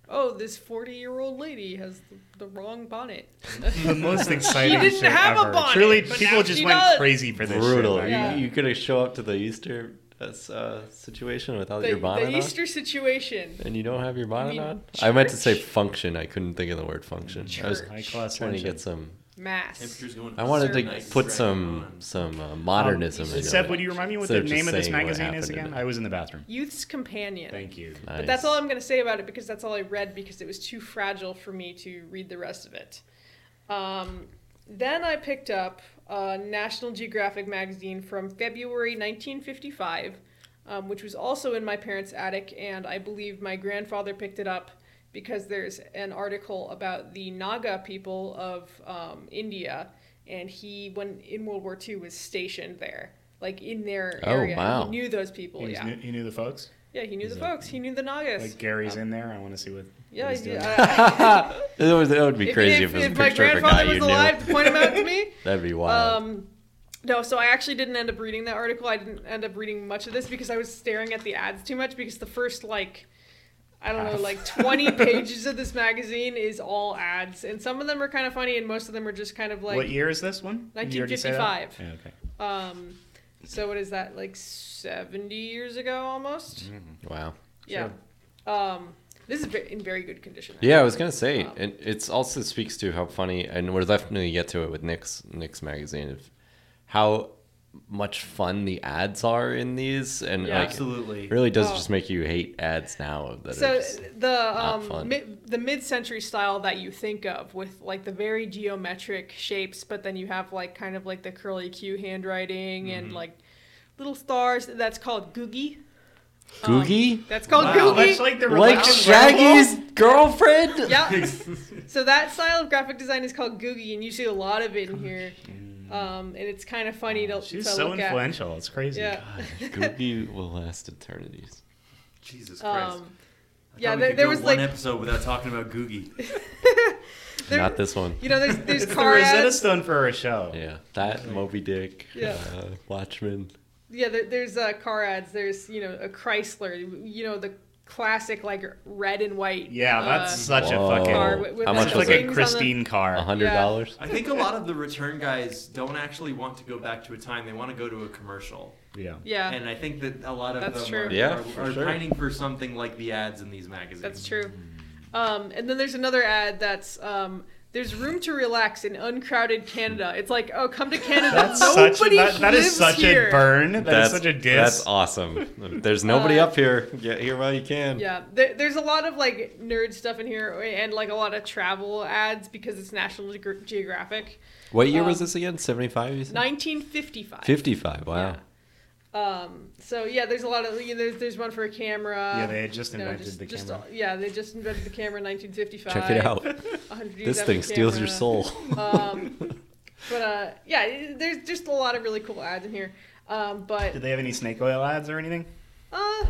Speaker 4: oh, this forty-year-old lady has the, the wrong bonnet.
Speaker 3: the most exciting
Speaker 4: didn't
Speaker 3: shit
Speaker 4: have a
Speaker 3: ever.
Speaker 4: bonnet,
Speaker 3: Truly,
Speaker 4: but
Speaker 3: people
Speaker 4: now
Speaker 3: just
Speaker 4: she
Speaker 3: went
Speaker 4: does.
Speaker 3: crazy for this
Speaker 1: brutal?
Speaker 3: shit.
Speaker 1: You,
Speaker 3: Like,
Speaker 4: Yeah.
Speaker 1: you could have show up to the Easter uh, situation without
Speaker 4: The,
Speaker 1: your bonnet
Speaker 4: the
Speaker 1: on,
Speaker 4: Easter situation.
Speaker 1: and you don't have your bonnet
Speaker 4: mean
Speaker 1: on. I meant to say
Speaker 4: church?
Speaker 1: function. I couldn't think of the word function. I was
Speaker 4: Church.
Speaker 3: High class
Speaker 1: trying to
Speaker 3: luncheon.
Speaker 1: get some.
Speaker 4: Mass.
Speaker 2: Temperature's going
Speaker 1: I wanted to
Speaker 2: nice
Speaker 1: put
Speaker 2: right
Speaker 1: some
Speaker 2: on.
Speaker 1: some uh, modernism in
Speaker 3: Um, Seb,
Speaker 1: it.
Speaker 3: would you remind me what
Speaker 1: Instead
Speaker 3: the
Speaker 1: of
Speaker 3: name
Speaker 1: just
Speaker 3: of this
Speaker 1: saying what
Speaker 3: magazine is
Speaker 1: happened in
Speaker 3: again?
Speaker 1: it.
Speaker 3: I was in the bathroom.
Speaker 4: Youth's Companion.
Speaker 3: Thank you.
Speaker 4: But that's all I'm going to say about it because that's all I read because it was too fragile for me to read the rest of it. Um, then I picked up a National Geographic magazine from February 1955, um, which was also in my parents' attic, and I believe my grandfather picked it up because there's an article about the Naga people of um, India, and he, when in World War II, was stationed there, like in their
Speaker 1: Oh,
Speaker 4: area.
Speaker 1: wow.
Speaker 4: He knew those people.
Speaker 3: He, was
Speaker 4: Oh, yeah.
Speaker 3: knew, he knew the folks.
Speaker 4: yeah, he knew the folks. He knew the Nagas.
Speaker 3: Like Gary's in there. I want to see what.
Speaker 4: Yeah,
Speaker 3: what
Speaker 4: I,
Speaker 3: he's doing.
Speaker 4: I,
Speaker 1: That would, that would be
Speaker 4: if,
Speaker 1: crazy
Speaker 4: if,
Speaker 1: if, it was
Speaker 4: if
Speaker 1: a
Speaker 4: my
Speaker 1: picture of a guy
Speaker 4: grandfather was
Speaker 1: you
Speaker 4: alive
Speaker 1: knew.
Speaker 4: to point him out to me.
Speaker 1: That'd be wild.
Speaker 4: Um, no, so I actually didn't end up reading that article. I didn't end up reading much of this because I was staring at the ads too much because the first like I don't know, like 20 pages of this magazine is all ads, and some of them are kind of funny, and most of them are just kind of like
Speaker 3: what year is this one? You already said that?
Speaker 4: 1955.
Speaker 3: Yeah, okay.
Speaker 4: um, so what is that like 70 years ago almost?
Speaker 1: Mm-hmm. wow.
Speaker 4: Yeah. Um, this is ve- in very good condition.
Speaker 1: Yeah, I was gonna say,
Speaker 4: um,
Speaker 1: and it's also speaks to how funny, and we're definitely get to it with Nick's Nick's magazine, of how much fun the ads are in these, and
Speaker 4: Yeah.
Speaker 1: like,
Speaker 2: Absolutely.
Speaker 1: it really does
Speaker 4: Oh.
Speaker 1: just make you hate ads now. That
Speaker 4: so
Speaker 1: are just,
Speaker 4: the
Speaker 1: not
Speaker 4: um,
Speaker 1: fun.
Speaker 4: mid, the mid-century style that you think of with like the very geometric shapes but then you have like kind of like the curly q handwriting
Speaker 1: Mm-hmm.
Speaker 4: and like little stars that's called googie um,
Speaker 1: Googie,
Speaker 4: that's called
Speaker 2: Wow.
Speaker 4: googie
Speaker 3: Much like the
Speaker 1: like
Speaker 3: Reluctant
Speaker 1: Shaggy's girlfriend.
Speaker 4: yeah so that style of graphic design is called googie and you see a lot of
Speaker 1: Oh,
Speaker 4: it in here um, and it's kind of funny to,
Speaker 3: Rebel. She's
Speaker 4: to
Speaker 3: so
Speaker 4: look at
Speaker 3: influential. It's crazy.
Speaker 4: yeah
Speaker 1: Oh,
Speaker 4: Um,
Speaker 1: Googie will last eternities.
Speaker 2: Jesus Christ.
Speaker 4: um,
Speaker 2: I
Speaker 4: yeah
Speaker 2: thought we
Speaker 4: there,
Speaker 2: could
Speaker 4: there
Speaker 2: go
Speaker 4: was
Speaker 2: one
Speaker 4: like
Speaker 2: episode without talking about Googie.
Speaker 4: There-
Speaker 1: Not this one.
Speaker 4: You know, there's there's
Speaker 3: It's the
Speaker 4: car
Speaker 3: Rosetta
Speaker 4: ads.
Speaker 3: Stone for a show.
Speaker 1: Yeah, that Moby Dick,
Speaker 4: Yeah.
Speaker 1: uh, Watchmen.
Speaker 4: Yeah, there, there's uh, car ads. There's you know a Chrysler. You know the classic like red and white.
Speaker 3: Yeah,
Speaker 4: uh,
Speaker 3: that's such
Speaker 1: Whoa.
Speaker 3: a fucking.
Speaker 4: car with- with
Speaker 1: Oh, How
Speaker 4: like
Speaker 1: much
Speaker 3: It's
Speaker 4: the
Speaker 1: was
Speaker 3: like
Speaker 4: wings
Speaker 1: it?
Speaker 4: on
Speaker 3: a
Speaker 4: the-
Speaker 3: Christine car.
Speaker 1: A hundred
Speaker 4: Yeah.
Speaker 1: dollars.
Speaker 2: I think a lot of the return guys don't actually want to go back to a time. They want to go to a commercial.
Speaker 3: Yeah.
Speaker 4: yeah,
Speaker 2: And uh, I think that a lot of
Speaker 4: That's
Speaker 2: them
Speaker 4: true.
Speaker 2: are,
Speaker 1: Yeah,
Speaker 2: are,
Speaker 1: for
Speaker 2: are
Speaker 1: sure.
Speaker 2: pining for something like the ads in these magazines.
Speaker 4: that's true. Um, and then there's another ad that's um, there's room to relax in uncrowded Canada. It's like oh come to Canada.
Speaker 3: That's
Speaker 4: Nobody
Speaker 3: such. That, that
Speaker 4: lives
Speaker 3: is such
Speaker 4: here.
Speaker 3: a burn. that's such a diss.
Speaker 1: That's awesome. There's nobody up here. Get here while you can.
Speaker 4: Uh, Yeah, there, there's a lot of like nerd stuff in here and like a lot of travel ads because it's National Ge- Geographic.
Speaker 1: What
Speaker 4: Um,
Speaker 1: year was this again? Seventy-five. You said?
Speaker 4: 1955.
Speaker 1: Fifty-five. Wow.
Speaker 4: Yeah. Um, so yeah, there's a lot of you know, there's there's one for a camera.
Speaker 3: Yeah, they had just
Speaker 4: You know,
Speaker 3: invented the
Speaker 4: just-
Speaker 3: camera.
Speaker 4: yeah, they just invented the camera in 1955.
Speaker 1: Check it out.
Speaker 4: 100 years
Speaker 1: This
Speaker 4: after
Speaker 1: thing steals your
Speaker 4: camera.
Speaker 1: soul.
Speaker 4: Uh, But uh, yeah, it- there's just a lot of really cool ads in here. Um, but
Speaker 3: Did they have any snake oil ads or anything?
Speaker 4: uh,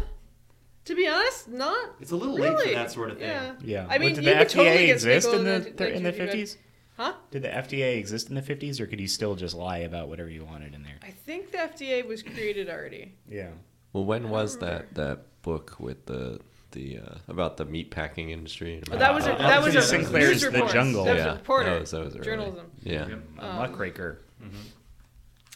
Speaker 4: to be honest, not
Speaker 2: It's a little late
Speaker 4: really.
Speaker 2: for that sort of thing.
Speaker 4: Yeah.
Speaker 3: Yeah.
Speaker 4: I mean,
Speaker 3: did
Speaker 4: you
Speaker 3: the
Speaker 4: could
Speaker 3: FDA
Speaker 4: totally get
Speaker 3: exist
Speaker 4: Snickle
Speaker 3: in the
Speaker 4: in the-
Speaker 3: in the
Speaker 4: 1955.
Speaker 3: fifties?
Speaker 4: Huh?
Speaker 3: Did the FDA exist in the fifties, or could you still just lie about whatever you wanted in there?
Speaker 4: I think the FDA was created already.
Speaker 1: Uh,
Speaker 3: Yeah.
Speaker 1: well, when was that that book with the the uh, about the meat packing industry? and
Speaker 4: But
Speaker 1: about
Speaker 4: that was a,
Speaker 1: how-
Speaker 2: Uh,
Speaker 4: that was a
Speaker 3: Anthony Sinclair's
Speaker 4: news
Speaker 3: The
Speaker 4: reports.
Speaker 3: Jungle.
Speaker 4: That was
Speaker 1: Yeah,
Speaker 4: a reporter.
Speaker 1: that was- that was early.
Speaker 4: journalism.
Speaker 1: yeah.
Speaker 2: Yep.
Speaker 3: A
Speaker 4: Um,
Speaker 3: muckraker.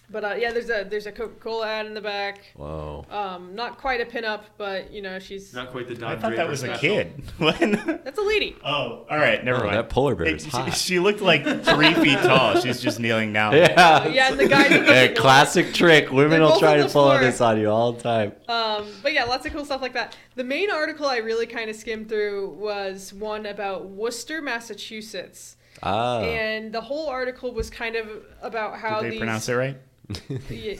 Speaker 4: But uh, yeah, there's a there's a Coca Cola ad in the back.
Speaker 1: Whoa.
Speaker 4: Um, not quite a pinup, but you know she's
Speaker 2: Not quite the Don
Speaker 3: I thought
Speaker 2: Draper
Speaker 3: that was a
Speaker 2: special.
Speaker 3: kid. What?
Speaker 4: that's a lady.
Speaker 3: Oh, all right, never
Speaker 1: Oh,
Speaker 3: mind.
Speaker 1: that polar bear is
Speaker 3: she,
Speaker 1: hot.
Speaker 3: she looked like three feet tall. She's just kneeling now.
Speaker 1: yeah.
Speaker 4: Yeah, and the guy.
Speaker 1: A classic trick. Women
Speaker 4: They're
Speaker 1: will
Speaker 4: both
Speaker 1: try
Speaker 4: on
Speaker 1: to
Speaker 4: the
Speaker 1: pull
Speaker 4: floor.
Speaker 1: this on you all the time.
Speaker 4: Um, but yeah, lots of cool stuff like that. The main article I really kind of skimmed through was one about Worcester, Massachusetts,
Speaker 1: Ah.
Speaker 4: and the whole article was kind of about how
Speaker 3: Did they
Speaker 4: these,
Speaker 3: pronounce it right?
Speaker 4: Yeah.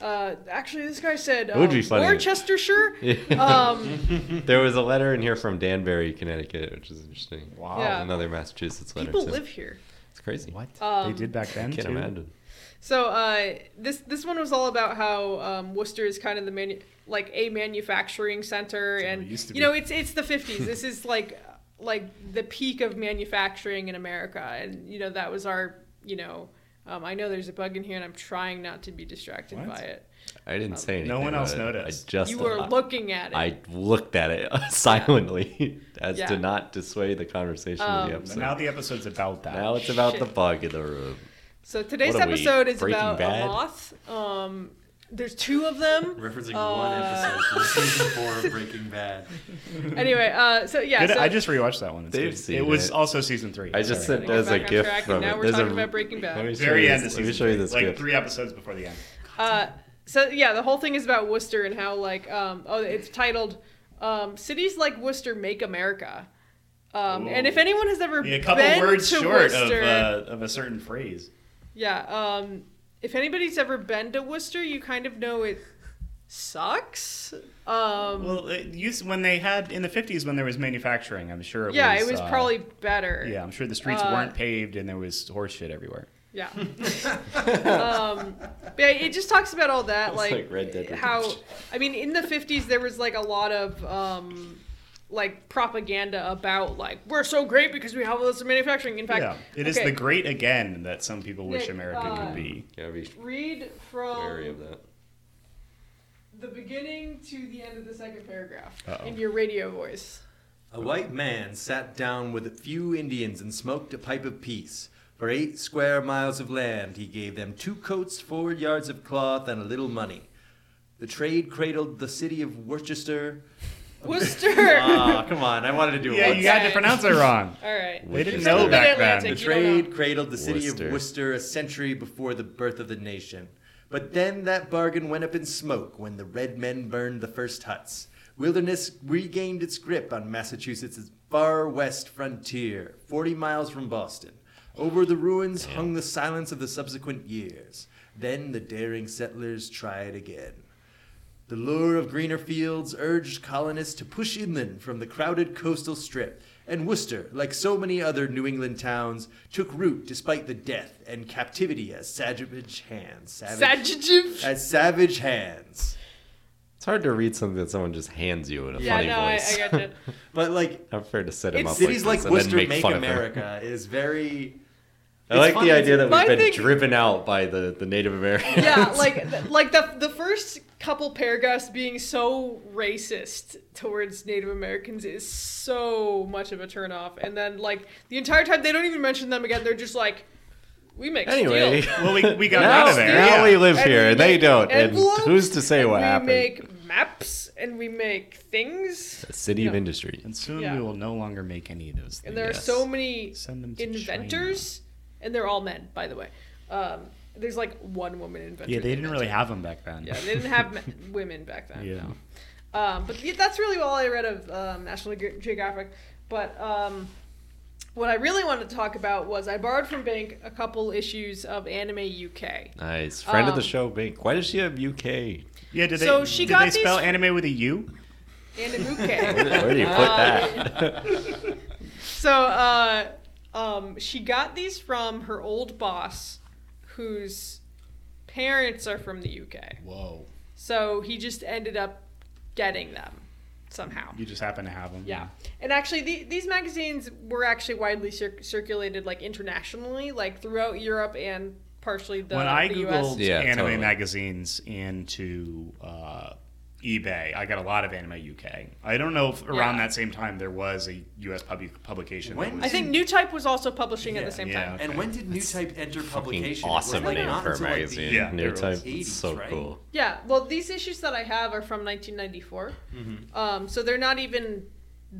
Speaker 4: Uh, actually, this guy said um,
Speaker 1: would be funny.
Speaker 4: Worcestershire. um,
Speaker 1: There was a letter in here from Danbury, Connecticut, which is interesting. Wow.
Speaker 4: Yeah.
Speaker 1: Another Massachusetts letter.
Speaker 4: people
Speaker 1: too.
Speaker 4: live Uh, here.
Speaker 1: It's crazy. What?
Speaker 3: they did back then.
Speaker 1: Can't
Speaker 3: too?
Speaker 1: imagine.
Speaker 4: So uh, this this one was all about how um, Worcester is kind of the manu- like a manufacturing center, and
Speaker 3: used to
Speaker 4: you
Speaker 3: be.
Speaker 4: know it's it's the fifties. this is like like the peak of manufacturing in America, and you know that was our you know um, I know there's a bug in here, and I'm trying not to be distracted
Speaker 3: What?
Speaker 4: by it.
Speaker 1: I didn't say anything.
Speaker 3: no one else
Speaker 1: about it.
Speaker 3: noticed.
Speaker 1: I just
Speaker 4: You were looking at it.
Speaker 1: I looked at it silently as
Speaker 4: Yeah. Um,
Speaker 1: to not dissuade the conversation of the
Speaker 3: So
Speaker 1: episode.
Speaker 3: now
Speaker 1: Now,
Speaker 3: the episode's about that.
Speaker 1: it's about the
Speaker 4: Shit.
Speaker 1: bug in the room.
Speaker 4: so today's
Speaker 1: What are we,
Speaker 4: episode is
Speaker 1: Breaking
Speaker 4: about
Speaker 1: Bad?
Speaker 4: a moth. Um, there's two of them. Uh,
Speaker 2: Referencing
Speaker 4: Oh.
Speaker 2: one episode from season four of Breaking Bad.
Speaker 4: anyway, uh, so yeah,
Speaker 3: Good-
Speaker 4: so
Speaker 3: I just rewatched that one. It's
Speaker 1: They've
Speaker 3: good.
Speaker 1: seen
Speaker 3: it was
Speaker 1: it.
Speaker 3: also season three.
Speaker 1: I just
Speaker 3: Sorry.
Speaker 1: sent that as a
Speaker 4: back on
Speaker 1: gift
Speaker 4: track, and
Speaker 1: from
Speaker 4: now
Speaker 1: it.
Speaker 4: we're
Speaker 1: There's a-
Speaker 4: talking about Breaking Bad.
Speaker 1: Let me show
Speaker 3: very
Speaker 1: you
Speaker 3: end of
Speaker 1: this-
Speaker 3: season.
Speaker 1: Let me show you
Speaker 3: three,
Speaker 1: this
Speaker 3: like
Speaker 1: gift.
Speaker 3: three episodes before the end.
Speaker 4: Uh, so yeah, the whole thing is about Worcester and how like um, oh it's titled um, cities like Worcester make America. Um, and if anyone has ever
Speaker 3: Yeah, a couple
Speaker 4: been
Speaker 3: words
Speaker 4: to
Speaker 3: short of,
Speaker 4: Worcester,
Speaker 3: uh, of a certain phrase.
Speaker 4: yeah, um, if anybody's ever been to Worcester, you kind of know it sucks. Um,
Speaker 3: Well, it used, when they had in the fifties when there was manufacturing, I'm sure. It
Speaker 4: yeah,
Speaker 3: was,
Speaker 4: it was
Speaker 3: uh,
Speaker 4: probably better.
Speaker 3: Yeah, I'm sure the streets
Speaker 4: uh,
Speaker 3: weren't paved and there was horse shit everywhere.
Speaker 4: Yeah. um, but yeah, it just talks about all that, like,
Speaker 1: like Red Dead
Speaker 4: how. I mean, in the '50s, there was like a lot of um, like propaganda about like we're so great because we have all this manufacturing. In fact,
Speaker 3: yeah, it is
Speaker 4: okay,
Speaker 3: the great again that some people wish
Speaker 4: Yeah,
Speaker 3: America
Speaker 4: uh,
Speaker 3: could be.
Speaker 1: Gotta be
Speaker 4: Read
Speaker 1: wary of
Speaker 4: from
Speaker 1: that.
Speaker 4: the beginning to the end of the second paragraph
Speaker 3: Uh-oh.
Speaker 4: in your radio voice.
Speaker 2: A white man sat down with a few Indians and smoked a pipe of peace. For eight square miles of land, he gave them two coats, four yards of cloth, and a little money. The trade cradled the city of Worcester.
Speaker 4: Worcester.
Speaker 2: Ah, come on, I wanted to do it
Speaker 3: Yeah,
Speaker 2: once.
Speaker 3: you had to pronounce it wrong.
Speaker 4: all right.
Speaker 3: They didn't
Speaker 1: is
Speaker 3: know
Speaker 1: good.
Speaker 3: back
Speaker 4: Mid-Atlantic.
Speaker 3: then.
Speaker 2: The
Speaker 4: You don't know.
Speaker 2: trade cradled the city of Worcester a century before the birth of the nation. But then that bargain went up in smoke when the red men burned the first huts. Wilderness regained its grip on Massachusetts' far west frontier, 40 miles from Boston. Over the ruins hung the silence of the subsequent years. Then the daring settlers tried again. The lure of greener fields urged colonists to push inland from the crowded coastal strip, and Worcester, like so many other New England towns, took root despite the death and captivity as savage hands. Savage,
Speaker 4: Sagittarius.
Speaker 2: as savage hands.
Speaker 7: It's hard to read something that someone just hands you in a
Speaker 4: Yeah,
Speaker 7: funny
Speaker 4: no, I,
Speaker 7: voice.
Speaker 4: I gotcha.
Speaker 2: But like
Speaker 7: I'm fair to set him
Speaker 4: It's-
Speaker 7: up.
Speaker 2: cities
Speaker 7: like,
Speaker 2: like
Speaker 7: this and
Speaker 2: Worcester,
Speaker 7: then make,
Speaker 2: Make
Speaker 7: fun of him.
Speaker 2: America is very.
Speaker 7: I like the idea that
Speaker 4: My
Speaker 7: we've been
Speaker 4: thing-
Speaker 7: driven out by the, the Native Americans.
Speaker 4: yeah, like th- like the the first couple paragraphs being so racist towards Native Americans is so much of a turnoff, and then like the entire time they don't even mention them again. They're just like, we make
Speaker 7: Anyway,
Speaker 4: steel.
Speaker 3: Well, we, we got
Speaker 7: now,
Speaker 3: out of there.
Speaker 7: now
Speaker 3: yeah.
Speaker 7: we live
Speaker 4: And
Speaker 7: here
Speaker 4: we
Speaker 7: and they
Speaker 4: make
Speaker 7: don't. And
Speaker 4: envelopes,
Speaker 7: who's to say
Speaker 4: and
Speaker 7: what
Speaker 4: we
Speaker 7: happened?
Speaker 4: make maps and we make things,
Speaker 7: City of
Speaker 4: Yeah.
Speaker 7: Industry.
Speaker 3: And soon
Speaker 4: Yeah.
Speaker 3: we will no longer make any of those things.
Speaker 4: and there are so many
Speaker 3: Send them to
Speaker 4: inventors, and they're all men, by the way. Um, there's like one woman inventor.
Speaker 3: Yeah, they didn't really have them back then.
Speaker 4: Yeah, they didn't have men, women back then.
Speaker 3: Yeah.
Speaker 4: Um, but yeah, that's really all I read of um, National Ge- Geographic. But um, what I really wanted to talk about was I borrowed from Bank a couple issues of Anime UK.
Speaker 7: Nice.
Speaker 4: Um,
Speaker 7: Friend of the show, Bink. Why does she have UK?
Speaker 3: Yeah, did they,
Speaker 4: So she
Speaker 3: did
Speaker 4: got
Speaker 3: they
Speaker 4: these-
Speaker 3: spell anime with a U?
Speaker 4: Anime UK.
Speaker 7: Where do you put
Speaker 4: Uh,
Speaker 7: that?
Speaker 4: so uh, um, she got these from her old boss, whose parents are from the UK.
Speaker 3: Whoa.
Speaker 4: So he just ended up getting them somehow.
Speaker 3: You just happen to have them.
Speaker 4: Yeah. And actually, the, these magazines were actually widely cir- circulated, like internationally, like throughout Europe and partially the,
Speaker 3: when I
Speaker 4: the
Speaker 3: googled
Speaker 4: US.
Speaker 7: Yeah,
Speaker 3: anime
Speaker 7: totally.
Speaker 3: magazines into uh, eBay, I got a lot of anime UK. I don't know if around
Speaker 4: Yeah.
Speaker 3: that same time there was a US public publication. that
Speaker 2: When-
Speaker 3: was-
Speaker 4: I think New Type was also publishing at
Speaker 2: Yeah,
Speaker 4: the same
Speaker 3: yeah.
Speaker 4: time.
Speaker 2: And when did New Type enter publication? It was,
Speaker 7: awesome
Speaker 2: like,
Speaker 7: name
Speaker 2: not
Speaker 7: for a
Speaker 2: until, like, the
Speaker 7: magazine.
Speaker 3: Yeah, there
Speaker 7: New
Speaker 3: was
Speaker 7: Type.
Speaker 2: 80s,
Speaker 7: It's so
Speaker 2: right?
Speaker 7: cool.
Speaker 4: Yeah. Well, these issues that I have are from 1994. Um, so they're not even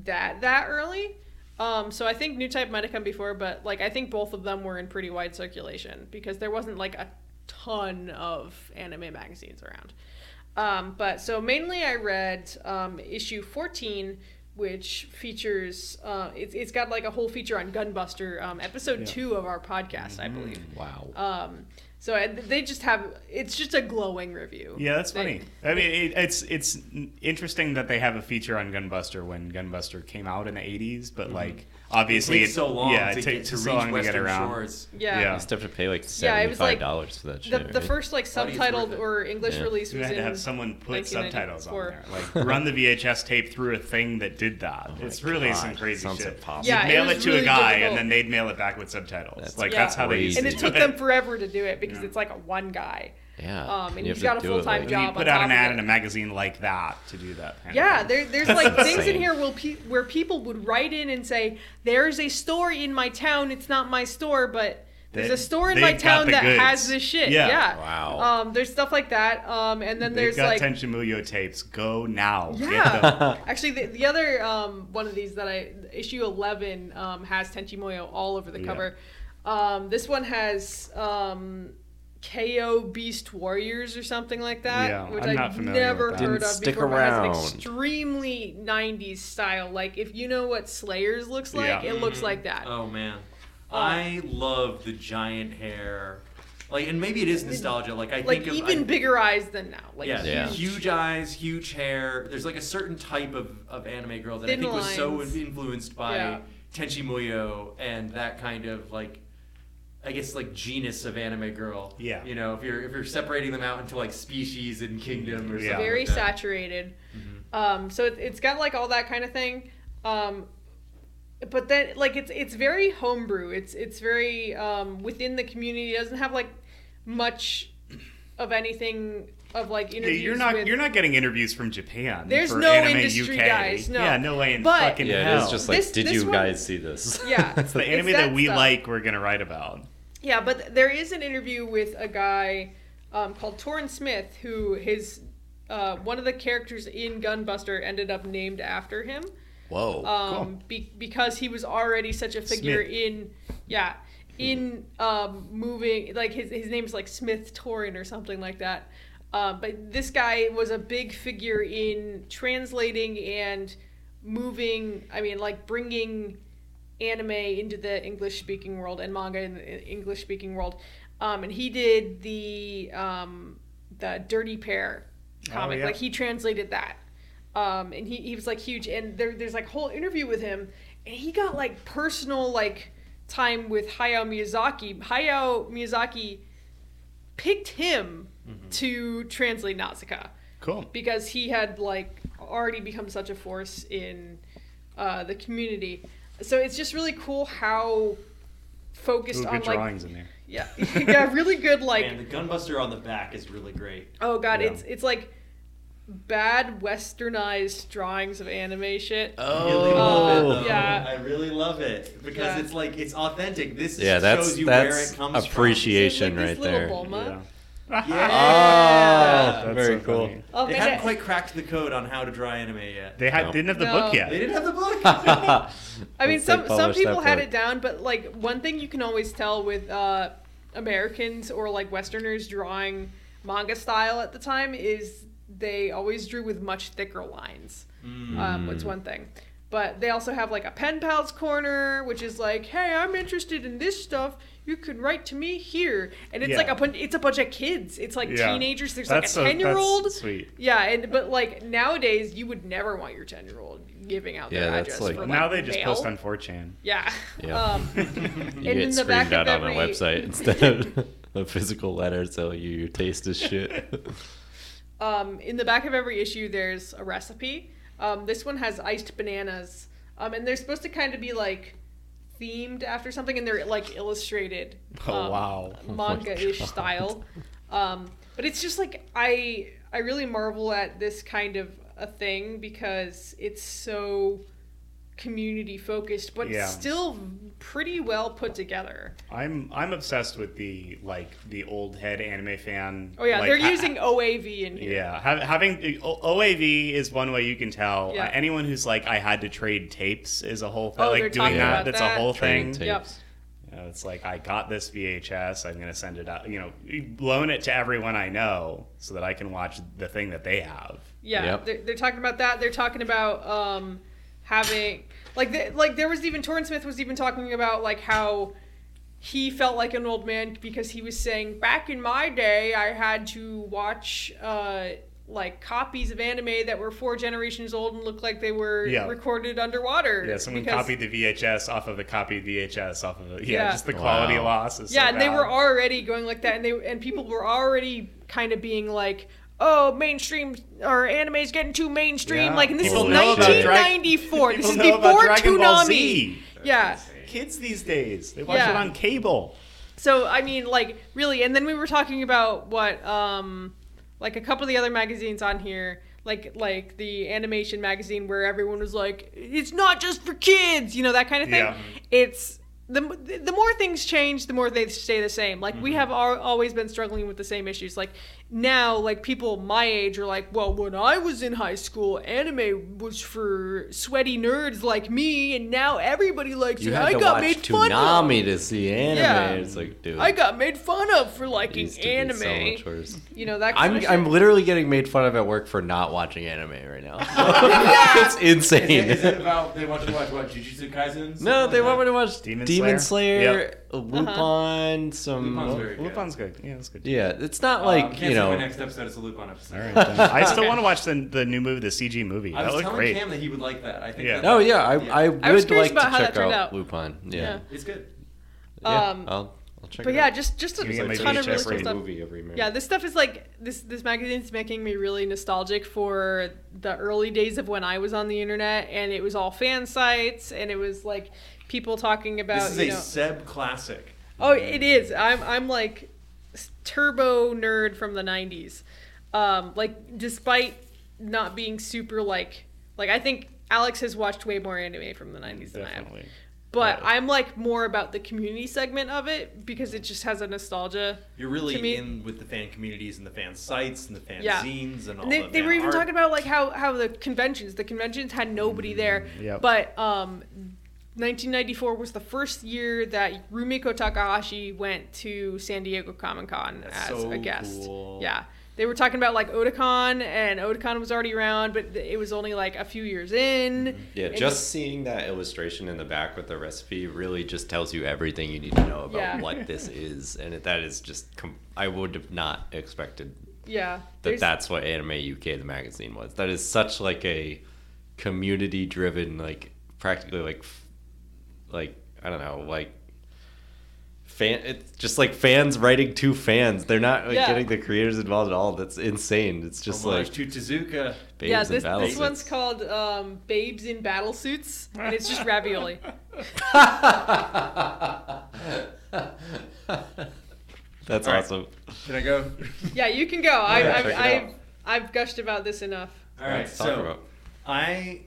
Speaker 4: that that early. Um, so I think New Type might have come before, but like I think both of them were in pretty wide circulation because there wasn't like a ton of anime magazines around. Um, but so mainly I read um, issue 14, which features uh, it's, it's got like a whole feature on Gunbuster, um, episode two of our podcast, I believe.
Speaker 1: Mm-hmm.
Speaker 7: Wow.
Speaker 4: Uh, So I, they just have it's just a glowing review.
Speaker 3: Yeah, that's
Speaker 4: They-
Speaker 3: funny. I mean, it, it's it's interesting that they have a feature on Gunbuster when Gunbuster came out in the '80s, but
Speaker 4: Mm-hmm.
Speaker 3: like obviously
Speaker 2: takes so long
Speaker 3: Yeah,
Speaker 2: to, get,
Speaker 3: it takes
Speaker 2: to
Speaker 3: so
Speaker 2: reach
Speaker 3: long to
Speaker 2: Western
Speaker 3: get around.
Speaker 2: Shores.
Speaker 4: Yeah.
Speaker 3: Yeah.
Speaker 7: you just have to pay like $75
Speaker 4: Yeah, it was like-
Speaker 7: for that shit.
Speaker 4: The, the
Speaker 7: right?
Speaker 4: first like
Speaker 2: Audience worth
Speaker 4: subtitled
Speaker 2: it.
Speaker 4: or English
Speaker 7: Yeah.
Speaker 4: release
Speaker 3: You
Speaker 4: was
Speaker 3: had
Speaker 4: in
Speaker 3: to have someone put subtitles on
Speaker 4: 1994.
Speaker 3: there, like run the VHS tape through a thing that did
Speaker 2: Oh
Speaker 3: that. it's really
Speaker 7: God,
Speaker 3: some crazy
Speaker 7: sounds
Speaker 3: shit.
Speaker 7: impossible.
Speaker 4: Yeah,
Speaker 3: You'd
Speaker 4: it
Speaker 3: mail
Speaker 4: was
Speaker 3: it, to
Speaker 4: really
Speaker 3: a guy,
Speaker 4: difficult.
Speaker 3: and then they'd mail it back with subtitles.
Speaker 7: That's
Speaker 3: like
Speaker 4: Yeah.
Speaker 3: that's how
Speaker 7: crazy.
Speaker 3: they used
Speaker 4: and
Speaker 3: to
Speaker 4: it took
Speaker 3: do
Speaker 4: them forever to do it because it's like a one guy.
Speaker 7: Yeah.
Speaker 4: Um, and
Speaker 7: you
Speaker 4: he's got
Speaker 7: have
Speaker 4: a
Speaker 7: to do it,
Speaker 4: full-time
Speaker 7: like-
Speaker 3: I mean,
Speaker 4: job
Speaker 3: you put
Speaker 4: on
Speaker 3: out
Speaker 4: top
Speaker 3: an
Speaker 4: of
Speaker 3: ad
Speaker 4: it.
Speaker 3: in a magazine like that to do that. kind of
Speaker 4: Yeah,
Speaker 3: thing.
Speaker 4: there, there's like things in
Speaker 7: insane.
Speaker 4: here where, pe- where people would write in and say, "There's a store in my town. It's not my store, but there's
Speaker 3: They-
Speaker 4: a store in my
Speaker 3: they've got
Speaker 4: town
Speaker 3: the
Speaker 4: that has
Speaker 3: goods."
Speaker 4: this shit." Yeah.
Speaker 3: Yeah.
Speaker 7: Wow.
Speaker 4: Um, there's stuff like that. Um, and then
Speaker 3: They've
Speaker 4: there's
Speaker 3: got
Speaker 4: like
Speaker 3: Tension Muyo tapes. Go now. Get them.
Speaker 4: Yeah. Actually, the, the other um, one of these that I issue eleven um, has Tenchi Muyo all over the
Speaker 3: Yeah.
Speaker 4: cover. Um, this one has um, KO Beast Warriors or something like that,
Speaker 3: Yeah,
Speaker 4: which
Speaker 3: I'm
Speaker 4: I've
Speaker 3: not familiar
Speaker 4: never
Speaker 3: with that.
Speaker 4: heard
Speaker 7: Didn't
Speaker 4: of
Speaker 7: stick
Speaker 4: before. but it has an
Speaker 7: around.
Speaker 4: extremely '90s style. Like if you know what Slayers looks like,
Speaker 3: Yeah.
Speaker 4: it looks like that.
Speaker 2: Oh man, I love the giant hair. Like, and maybe it is nostalgia. Like I
Speaker 4: like
Speaker 2: think of
Speaker 4: even
Speaker 2: I-
Speaker 4: bigger eyes than now. Like
Speaker 2: Yeah,
Speaker 7: Yeah.
Speaker 2: huge eyes, huge hair. There's like a certain type of, of anime girl that
Speaker 4: Thin
Speaker 2: I think was so
Speaker 4: lines.
Speaker 2: influenced by
Speaker 4: Yeah.
Speaker 2: Tenchi Muyo and that kind of like, I guess like genus of anime girl.
Speaker 3: Yeah.
Speaker 2: You know, if you're if you're separating them out into like species and kingdom or
Speaker 3: Yeah.
Speaker 2: something.
Speaker 4: very
Speaker 2: like that.
Speaker 4: saturated.
Speaker 3: Mm-hmm.
Speaker 4: Um, so it, it's got like all that kind of thing. Um, but then like it's it's very homebrew. It's it's very um, within the community. It doesn't have like much of anything of like
Speaker 3: Yeah,
Speaker 4: interviews.
Speaker 3: You're not
Speaker 4: with-
Speaker 3: you're not getting interviews from Japan.
Speaker 4: There's
Speaker 3: for
Speaker 4: no
Speaker 3: anime
Speaker 4: industry
Speaker 3: UK.
Speaker 4: guys, no.
Speaker 3: Yeah, no way in
Speaker 4: But-
Speaker 3: fucking
Speaker 7: Yeah,
Speaker 3: hell.
Speaker 7: it is just like,
Speaker 4: This-
Speaker 7: did
Speaker 4: this
Speaker 7: you
Speaker 4: one-
Speaker 7: guys see this?
Speaker 4: Yeah.
Speaker 7: It's
Speaker 3: the
Speaker 7: like-
Speaker 3: anime
Speaker 4: it's
Speaker 3: that
Speaker 4: that
Speaker 3: we
Speaker 4: stuff.
Speaker 3: like. We're gonna write about.
Speaker 4: Yeah, but there is an interview with a guy um, called Torrin Smith, who his uh, one of the characters in Gunbuster ended up named after him.
Speaker 7: Whoa.
Speaker 1: Oh,
Speaker 4: um, be- because he was already such a figure
Speaker 3: Smith.
Speaker 4: in, yeah, in um, moving like his his name's like Smith Torin or something like that. Um, but this guy was a big figure in translating and moving. I mean, like bringing anime into the English speaking world and manga in the English speaking world. Um, and he did the um, the Dirty Pair comic.
Speaker 3: Oh, yeah.
Speaker 4: Like he translated that. Um, and he, he was like huge and there, there's like whole interview with him and he got like personal like time with Hayao Miyazaki.
Speaker 3: Mm-hmm.
Speaker 4: Hayao Miyazaki picked him to translate Nausicaa.
Speaker 3: Cool.
Speaker 4: because he had like already become such a force in uh, the community. So it's just really cool how focused
Speaker 3: Ooh,
Speaker 4: on
Speaker 3: good
Speaker 4: like
Speaker 3: drawings in there.
Speaker 4: yeah, yeah, really good like
Speaker 2: Man, the gunbuster on the back is really great.
Speaker 4: oh god,
Speaker 3: Yeah.
Speaker 4: it's it's like bad westernized drawings of anime shit.
Speaker 2: I really love it,
Speaker 4: Oh.
Speaker 2: though.
Speaker 4: Yeah.
Speaker 2: I really love it because
Speaker 4: Yeah.
Speaker 2: it's like it's authentic. This
Speaker 7: Yeah, that's-
Speaker 2: shows you where
Speaker 7: that's
Speaker 2: it comes
Speaker 4: So, like,
Speaker 7: appreciation
Speaker 4: this
Speaker 7: right
Speaker 4: little
Speaker 7: there.
Speaker 4: Bulma.
Speaker 2: from. Yeah.
Speaker 7: Oh,
Speaker 3: That's
Speaker 7: very
Speaker 3: so
Speaker 7: cool.
Speaker 3: funny.
Speaker 4: Oh,
Speaker 2: They
Speaker 4: man,
Speaker 2: haven't
Speaker 4: I-
Speaker 2: quite cracked the code on how to draw anime yet. They,
Speaker 3: They had,
Speaker 7: No.
Speaker 3: didn't have the
Speaker 4: No.
Speaker 3: book yet.
Speaker 2: didn't have the book.
Speaker 4: I mean,
Speaker 7: Once they
Speaker 4: some some
Speaker 7: publish
Speaker 4: people
Speaker 7: that
Speaker 4: had
Speaker 7: book.
Speaker 4: it down, but like one thing you can always tell with uh, Americans or like Westerners drawing manga style at the time is they always drew with much thicker lines.
Speaker 3: Mm.
Speaker 4: Um, it's one thing. But they also have like a pen pals corner, which is like, hey, I'm interested in this stuff. You can write to me here, and it's
Speaker 3: Yeah.
Speaker 4: like a bunch. It's a bunch of kids. It's like
Speaker 3: Yeah.
Speaker 4: teenagers. There's
Speaker 3: That's so-
Speaker 4: like a
Speaker 3: that's
Speaker 4: ten year old.
Speaker 3: sweet.
Speaker 4: Yeah, and but like nowadays, you would never want your ten year old giving out
Speaker 7: Yeah,
Speaker 4: their
Speaker 7: that's
Speaker 4: address.
Speaker 7: like-
Speaker 4: for, like
Speaker 3: now they just
Speaker 4: mail.
Speaker 3: post on 4chan.
Speaker 4: Yeah.
Speaker 7: Yeah.
Speaker 4: Um,
Speaker 7: You
Speaker 4: And
Speaker 7: get
Speaker 4: in the back
Speaker 7: screamed out
Speaker 4: of
Speaker 7: on a
Speaker 4: every-
Speaker 7: website instead of a physical letter telling you your taste is shit.
Speaker 4: um, in the back of every issue, there's a recipe. Um, this one has iced bananas, um, and they're supposed to kind of be like themed after something, and they're like illustrated.
Speaker 3: Oh,
Speaker 4: um,
Speaker 3: wow. Oh
Speaker 7: my
Speaker 4: manga-ish
Speaker 7: God.
Speaker 4: style. Um, but it's just like I I really marvel at this kind of a thing because it's so community focused, but
Speaker 3: Yeah.
Speaker 4: still pretty well put together.
Speaker 3: I'm I'm obsessed with the like the old head anime fan.
Speaker 4: Oh yeah,
Speaker 3: like,
Speaker 4: they're
Speaker 3: ha-
Speaker 4: using OAV in here.
Speaker 3: Yeah, ha- having O- OAV is one way you can tell.
Speaker 4: Yeah.
Speaker 3: Uh, anyone who's like, I had to trade tapes is a whole thing.
Speaker 4: Oh, they're
Speaker 3: like doing
Speaker 4: talking
Speaker 3: that,
Speaker 4: about
Speaker 3: that's
Speaker 4: that.
Speaker 3: a whole
Speaker 7: Trading
Speaker 3: thing.
Speaker 7: tapes.
Speaker 4: Yep.
Speaker 3: You know, it's like I got this VHS. I'm gonna send it out. You know, loan it to everyone I know so that I can watch the thing that they have.
Speaker 4: Yeah,
Speaker 7: Yep.
Speaker 4: they're, they're talking about that. They're talking about um, having like the, like there was even Torrance Smith was even talking about like how he felt like an old man because he was saying back in my day I had to watch uh, like copies of anime that were four generations old and looked like they were
Speaker 3: Yeah.
Speaker 4: recorded underwater.
Speaker 3: Yeah, someone
Speaker 4: because-
Speaker 3: copied the VHS off of a copied VHS off of a, yeah,
Speaker 4: Yeah.
Speaker 3: just the quality
Speaker 7: Wow.
Speaker 3: loss is so
Speaker 4: yeah, and they
Speaker 3: bad.
Speaker 4: were already going like that, and they and people were already kind of being like, "Oh, mainstream or anime's getting too mainstream."
Speaker 3: Yeah.
Speaker 4: Like, and this
Speaker 3: People
Speaker 4: is
Speaker 3: know about Dra-
Speaker 4: 1994. This
Speaker 3: People
Speaker 4: is
Speaker 3: know about
Speaker 4: before
Speaker 3: Dragon Ball
Speaker 4: Toonami.
Speaker 3: Z.
Speaker 4: Yeah.
Speaker 3: Kids these days they watch
Speaker 4: Yeah.
Speaker 3: it on cable.
Speaker 4: So I mean, like, really, and then we were talking about what, um, like a couple of the other magazines on here. Like, like the animation magazine where everyone was like, "It's not just for kids," you know that kind of thing.
Speaker 3: Yeah.
Speaker 4: It's the the more things change, the more they stay the same. Like we have al always been struggling with the same issues. Like now, like people my age are like, "Well, when I was in high school, anime was for sweaty nerds like me, and now everybody likes
Speaker 7: You
Speaker 4: it.
Speaker 7: had
Speaker 4: I
Speaker 7: to
Speaker 4: got
Speaker 7: watch
Speaker 4: made fun of."
Speaker 7: Toonami to see anime.
Speaker 4: Yeah.
Speaker 7: It's like, dude,
Speaker 4: I got made fun of for liking
Speaker 7: used to be
Speaker 4: anime.
Speaker 7: so much worse.
Speaker 4: you know that.
Speaker 7: I'm
Speaker 4: kind of
Speaker 7: I'm
Speaker 4: shit.
Speaker 7: literally getting made fun of at work for not watching anime right now. it's
Speaker 2: Is it, is it
Speaker 7: insane.
Speaker 2: about they want you to watch what Jujutsu Kaisen?
Speaker 7: No, they want me to watch
Speaker 3: Demon
Speaker 7: Demon,
Speaker 3: Slayer?
Speaker 7: Slayer,
Speaker 3: Yep.
Speaker 4: Uh-huh.
Speaker 7: Lupin, some.
Speaker 2: Lupon's very good.
Speaker 3: Lupin's good. Yeah, that's good.
Speaker 7: Yeah, it's not like
Speaker 2: Um, can't
Speaker 7: you
Speaker 2: say my
Speaker 7: know.
Speaker 2: next episode is a Lupon episode.
Speaker 3: I still want to watch the the new movie, the CG movie.
Speaker 2: I
Speaker 3: that
Speaker 2: was
Speaker 3: looked
Speaker 2: telling
Speaker 3: great.
Speaker 2: Cam that he would like that. I think.
Speaker 3: Yeah.
Speaker 2: That,
Speaker 7: Oh yeah, I
Speaker 2: Yeah.
Speaker 7: I
Speaker 4: I was
Speaker 7: would
Speaker 4: curious
Speaker 7: like to
Speaker 4: about how that
Speaker 7: check
Speaker 4: turned
Speaker 7: out,
Speaker 4: out.
Speaker 7: Lupin.
Speaker 4: Yeah.
Speaker 7: Yeah.
Speaker 2: It's good.
Speaker 7: Yeah,
Speaker 4: Um,
Speaker 7: I'll, I'll check
Speaker 4: But
Speaker 7: it
Speaker 4: yeah,
Speaker 7: out.
Speaker 4: just just a
Speaker 3: You can get my
Speaker 4: ton of really
Speaker 3: VHS
Speaker 4: cool
Speaker 3: rating.
Speaker 4: stuff.
Speaker 7: movie every minute.
Speaker 4: Yeah, this stuff is like this. This magazine's making me really nostalgic for the early days of when I was on the internet, and it was all fan sites, and it was like people talking about.
Speaker 2: This is
Speaker 4: Uh, you
Speaker 2: a
Speaker 4: know,
Speaker 2: Seb classic.
Speaker 4: Oh, it is. I'm I'm like s- turbo nerd from the '90s. Um, like, despite not being super like like I think Alex has watched way more anime from the '90s than I have.
Speaker 3: Definitely.
Speaker 4: But I'm like more about the community segment of it because it just has a nostalgia.
Speaker 2: You're
Speaker 4: to
Speaker 2: really
Speaker 4: me.
Speaker 2: in with the fan communities and the fan sites and the fan
Speaker 4: Yeah.
Speaker 2: zines and all
Speaker 4: And they,
Speaker 2: the
Speaker 4: they
Speaker 2: fan
Speaker 4: were even
Speaker 2: art.
Speaker 4: talking about like how how the conventions the conventions had
Speaker 2: Mm-hmm.
Speaker 4: nobody there
Speaker 3: yep.
Speaker 4: but um 1994 was the first year that Rumiko Takahashi went to San Diego Comic Con
Speaker 2: That's
Speaker 4: as
Speaker 2: so
Speaker 4: a guest.
Speaker 2: cool.
Speaker 4: Yeah. They were talking about like Otakon and Otakon was already around but th- it was only like a few years
Speaker 2: Mm-hmm.
Speaker 4: in.
Speaker 7: Yeah,
Speaker 4: And-
Speaker 7: just seeing that illustration in the back with the recipe really just tells you everything you need to know about
Speaker 4: Yeah.
Speaker 7: what this is, and that is just com- I would have not expected
Speaker 4: yeah.
Speaker 7: that
Speaker 4: There's-
Speaker 7: that's what Anime UK the magazine was. That is such like a community driven, like practically like f- like I don't know, like
Speaker 1: fan. It's just like fans writing to fans. They're not like,
Speaker 4: Yeah.
Speaker 1: getting the creators involved at all. That's insane. It's just
Speaker 2: Homage
Speaker 1: like
Speaker 2: to Tezuka.
Speaker 1: babes
Speaker 4: yeah,
Speaker 1: and
Speaker 4: this,
Speaker 1: battles.
Speaker 4: this one's called um, Babes in Battle Suits, and it's just ravioli.
Speaker 1: That's
Speaker 2: All right.
Speaker 1: awesome.
Speaker 2: Can I go?
Speaker 4: Yeah, you can go. I,
Speaker 2: Yeah,
Speaker 4: I've,
Speaker 1: check it
Speaker 4: I've, I've gushed about this enough.
Speaker 2: All right,
Speaker 1: Let's talk
Speaker 2: so
Speaker 1: about-
Speaker 2: I,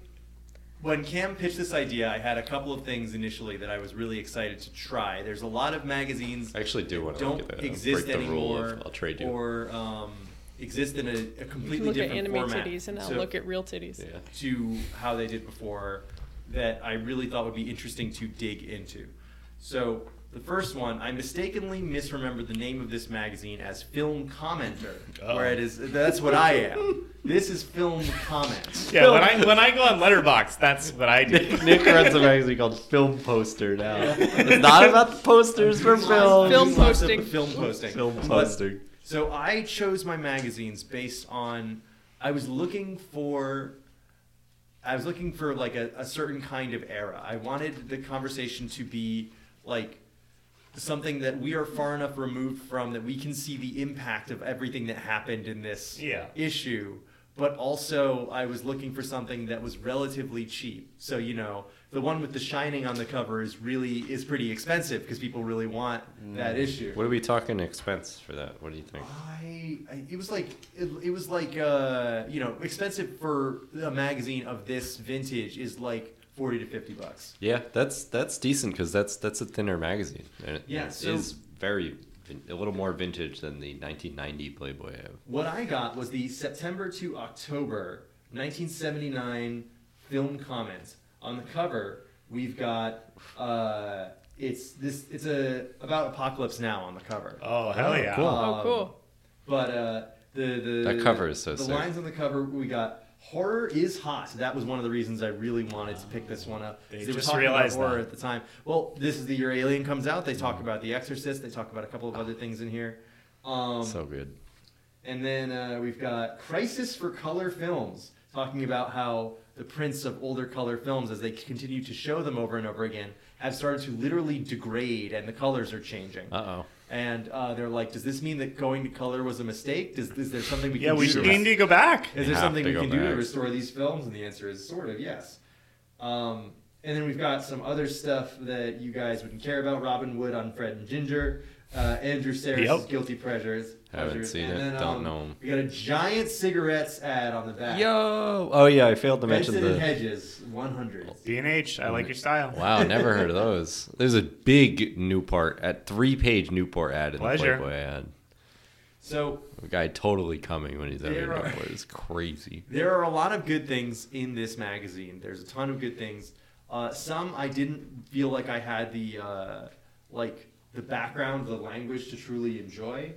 Speaker 2: when Cam pitched this idea, I had a couple of things initially that I was really excited to try. There's a lot of magazines
Speaker 1: I actually do want to
Speaker 2: don't
Speaker 1: look at that.
Speaker 2: exist
Speaker 1: Break the
Speaker 2: anymore,
Speaker 1: rule of I'll trade you.
Speaker 2: or um, exist in a, a
Speaker 4: You can
Speaker 2: completely
Speaker 4: look at
Speaker 2: different
Speaker 4: anime
Speaker 2: format.
Speaker 4: titties, and I'll
Speaker 2: So-
Speaker 4: look at real titties.
Speaker 1: yeah.
Speaker 2: to how they did before that I really thought would be interesting to dig into. So the first one, I mistakenly misremembered the name of this magazine as Film Commenter,
Speaker 1: Oh.
Speaker 2: where it is that's what I am. This is Film Comment.
Speaker 3: Yeah, when I when I go on Letterbox, that's what I do.
Speaker 1: Nick runs a magazine called Film Poster now. It's not about the posters for film.
Speaker 4: Film
Speaker 2: Lots of
Speaker 4: posting.
Speaker 2: Film posting.
Speaker 1: Film
Speaker 2: But-
Speaker 1: poster.
Speaker 2: So I chose my magazines based on I was looking for I was looking for like a, a certain kind of era. I wanted the conversation to be like something that we are far enough removed from that we can see the impact of everything that happened in this
Speaker 3: Yeah.
Speaker 2: issue. But also, I was looking for something that was relatively cheap. So you know, the one with the shining on the cover is really is pretty expensive because people really want that issue.
Speaker 1: What are we talking expense for that? What do you think?
Speaker 2: I, I it was like it, it was like uh you know expensive for a magazine of this vintage is like 40 to 50 bucks
Speaker 1: Yeah, that's that's decent because that's that's a thinner magazine. And it
Speaker 2: Yeah, so-
Speaker 1: is very vin- a little more vintage than the 1990 Playboy. Have.
Speaker 2: what i got was the september to october 1979 film comments on the cover we've got uh it's this it's a about apocalypse now on the cover
Speaker 3: Oh hell yeah!
Speaker 4: Oh,
Speaker 2: Um,
Speaker 4: cool.
Speaker 2: But uh, the the
Speaker 1: That cover is so
Speaker 2: the
Speaker 1: sick.
Speaker 2: lines on the cover we got horror is hot. That was one of the reasons I really wanted to pick this one up. 'Cause
Speaker 3: They
Speaker 2: were
Speaker 3: just
Speaker 2: talking
Speaker 3: realized
Speaker 2: about horror
Speaker 3: that.
Speaker 2: at the time. Well, this is the year Alien comes out. They talk about The Exorcist. They talk about a couple of other things in here. Um,
Speaker 1: So good.
Speaker 2: and then uh, we've got Crisis for Color Films, talking about how the prints of older color films, as they continue to show them over and over again, have started to literally degrade and the colors are changing.
Speaker 1: Uh-oh.
Speaker 2: And uh, they're like, does this mean that going to color was a mistake? Does, is there something we
Speaker 3: Yeah,
Speaker 2: can
Speaker 3: we
Speaker 2: do? to
Speaker 3: need to go back.
Speaker 2: is there
Speaker 1: have
Speaker 2: something
Speaker 1: to
Speaker 2: we
Speaker 1: go
Speaker 2: can do to
Speaker 1: back.
Speaker 2: restore these films? And the answer is sort of yes. Um, and then we've got some other stuff that you guys wouldn't care about. Robin Wood on Fred and Ginger. Uh, Andrew Sarah's
Speaker 3: Yep.
Speaker 2: Guilty Pleasures.
Speaker 1: Haven't
Speaker 2: Pleasures.
Speaker 1: seen
Speaker 2: and
Speaker 1: it,
Speaker 2: Then,
Speaker 1: don't
Speaker 2: um,
Speaker 1: know 'em.
Speaker 2: We got a giant cigarettes ad on the back.
Speaker 1: Yo! Oh yeah, I failed to
Speaker 2: Benson
Speaker 1: mention
Speaker 2: and
Speaker 1: the.
Speaker 2: Hedges, 100.
Speaker 3: B&H, I like your style.
Speaker 1: Wow, never heard of those. There's a big Newport at three-page Newport ad in
Speaker 3: Pleasure.
Speaker 1: the Playboy ad.
Speaker 2: So
Speaker 1: The guy totally coming when he's out
Speaker 2: There
Speaker 1: in
Speaker 2: are-
Speaker 1: Newport. It's crazy.
Speaker 2: There are a lot of good things in this magazine. There's a ton of good things. Uh, some I didn't feel like I had the uh, like the background, the language to truly enjoy.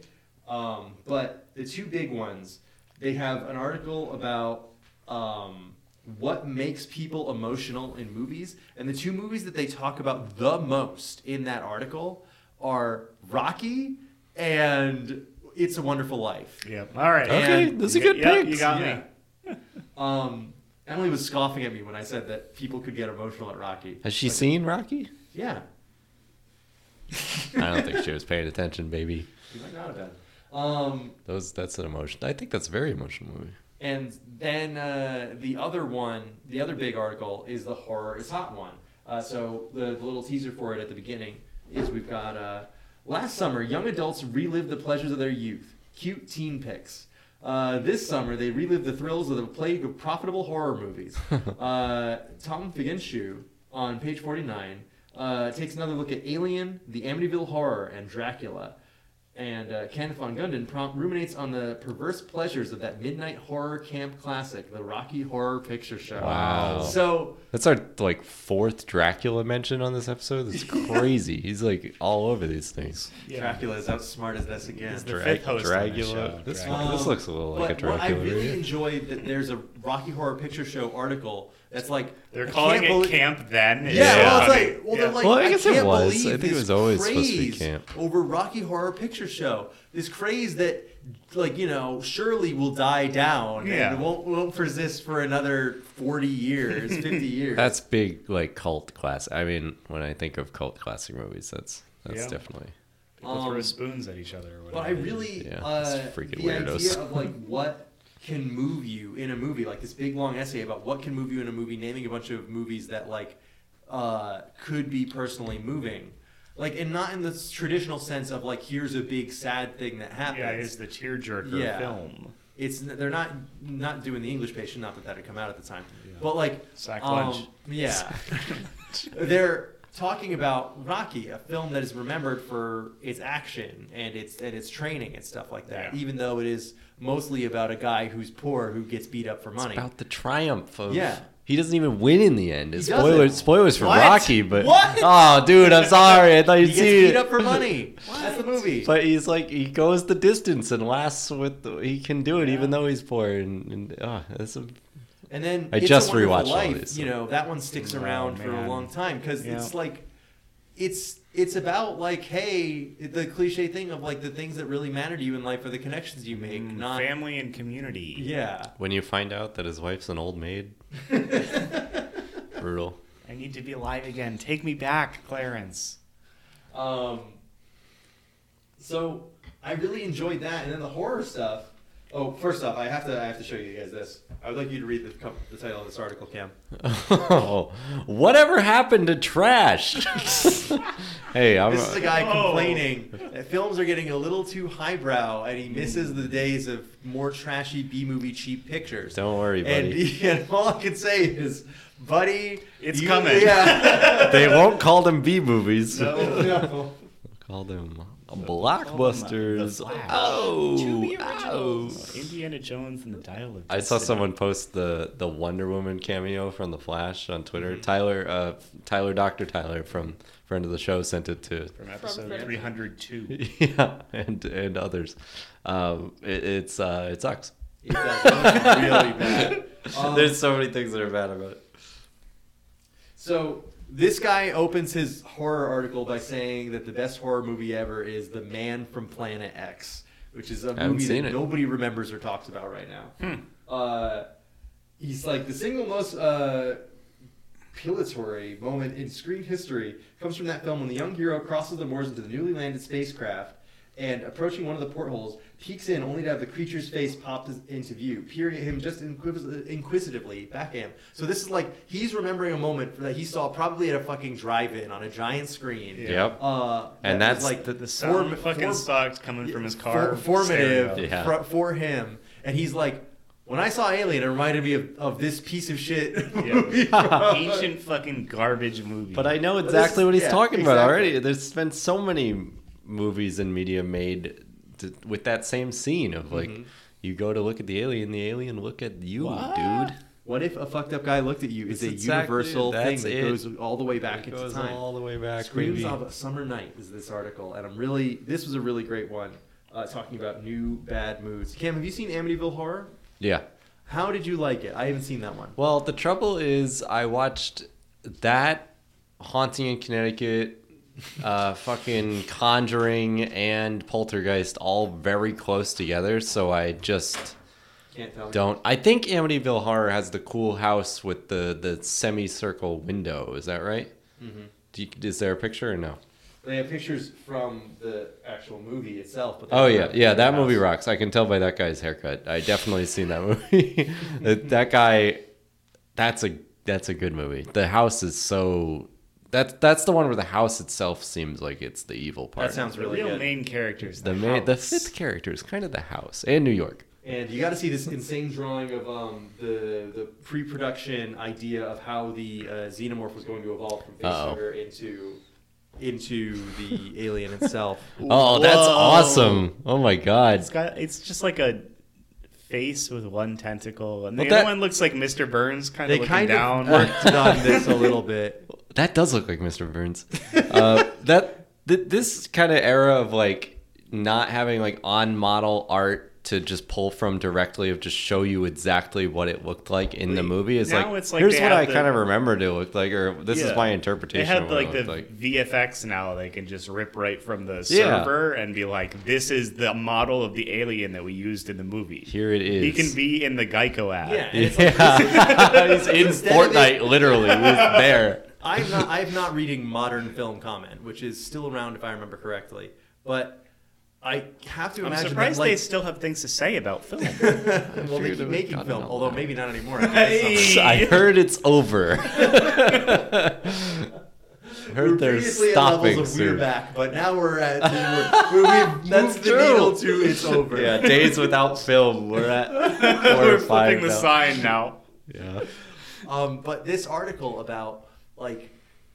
Speaker 2: Um, but the two big ones, they have an article about um, what makes people emotional in movies, and the two movies that they talk about the most in that article are Rocky and It's a Wonderful Life.
Speaker 3: Yep. All right.
Speaker 2: Okay,
Speaker 3: And-
Speaker 1: those are good
Speaker 3: Yep, You
Speaker 1: picks.
Speaker 3: got
Speaker 2: Yeah.
Speaker 3: me.
Speaker 2: Um, Emily was scoffing at me when I said that people could get emotional at Rocky.
Speaker 1: Has she seen Rocky?
Speaker 2: Yeah,
Speaker 1: I don't think she was paying attention, baby.
Speaker 2: she might not have been. Um,
Speaker 1: Those that's an emotion. I think that's a very emotional movie.
Speaker 2: and then uh, the other one, the other big article is the horror is hot one. Uh, so the, the little teaser for it at the beginning is we've got uh, last summer young adults relived the pleasures of their youth. Cute teen pics. Uh, this summer they relived the thrills of the plague of profitable horror movies. uh, Tom Figginshu on page 49 uh, takes another look at Alien, The Amityville Horror, and Dracula. And uh, Ken von Gundy prom- ruminates on the perverse pleasures of that midnight horror camp classic, the Rocky Horror Picture Show.
Speaker 1: Wow.
Speaker 2: So
Speaker 1: That's our like fourth Dracula mention on this episode. That's crazy. He's like all over these things.
Speaker 2: Dracula is out smart as this again.
Speaker 3: The fifth host on the show,
Speaker 1: This,
Speaker 3: Dracula.
Speaker 1: one- this
Speaker 2: Um,
Speaker 1: looks a little like a
Speaker 2: but what I
Speaker 1: Dracula.
Speaker 2: really
Speaker 1: yeah.
Speaker 2: enjoyed that there's a Rocky Horror Picture Show article that's like
Speaker 3: They're
Speaker 2: I
Speaker 3: calling
Speaker 2: can't
Speaker 3: it
Speaker 2: believe-
Speaker 3: camp then.
Speaker 2: Yeah, well, it's
Speaker 3: I mean,
Speaker 2: like, well, they're
Speaker 3: yeah.
Speaker 2: like,
Speaker 1: Well,
Speaker 2: I, guess can't it was.
Speaker 1: I think it was always supposed to be camp.
Speaker 2: over Rocky Horror Picture Show. This craze that, like, you know, surely will die down
Speaker 3: Yeah.
Speaker 2: and won't won't persist for another forty years, fifty years.
Speaker 1: That's big, like cult class. I mean, when I think of cult classic movies, that's That's
Speaker 3: Yeah.
Speaker 1: definitely.
Speaker 3: People
Speaker 2: Um,
Speaker 3: throw spoons at each other or whatever.
Speaker 2: But I really
Speaker 1: Yeah,
Speaker 2: uh,
Speaker 1: it's freaking
Speaker 2: the
Speaker 1: weirdos.
Speaker 2: idea of like what can move you in a movie, like this big long essay about what can move you in a movie, naming a bunch of movies that like uh, could be personally moving, like and not in the s- traditional sense of like here's a big sad thing that happens.
Speaker 3: yeah, is the tearjerker
Speaker 2: Yeah.
Speaker 3: film.
Speaker 2: it's n- they're not not doing the English patient. Not that that had come out at the time, but like
Speaker 3: Sack
Speaker 2: um,
Speaker 3: lunch.
Speaker 2: Yeah, they're talking about Rocky, a film that is remembered for its action and its and its training and stuff like that.
Speaker 3: Yeah.
Speaker 2: Even though it is mostly about a guy who's poor who gets beat up for money.
Speaker 1: About the triumph of.
Speaker 2: Yeah.
Speaker 1: He doesn't even win in the end.
Speaker 2: doesn't.
Speaker 1: Spoilers, spoilers for
Speaker 2: What?
Speaker 1: Rocky, but
Speaker 2: What?
Speaker 1: oh, dude, I'm sorry. I thought
Speaker 2: he
Speaker 1: you'd
Speaker 2: gets
Speaker 1: see
Speaker 2: beat
Speaker 1: it.
Speaker 2: up for money. That's the movie.
Speaker 1: But he's like he goes the distance and lasts with the, he can do it even though he's poor and, and oh, that's a,
Speaker 2: And then
Speaker 1: I
Speaker 2: It's a
Speaker 1: just
Speaker 2: Wonderful
Speaker 1: rewatched all
Speaker 2: Life,
Speaker 1: these,
Speaker 2: You
Speaker 1: so-
Speaker 2: know that one sticks around for a
Speaker 3: Oh, man.
Speaker 2: long time because
Speaker 3: Yeah.
Speaker 2: it's like, it's it's about like hey the cliche thing of like the things that really matter to you in life are the connections you make,
Speaker 3: Mm,
Speaker 2: not
Speaker 3: Family and community.
Speaker 2: Uh, yeah.
Speaker 1: when you find out that his wife's an old maid. Brutal.
Speaker 3: I need to be alive again. Take me back, Clarence.
Speaker 2: Um, so I really enjoyed that, and then the horror stuff. Oh, first off, I have to I have to show you guys this. I would like you to read the, com- the title of this article, Cam.
Speaker 1: Oh, whatever happened to trash? hey, I'm
Speaker 2: This is a guy
Speaker 3: Oh.
Speaker 2: complaining that films are getting a little too highbrow, and he misses the days of more trashy B movie cheap pictures.
Speaker 1: Don't worry,
Speaker 2: and,
Speaker 1: buddy.
Speaker 2: and all I can say is, buddy,
Speaker 3: It's coming.
Speaker 2: Yeah.
Speaker 1: they won't call them B movies.
Speaker 2: No.
Speaker 1: Call them blockbusters.
Speaker 3: Flash.
Speaker 1: Oh,
Speaker 3: Indiana Jones and the Dial of
Speaker 1: I saw
Speaker 3: Destiny.
Speaker 1: someone post the the Wonder Woman cameo from The Flash on Twitter.
Speaker 2: Mm-hmm.
Speaker 1: Tyler, uh, Tyler, Doctor Tyler from friend of the show sent it to
Speaker 3: from episode
Speaker 4: From-
Speaker 3: 302.
Speaker 1: yeah, and and others. Um, it, it's uh, it sucks.
Speaker 2: It does look really bad. Um,
Speaker 1: There's so many things that are bad about it.
Speaker 2: So this guy opens his horror article by saying that the best horror movie ever is The Man from Planet X, which is a
Speaker 1: Haven't
Speaker 2: movie
Speaker 1: seen
Speaker 2: that
Speaker 1: it.
Speaker 2: nobody remembers or talks about right now.
Speaker 3: Hmm.
Speaker 2: Uh, he's like the single most uh, pilatory moment in screen history comes from that film when the young hero crosses the moors into the newly landed spacecraft and approaching one of the portholes peeks in only to have the creature's face popped his- into view peering at him just inquis- inquisitively back at him so this is like he's remembering a moment that he saw probably at a fucking drive-in on a giant screen
Speaker 1: Yep.
Speaker 2: uh,
Speaker 1: And
Speaker 2: that
Speaker 1: that's
Speaker 2: was, like
Speaker 1: the-
Speaker 3: The sound
Speaker 2: form-
Speaker 3: fucking
Speaker 2: form-
Speaker 3: sucks coming from his
Speaker 2: for-
Speaker 3: car.
Speaker 2: formative
Speaker 3: Stereo.
Speaker 1: Yeah.
Speaker 2: for, for him. And he's like, when I saw Alien, it reminded me of, of this piece of shit. movie from-
Speaker 3: Ancient fucking garbage movie.
Speaker 1: But I know
Speaker 2: this
Speaker 1: exactly
Speaker 2: is-
Speaker 1: what he's
Speaker 2: yeah,
Speaker 1: talking about
Speaker 2: exactly.
Speaker 1: already. There's been so many movies and media made to, with that same scene of like, you go to look at the alien, the alien look at you, dude.
Speaker 2: Mm-hmm. What if a fucked up guy looked at you is
Speaker 1: That's
Speaker 2: a
Speaker 1: exactly-
Speaker 2: universal thing
Speaker 1: that's
Speaker 2: that
Speaker 1: it.
Speaker 2: goes all the way back
Speaker 1: It
Speaker 2: into
Speaker 1: goes
Speaker 2: time.
Speaker 1: all the way back,
Speaker 2: Screams
Speaker 1: baby.
Speaker 2: of a Summer Night is this article, and I'm really this was a really great one uh, talking about new bad moods. Cam, have you seen Amityville Horror?
Speaker 1: Yeah.
Speaker 2: How did you like it? I haven't seen that one.
Speaker 1: Well, the trouble is, I watched that Haunting in Connecticut, uh, fucking Conjuring, and Poltergeist all very close together. So I just
Speaker 2: Can't tell.
Speaker 1: don't. I think Amityville Horror has the cool house with the the semicircle window. Is that right? Do you, is there a picture or no?
Speaker 2: They have pictures from the actual movie itself. But they
Speaker 1: Oh
Speaker 2: don't
Speaker 1: yeah,
Speaker 2: have
Speaker 1: yeah.
Speaker 2: the
Speaker 1: That
Speaker 2: house.
Speaker 1: movie rocks. I can tell by that guy's haircut. I definitely seen that movie. that, that guy, that's a that's a good movie. The house is so that's that's the one where the house itself seems like it's the evil part.
Speaker 2: That sounds
Speaker 3: the
Speaker 2: really
Speaker 3: real
Speaker 2: good.
Speaker 3: main characters.
Speaker 1: the ma- the
Speaker 3: house.
Speaker 1: fifth character is kind of the house and New York.
Speaker 2: And you got to see this insane drawing of um, the the pre-production idea of how the uh, xenomorph was going to evolve from
Speaker 1: Uh-oh.
Speaker 2: facehugger into into the alien itself.
Speaker 1: Oh, that's
Speaker 3: Whoa.
Speaker 1: awesome! Oh my god,
Speaker 3: It's got. It's just like a face with one tentacle, and the
Speaker 1: Well,
Speaker 3: other
Speaker 1: that-
Speaker 3: one looks like Mr. Burns, kind
Speaker 2: They
Speaker 3: of looking
Speaker 2: kind of
Speaker 3: down.
Speaker 2: worked on this a little bit.
Speaker 1: that does look like Mr. Burns. Uh, that th- this kind of era of like not having like on model art to just pull from directly of just show you exactly what it looked like in the movie is
Speaker 3: now
Speaker 1: like,
Speaker 3: it's like
Speaker 1: here's
Speaker 3: they
Speaker 1: what
Speaker 3: have
Speaker 1: I
Speaker 3: the-
Speaker 1: kind of remembered it looked like or this
Speaker 3: Yeah.
Speaker 1: is my interpretation.
Speaker 3: They have
Speaker 1: of what
Speaker 3: like
Speaker 1: it
Speaker 3: the
Speaker 1: looked like.
Speaker 3: VFX now. They can just rip right from the
Speaker 1: Yeah.
Speaker 3: server and be like, "This is the model of the alien that we used in the movie."
Speaker 1: Here it is.
Speaker 3: He can be in the Geico ad.
Speaker 2: Yeah, and it's like,
Speaker 1: Yeah, he's in
Speaker 2: Instead of it-
Speaker 1: Fortnite. Literally, he's there.
Speaker 2: I'm not. I'm not reading modern film comment, which is still around if I remember correctly. But I have to
Speaker 3: I'm
Speaker 2: imagine
Speaker 3: surprised
Speaker 2: that, like,
Speaker 3: they still have things to say about film.
Speaker 2: well, they keep making film, although maybe not anymore. after this summer.
Speaker 7: I heard it's over.
Speaker 2: We were
Speaker 7: heard they're
Speaker 2: previously at
Speaker 7: stopping
Speaker 2: levels of we're
Speaker 7: soon.
Speaker 2: back, but now we're at we're, we're, we've
Speaker 7: That's
Speaker 2: moved
Speaker 7: true.
Speaker 2: the needle to it's over.
Speaker 7: Yeah, days without film. We're at four or
Speaker 3: We're
Speaker 7: five
Speaker 3: flipping the
Speaker 7: now.
Speaker 3: sign now.
Speaker 7: Yeah.
Speaker 2: Um, but this article about like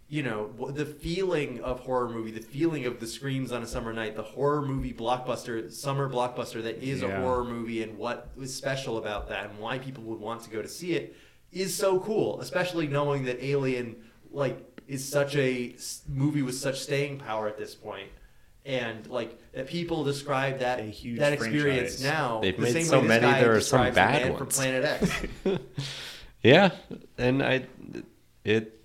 Speaker 2: you know wh- the feeling of horror movie, the feeling of the screams on a summer night, the horror movie blockbuster, summer blockbuster that is a
Speaker 3: Yeah.
Speaker 2: horror movie, and what was special about that, and why people would want to go to see it, is so cool. Especially knowing that Alien like is such a s- movie with such staying power at this point. And like that, people describe that
Speaker 3: A huge
Speaker 2: that experience
Speaker 3: franchise.
Speaker 2: now.
Speaker 7: They've
Speaker 2: the
Speaker 7: made
Speaker 2: same
Speaker 7: so
Speaker 2: way this
Speaker 7: many,
Speaker 2: guy
Speaker 7: there are some
Speaker 2: describes
Speaker 7: bad
Speaker 2: Man From
Speaker 7: ones.
Speaker 2: Planet X.
Speaker 7: Yeah, and I, it,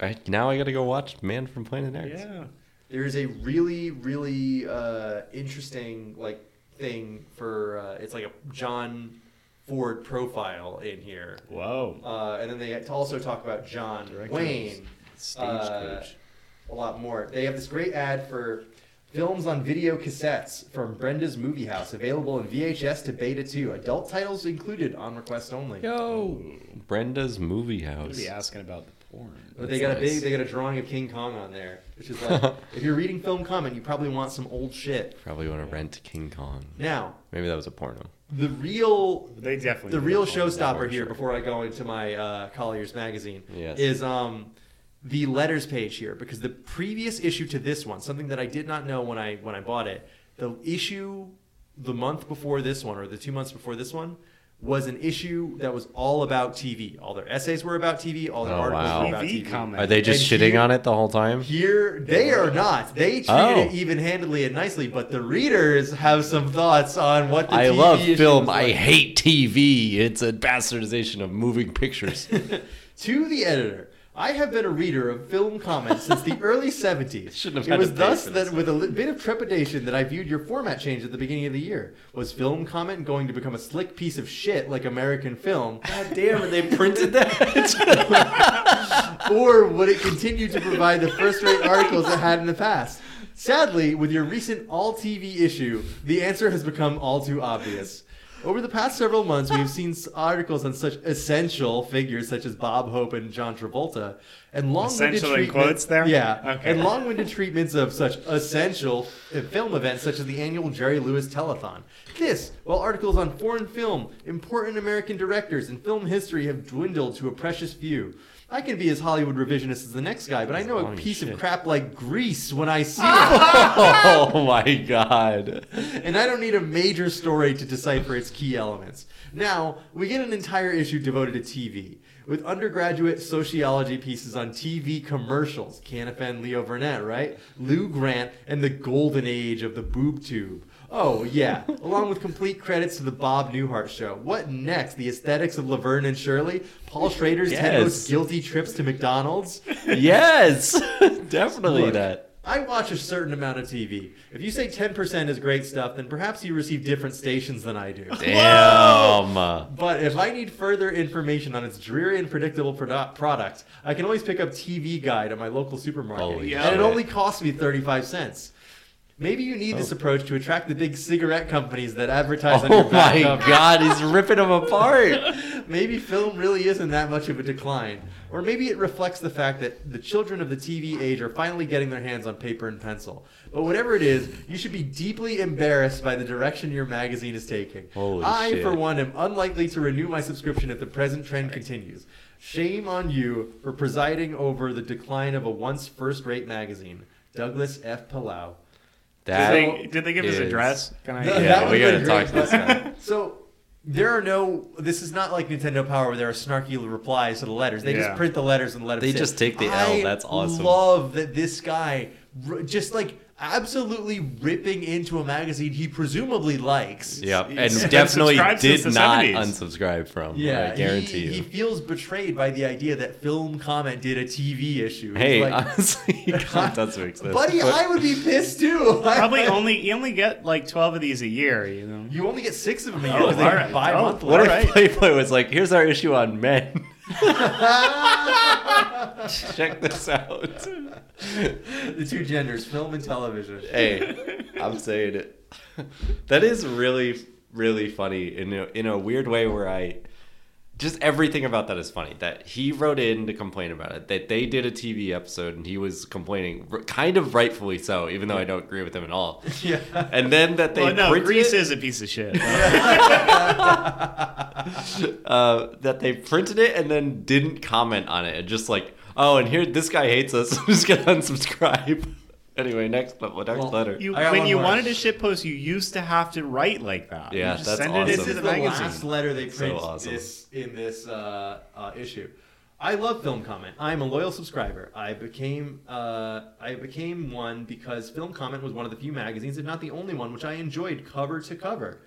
Speaker 7: I now I gotta go watch Man from Planet X.
Speaker 3: Yeah.
Speaker 2: there is a really really uh, interesting like thing for uh, it's like a John Ford profile in here,
Speaker 3: Whoa.
Speaker 2: uh, and then they also talk about John Wayne uh,
Speaker 3: Stagecoach.
Speaker 2: a lot more. They have this great ad for films on video cassettes from Brenda's Movie House, available in VHS to Beta 2. Adult titles included on request only.
Speaker 7: Yo, Brenda's Movie House.
Speaker 3: be asking about the porn.
Speaker 2: But they got a big, they got a drawing of King Kong on there, which is like, if you're reading film comment, you probably want some old shit.
Speaker 7: Probably want to rent King Kong.
Speaker 2: Now,
Speaker 7: Maybe that was a porno.
Speaker 2: the real
Speaker 3: They definitely
Speaker 2: the
Speaker 3: need
Speaker 2: real
Speaker 3: a porn.
Speaker 2: showstopper here before I go into my uh, Collier's magazine
Speaker 7: Yes.
Speaker 2: is um the letters page here because the previous issue to this one something that I did not know when I when I bought it the issue the month before this one or the two months before this one was an issue that was all about TV all their essays were about TV all their
Speaker 7: Oh,
Speaker 2: articles
Speaker 7: wow.
Speaker 2: were about
Speaker 3: TV
Speaker 2: TV
Speaker 3: comment.
Speaker 7: Are they just
Speaker 2: And
Speaker 7: shitting
Speaker 2: here-
Speaker 7: on it the whole time?
Speaker 2: here they are not they treat
Speaker 7: Oh.
Speaker 2: it even-handedly and nicely but the readers have some thoughts on what the
Speaker 7: I
Speaker 2: TV
Speaker 7: love
Speaker 2: issue
Speaker 7: film.
Speaker 2: was like.
Speaker 7: I hate TV. It's a bastardization of moving pictures.
Speaker 2: to the editor. I have been a reader of film comments since the early 70s.
Speaker 7: Shouldn't have
Speaker 2: it
Speaker 7: had
Speaker 2: was
Speaker 7: to pay
Speaker 2: thus
Speaker 7: for
Speaker 2: that,
Speaker 7: this.
Speaker 2: with a li- bit of trepidation, that I viewed your format change at the beginning of the year. Was film comment going to become a slick piece of shit like American film? God damn it, they printed that. or would it continue to provide the first-rate articles it had in the past? Sadly, with your recent all TV issue, the answer has become all too obvious. Over the past several months, we've seen s- articles on such essential figures such as Bob Hope and John Travolta, and long-winded
Speaker 3: Essential in
Speaker 2: treatment-
Speaker 3: quotes there?
Speaker 2: Yeah,
Speaker 3: Okay.
Speaker 2: and long-winded treatments of such essential uh, film events such as the annual Jerry Lewis Telethon. This, while articles on foreign film, important American directors, and film history have dwindled to a precious few. I can be as Hollywood revisionist as the next guy, but I know a piece of crap like Grease when I see it.
Speaker 7: oh my god.
Speaker 2: and I don't need a major story to decipher its key elements. Now, we get an entire issue devoted to TV, with undergraduate sociology pieces on TV commercials. Can't offend Leo Burnett, right? Lou Grant and the golden age of the boob tube. Oh, yeah, along with complete credits to the Bob Newhart show. What next? The aesthetics of Laverne and Shirley? Paul Schrader's
Speaker 7: Yes.
Speaker 2: 10 most guilty trips to McDonald's?
Speaker 7: Yes, definitely
Speaker 2: Look,
Speaker 7: that.
Speaker 2: I watch a certain amount of TV. If you say 10% is great stuff, then perhaps you receive different stations than I do.
Speaker 7: Damn.
Speaker 2: But if I need further information on its dreary and predictable produ- product, I can always pick up TV Guide at my local supermarket.
Speaker 7: Holy
Speaker 2: and
Speaker 7: shit.
Speaker 2: it only costs me 35 cents. Maybe you need this approach to attract the big cigarette companies that advertise on your
Speaker 7: Oh
Speaker 2: back
Speaker 7: my
Speaker 2: cover.
Speaker 7: god, he's ripping them apart.
Speaker 2: Maybe film really isn't that much of a decline. Or maybe it reflects the fact that the children of the TV age are finally getting their hands on paper and pencil. But whatever it is, you should be deeply embarrassed by the direction your magazine is taking.
Speaker 7: Holy
Speaker 2: I,
Speaker 7: shit.
Speaker 2: for one, am unlikely to renew my subscription if the present trend continues. Shame on you for presiding over the decline of a once first rate magazine. Douglas F. Palau.
Speaker 3: Did
Speaker 7: That
Speaker 3: they, did they give his
Speaker 7: is-
Speaker 3: address? Can I?
Speaker 2: No,
Speaker 7: Yeah,
Speaker 2: that
Speaker 7: we
Speaker 2: would've been
Speaker 7: gotta talk to
Speaker 2: great,
Speaker 7: this
Speaker 2: but-
Speaker 7: guy.
Speaker 2: So there are no. This is not like Nintendo Power where there are snarky replies to the letters. They
Speaker 3: Yeah.
Speaker 2: just print the letters and let it.
Speaker 7: They
Speaker 2: sit.
Speaker 7: just take the L.
Speaker 2: I
Speaker 7: That's awesome.
Speaker 2: Love that this guy r- just like absolutely ripping into a magazine he presumably likes.
Speaker 7: Yeah,
Speaker 3: He's
Speaker 7: and
Speaker 3: been
Speaker 7: definitely
Speaker 3: subscribed since
Speaker 7: did
Speaker 3: the
Speaker 7: not
Speaker 3: 70s.
Speaker 7: unsubscribe from.
Speaker 2: Yeah,
Speaker 7: I guarantee
Speaker 2: he,
Speaker 7: you.
Speaker 2: he feels betrayed by the idea that Film Comment did a TV issue. He's
Speaker 7: hey,
Speaker 2: like,
Speaker 7: honestly, God, that's makes sense.
Speaker 2: buddy, I would be pissed too.
Speaker 3: Probably only you only get like twelve of these a year. You know.
Speaker 2: You only get six of them a year
Speaker 3: Oh,
Speaker 2: because they
Speaker 3: all right.
Speaker 2: buy
Speaker 3: Oh,
Speaker 2: monthly.
Speaker 7: what if
Speaker 3: Alright.
Speaker 7: Playboy was like, "Here's our issue on men."
Speaker 1: Check this out.
Speaker 9: The two genders, film and television.
Speaker 1: hey, I'm saying it. That is really, really funny in a, in a weird way where I just everything about that is funny. That he wrote in to complain about it. That they did a TV episode and he was complaining, r- kind of rightfully so, even though I don't agree with him at all.
Speaker 2: Yeah.
Speaker 1: And then that they
Speaker 3: Well, no,
Speaker 1: printed
Speaker 3: Greece
Speaker 1: it-
Speaker 3: is a piece of shit.
Speaker 1: uh, that they printed it and then didn't comment on it and just like, oh, and here this guy hates us. I'm just gonna unsubscribe. anyway, next level, next
Speaker 9: Well,
Speaker 1: letter.
Speaker 3: You,
Speaker 9: I got
Speaker 3: when
Speaker 9: one
Speaker 3: you
Speaker 9: more.
Speaker 3: wanted to shitpost, you used to have to write like that. You
Speaker 1: Yeah,
Speaker 3: just
Speaker 1: that's
Speaker 3: send
Speaker 1: awesome.
Speaker 3: it
Speaker 9: This
Speaker 3: into
Speaker 9: is
Speaker 3: the
Speaker 9: the
Speaker 3: magazine.
Speaker 9: last letter they
Speaker 1: So
Speaker 9: print
Speaker 1: awesome.
Speaker 9: this in this uh, uh, issue.
Speaker 2: I love Film Comment. I am a loyal subscriber. I became uh, I became one because Film Comment was one of the few magazines, if not the only one, which I enjoyed cover to cover.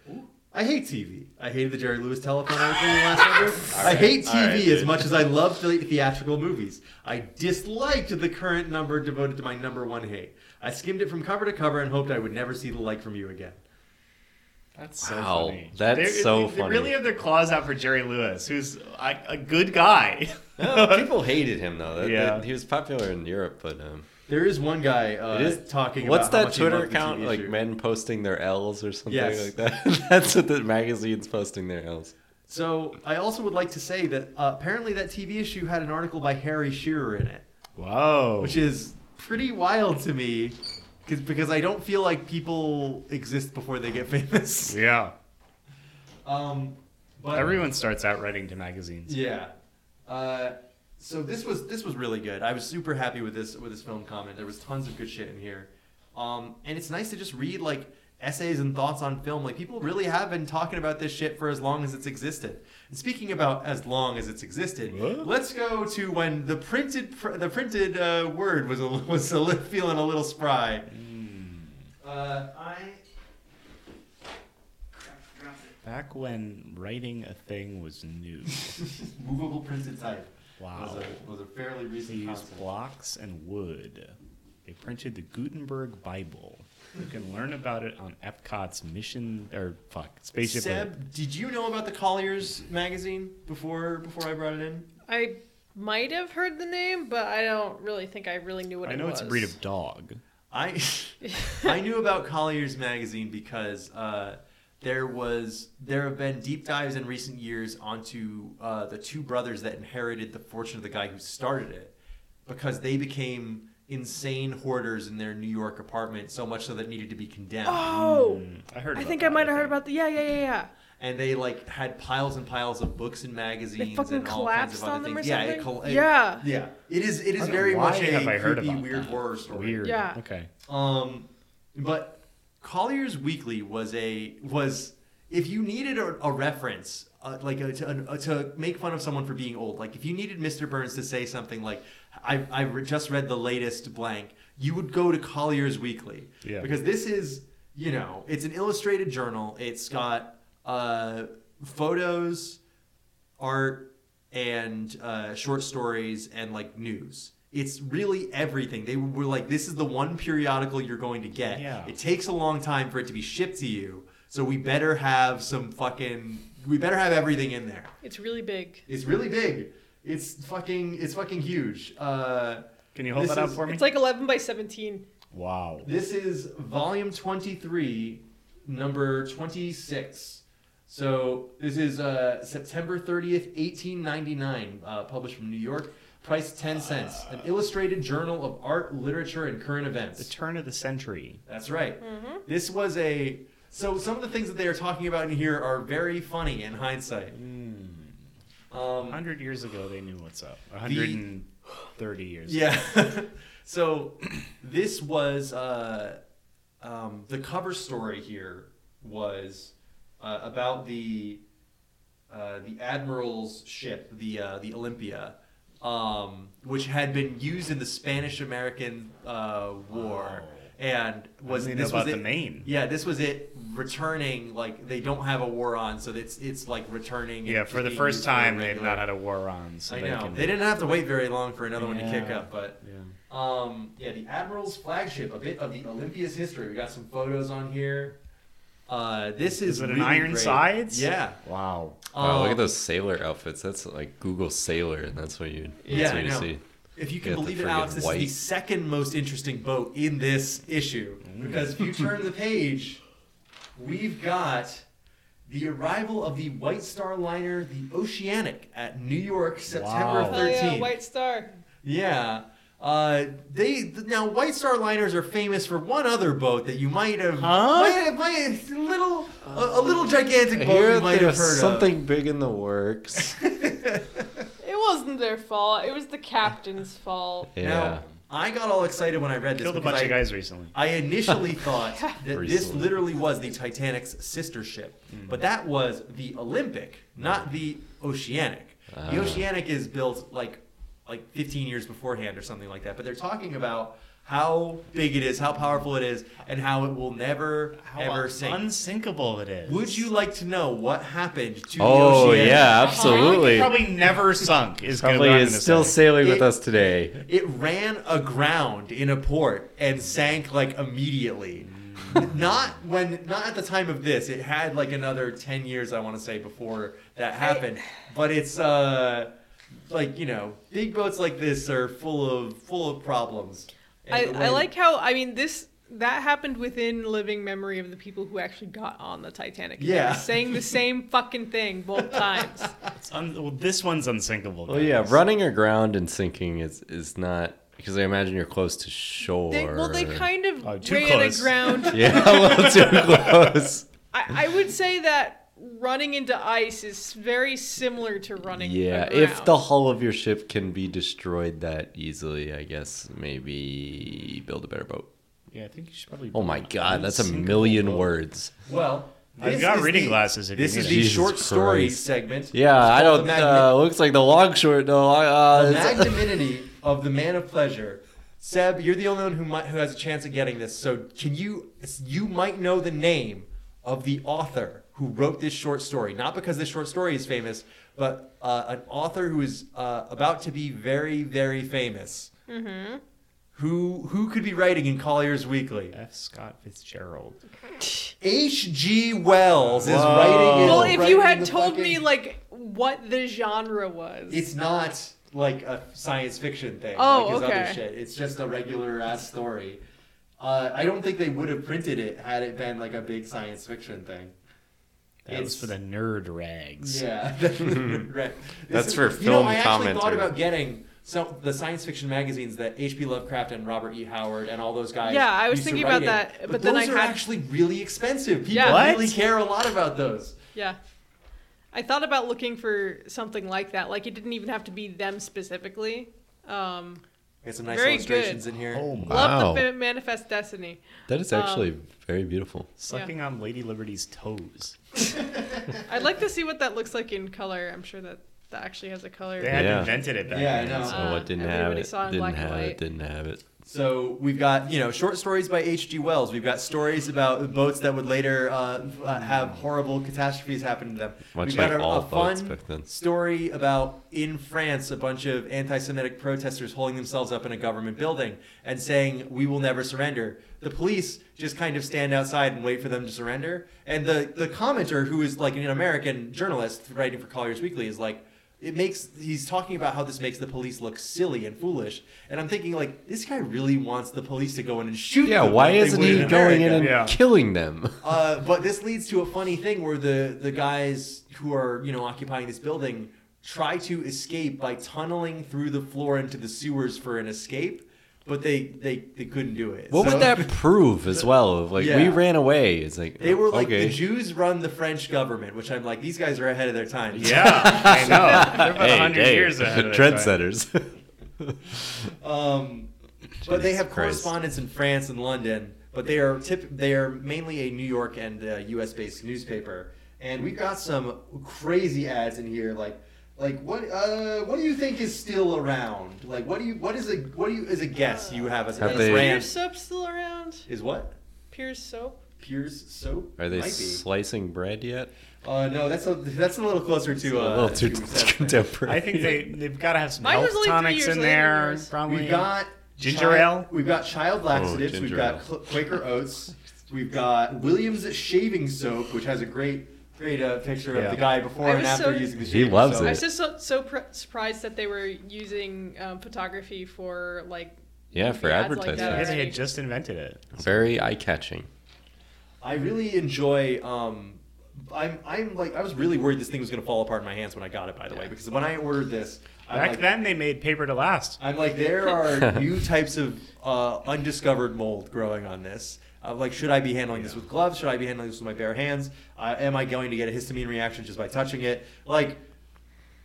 Speaker 2: I hate TV. I hated the Jerry Lewis telephone I was doing last number. I hate TV as much as I love the- theatrical movies. I disliked the current number devoted to my number one hate. I skimmed it from cover to cover and hoped I would never see the like from you again.
Speaker 3: That's so
Speaker 1: Wow,
Speaker 3: funny.
Speaker 1: that's so
Speaker 3: they
Speaker 1: funny.
Speaker 3: really have their claws out for Jerry Lewis, who's a, a good guy.
Speaker 1: No, people hated him though. That-
Speaker 3: Yeah.
Speaker 1: that- he was popular in Europe, but um,
Speaker 2: There is one guy uh,
Speaker 1: it is
Speaker 2: talking.
Speaker 1: What's
Speaker 2: about how
Speaker 1: that
Speaker 2: much he
Speaker 1: Twitter
Speaker 2: loved the
Speaker 1: account?
Speaker 2: TV
Speaker 1: Like
Speaker 2: issue.
Speaker 1: men posting their L's or something
Speaker 2: Yes.
Speaker 1: like that. That's what the magazine's posting their L's.
Speaker 2: So I also would like to say that uh, apparently that TV issue had an article by Harry Shearer in it,
Speaker 3: Whoa.
Speaker 2: which is pretty wild to me, because because I don't feel like people exist before they get famous.
Speaker 3: yeah.
Speaker 2: Um, but
Speaker 3: Everyone starts out writing to magazines.
Speaker 2: yeah. Uh, so this was this was really good. I was super happy with this with this film comment. There was tons of good shit in here, um, and it's nice to just read like essays and thoughts on film. Like people really have been talking about this shit for as long as it's existed. And speaking about as long as it's existed, let's go to when the printed pr- the printed uh, word was a, was a li- feeling a little spry. Uh, I
Speaker 3: Back when writing a thing was new,
Speaker 2: movable printed type.
Speaker 3: Wow.
Speaker 2: Was a, was a fairly
Speaker 3: they
Speaker 2: recent
Speaker 3: used
Speaker 2: concept.
Speaker 3: blocks and wood. They printed the Gutenberg Bible. You can learn about it on Epcot's mission or fuck spaceship. Earth.
Speaker 2: Seb, did you know about the Collier's magazine before before I brought it in?
Speaker 4: I might have heard the name, but I don't really think I really knew what
Speaker 3: I
Speaker 4: it
Speaker 3: know
Speaker 4: was.
Speaker 3: it's a breed of dog.
Speaker 2: I I knew about Collier's magazine because uh, there was there have been deep dives in recent years onto uh, the two brothers that inherited the fortune of the guy who started it because they became insane hoarders in their New York apartment so much so that it needed to be condemned.
Speaker 4: Oh,
Speaker 3: Mm, I heard.
Speaker 4: I
Speaker 3: about
Speaker 4: think
Speaker 3: that,
Speaker 4: I might have heard about the. Yeah, yeah, yeah, yeah.
Speaker 2: and they like had piles and piles of books and magazines
Speaker 4: fucking
Speaker 2: and all kinds
Speaker 4: collapsed
Speaker 2: of other
Speaker 4: on them
Speaker 2: things.
Speaker 4: or
Speaker 2: yeah, It
Speaker 4: something?
Speaker 2: coll- it-
Speaker 4: Yeah.
Speaker 2: yeah. It is. It
Speaker 3: I
Speaker 2: is
Speaker 3: don't know,
Speaker 2: very
Speaker 3: why
Speaker 2: much
Speaker 3: have
Speaker 2: a
Speaker 3: I heard
Speaker 2: creepy,
Speaker 3: about
Speaker 2: weird
Speaker 3: that?
Speaker 2: horror story.
Speaker 3: Weird.
Speaker 4: Yeah.
Speaker 3: Okay.
Speaker 2: Um, but Collier's Weekly was a was if you needed a, a reference. Uh, like uh to, uh, to make fun of someone for being old. Like if you needed Mr. Burns to say something like, "I I re- just read the latest blank," you would go to Collier's Weekly
Speaker 3: Yeah.
Speaker 2: because this is you know it's an illustrated journal. It's got uh, photos, art and uh, short stories and like news. It's really everything. They were like, this is the one periodical you're going to get.
Speaker 3: Yeah.
Speaker 2: It takes a long time for it to be shipped to you, so we better have some fucking. We better have everything in there.
Speaker 4: It's really big.
Speaker 2: It's really big. It's fucking. It's fucking huge. Uh,
Speaker 3: Can you hold
Speaker 2: this
Speaker 3: that up
Speaker 2: is-
Speaker 3: for me?
Speaker 4: It's like 11 by 17.
Speaker 3: wow.
Speaker 2: This is volume 23, number 26. So this is uh, September 30th, 1899, uh, published from New York. Price 10 cents. An illustrated journal of art, literature, and current
Speaker 3: The
Speaker 2: events.
Speaker 3: turn of the century.
Speaker 2: That's right. This was a. So some of the things that they are talking about in here are very funny in hindsight. Um,
Speaker 3: hundred years ago, they knew what's up. hundred and thirty years.
Speaker 2: Yeah. so this was uh, um, the cover story here was uh, about the uh, the admiral's ship, the uh, the Olympia, um, which had been used in the Spanish American uh, War. And was
Speaker 3: only Oh. know
Speaker 2: this was
Speaker 3: about the
Speaker 2: it-
Speaker 3: Maine.
Speaker 2: Yeah, this was it returning. Like they don't have a war on, so it's it's like returning. and
Speaker 3: Yeah, for the
Speaker 2: being
Speaker 3: first
Speaker 2: used a
Speaker 3: time, they've
Speaker 2: regular-
Speaker 3: not had a war on. So
Speaker 2: I
Speaker 3: they
Speaker 2: know.
Speaker 3: Can,
Speaker 2: They didn't have to wait very long for another one to kick
Speaker 3: Yeah.
Speaker 2: up, but
Speaker 3: Yeah.
Speaker 2: um, yeah, the Admiral's flagship, a bit of the Olympia's history. We got some photos on here. Uh, this is,
Speaker 3: Is it an
Speaker 2: really
Speaker 3: iron
Speaker 2: great.
Speaker 3: sides?
Speaker 2: Yeah.
Speaker 3: Wow.
Speaker 1: Wow, look
Speaker 2: Um,
Speaker 1: at those sailor outfits. That's like Google sailor, and that's what you.
Speaker 2: Yeah,
Speaker 1: that's what
Speaker 2: I
Speaker 1: you
Speaker 2: know.
Speaker 1: see.
Speaker 2: If you can
Speaker 1: Yeah, the
Speaker 2: believe it,
Speaker 1: friggin'
Speaker 2: Alex, this is the
Speaker 1: white.
Speaker 2: second most interesting boat in this issue.
Speaker 1: Mm.
Speaker 2: Because if you turn the page, we've got the arrival of the White Star liner, the Oceanic, at New York, September
Speaker 3: Wow.
Speaker 4: Oh yeah,
Speaker 2: 13th.
Speaker 4: White Star.
Speaker 2: Yeah. Uh, they th- now White Star liners are famous for one other boat that you might have,
Speaker 3: Huh?
Speaker 2: might have, might have- little a, a little gigantic boat
Speaker 7: Here
Speaker 2: you might have
Speaker 7: there's
Speaker 2: heard
Speaker 7: something big in the works.
Speaker 2: of.
Speaker 4: It wasn't their fault. It was the captain's fault.
Speaker 7: yeah.
Speaker 2: Now I got all excited when I read this.
Speaker 3: Killed a
Speaker 2: because
Speaker 3: bunch
Speaker 2: I,
Speaker 3: of guys recently.
Speaker 2: I initially thought that this
Speaker 7: Recently.
Speaker 2: literally was the Titanic's sister ship,
Speaker 7: Mm.
Speaker 2: but that was the Olympic, not the Oceanic.
Speaker 7: Ah.
Speaker 2: The Oceanic is built like like 15 years beforehand or something like that. But they're talking about how big it is, how powerful it is, and how it will never
Speaker 3: How
Speaker 2: ever sink.
Speaker 3: unsinkable it is.
Speaker 2: Would you like to know what happened to the
Speaker 7: oh
Speaker 2: Oceanic?
Speaker 7: yeah, absolutely.
Speaker 3: Probably never sunk. Is gonna
Speaker 7: Probably
Speaker 3: be what I'm
Speaker 7: is
Speaker 3: gonna
Speaker 7: still
Speaker 3: say.
Speaker 7: sailing with
Speaker 2: It-
Speaker 7: us today.
Speaker 2: It ran aground in a port and sank like immediately. not when not at the time of this. It had like another 10 years I want to say before that happened. But it's uh like, you know, big boats like this are full of full of problems. And
Speaker 4: I,
Speaker 2: the
Speaker 4: I
Speaker 2: way-
Speaker 4: like how I mean this that happened within living memory of the people who actually got on the Titanic. They were
Speaker 2: Yeah.
Speaker 4: saying the same fucking thing both times.
Speaker 3: It's un- well, this one's unsinkable.
Speaker 7: Well, yeah,
Speaker 3: guys.
Speaker 7: running aground and sinking is is not because I imagine you're close to shore.
Speaker 4: They, well, they kind of
Speaker 3: Oh, too
Speaker 4: ran
Speaker 3: close.
Speaker 4: aground.
Speaker 7: yeah, a little too close.
Speaker 4: I, I would say that running into ice is very similar to running.
Speaker 7: Yeah, if the hull of your ship can be destroyed that easily, I guess maybe build a better boat.
Speaker 3: Yeah, I think you should probably.
Speaker 7: Oh my God, that's a
Speaker 3: Unsinkable
Speaker 7: million
Speaker 3: boat.
Speaker 7: words.
Speaker 2: Well,
Speaker 3: I've
Speaker 2: this
Speaker 3: got
Speaker 2: is
Speaker 3: reading
Speaker 2: the-
Speaker 3: glasses if you
Speaker 2: This
Speaker 3: need
Speaker 2: is
Speaker 3: it.
Speaker 2: the
Speaker 7: Jesus
Speaker 2: short story
Speaker 7: Christ.
Speaker 2: segment.
Speaker 7: Yeah, I
Speaker 2: called the
Speaker 7: don't.
Speaker 2: magna-
Speaker 7: Uh, looks like the long short. No, uh,
Speaker 2: the
Speaker 7: it's-
Speaker 2: magnanimity of the man of pleasure. Seb, you're the only one who might, who has a chance of getting this. So can you you might know the name of the author who wrote this short story? Not because this short story is famous, but uh, an author who is uh, about to be very very famous. Mm-hmm. Who who could be writing in Collier's Weekly?
Speaker 3: F. Scott Fitzgerald.
Speaker 2: H. G. Wells is writing.
Speaker 4: well,
Speaker 2: is
Speaker 4: if you
Speaker 2: writing
Speaker 4: had
Speaker 2: the
Speaker 4: told me
Speaker 2: fucking-
Speaker 4: like what the genre was,
Speaker 2: It's not like a science fiction thing.
Speaker 4: Oh,
Speaker 2: like his
Speaker 4: okay.
Speaker 2: Other shit. It's just a regular ass story. Uh, I don't think they would have printed it had it been like a big science fiction thing.
Speaker 3: That was
Speaker 2: It's-
Speaker 3: for the nerd rags.
Speaker 2: Yeah. right.
Speaker 1: Hmm. That's
Speaker 2: This-
Speaker 1: for
Speaker 2: you know,
Speaker 1: film
Speaker 2: I actually thought
Speaker 1: commenters.
Speaker 2: about getting some the science fiction magazines that H.P. Lovecraft and Robert E. Howard and all those guys.
Speaker 4: Yeah, I was
Speaker 2: used to
Speaker 4: thinking
Speaker 2: write
Speaker 4: about
Speaker 2: in.
Speaker 4: that, but then I
Speaker 2: those are
Speaker 4: had-
Speaker 2: actually really expensive. People
Speaker 4: Yeah.
Speaker 3: What?
Speaker 2: really care a lot about those.
Speaker 4: yeah. I thought about looking for something like that. Like it didn't even have to be them specifically. Um,
Speaker 2: Got some nice
Speaker 4: Very
Speaker 2: illustrations
Speaker 4: good.
Speaker 2: in here.
Speaker 3: Oh my.
Speaker 4: Love
Speaker 7: Wow,
Speaker 4: the fa- manifest destiny.
Speaker 7: that is actually very beautiful.
Speaker 3: Sucking on Lady Liberty's toes.
Speaker 4: I'd like to see what that looks like in color. I'm sure that that actually has a color.
Speaker 3: They hadn't
Speaker 7: Yeah.
Speaker 3: invented it back
Speaker 2: Yeah, I
Speaker 3: then.
Speaker 2: know.
Speaker 7: So
Speaker 4: Uh,
Speaker 7: what didn't have
Speaker 4: everybody
Speaker 7: it?
Speaker 4: saw it in
Speaker 7: Didn't
Speaker 4: black and
Speaker 7: have
Speaker 4: white.
Speaker 7: it. Didn't have it.
Speaker 2: So we've got you know short stories by H.G. Wells. We've got stories about boats that would later uh, uh, have horrible catastrophes happen to them.
Speaker 7: Much
Speaker 2: we've got
Speaker 7: like
Speaker 2: a,
Speaker 7: all
Speaker 2: a
Speaker 7: boats
Speaker 2: fun
Speaker 7: back then.
Speaker 2: story about in France a bunch of anti-Semitic protesters holding themselves up in a government building and saying we will never surrender. The police just kind of stand outside and wait for them to surrender. And the the commenter who is like an American journalist writing for Collier's Weekly is like it makes he's talking about how this makes the police look silly and foolish and i'm thinking like this guy really wants the police to go in and shoot
Speaker 7: Yeah,
Speaker 2: them
Speaker 7: why
Speaker 2: like they
Speaker 7: isn't
Speaker 2: would
Speaker 7: he going in
Speaker 2: America.
Speaker 7: and
Speaker 3: Yeah.
Speaker 7: killing them?
Speaker 2: uh, but this leads to a funny thing where the the guys who are you know occupying this building try to escape by tunneling through the floor into the sewers for an escape but they they, they couldn't do it
Speaker 7: What
Speaker 2: So-
Speaker 7: would that prove as well? Of like we
Speaker 2: Yeah.
Speaker 7: ran away. It's like
Speaker 2: they were like
Speaker 7: okay.
Speaker 2: the jews run the french government which i'm like these guys are ahead of their time
Speaker 3: Yeah, I know. They're about a
Speaker 7: Hey,
Speaker 3: 100
Speaker 7: hey,
Speaker 3: years ahead of their time.
Speaker 7: trendsetters.
Speaker 2: Um, but they
Speaker 7: Jesus
Speaker 2: have
Speaker 7: Christ.
Speaker 2: correspondents in France and London, but they are tip, they are mainly a New York and uh, U.S. based newspaper. And we've got some crazy ads in here, like like what uh, what do you think is still around? Like what do you what is a what do you is a guess you have as a
Speaker 7: Have
Speaker 2: as
Speaker 7: they-
Speaker 4: Is Pure
Speaker 2: brand
Speaker 4: soap still around?
Speaker 2: is what
Speaker 4: Pure soap?
Speaker 2: Piers soap
Speaker 7: Are they
Speaker 2: might be.
Speaker 7: slicing bread yet?
Speaker 2: Uh, no, that's a that's a little closer to uh,
Speaker 7: a little too
Speaker 2: to Seth's thing.
Speaker 7: contemporary.
Speaker 3: I think they, they've got to have some
Speaker 4: Mine was
Speaker 3: health
Speaker 4: only three
Speaker 3: tonics
Speaker 4: years
Speaker 3: in
Speaker 4: later than
Speaker 3: there.
Speaker 4: yours.
Speaker 3: Probably.
Speaker 2: We've got
Speaker 3: Ginger
Speaker 2: chi-
Speaker 3: ale?
Speaker 2: We've got child laxatives. we've
Speaker 7: ginger
Speaker 2: got
Speaker 7: ale.
Speaker 2: Cl- Quaker oats. We've got Williams shaving soap, which has a great, great uh, picture
Speaker 3: Yeah.
Speaker 2: of the guy before
Speaker 4: I
Speaker 2: and
Speaker 4: was
Speaker 2: after
Speaker 4: so-
Speaker 2: using the
Speaker 1: He
Speaker 2: shaving
Speaker 1: loves
Speaker 2: soap.
Speaker 4: I
Speaker 1: it.
Speaker 4: was just so, so pr- surprised that they were using um, photography for like
Speaker 1: Yeah, for
Speaker 4: ads like
Speaker 1: advertising.
Speaker 4: that
Speaker 3: Yeah, they
Speaker 4: already.
Speaker 3: had just invented it.
Speaker 1: Very eye catching.
Speaker 2: I really enjoy. Um, I'm, I'm like, I was really worried this thing was gonna fall apart in my hands when I got it. By the way, because when I ordered this, I'm
Speaker 3: Back
Speaker 2: like,
Speaker 3: then, they made paper to last.
Speaker 2: I'm like, there are new types of uh, undiscovered mold growing on this. I'm like, should I be handling this with gloves? Should I be handling this with my bare hands? Uh, am I going to get a histamine reaction just by touching it? Like,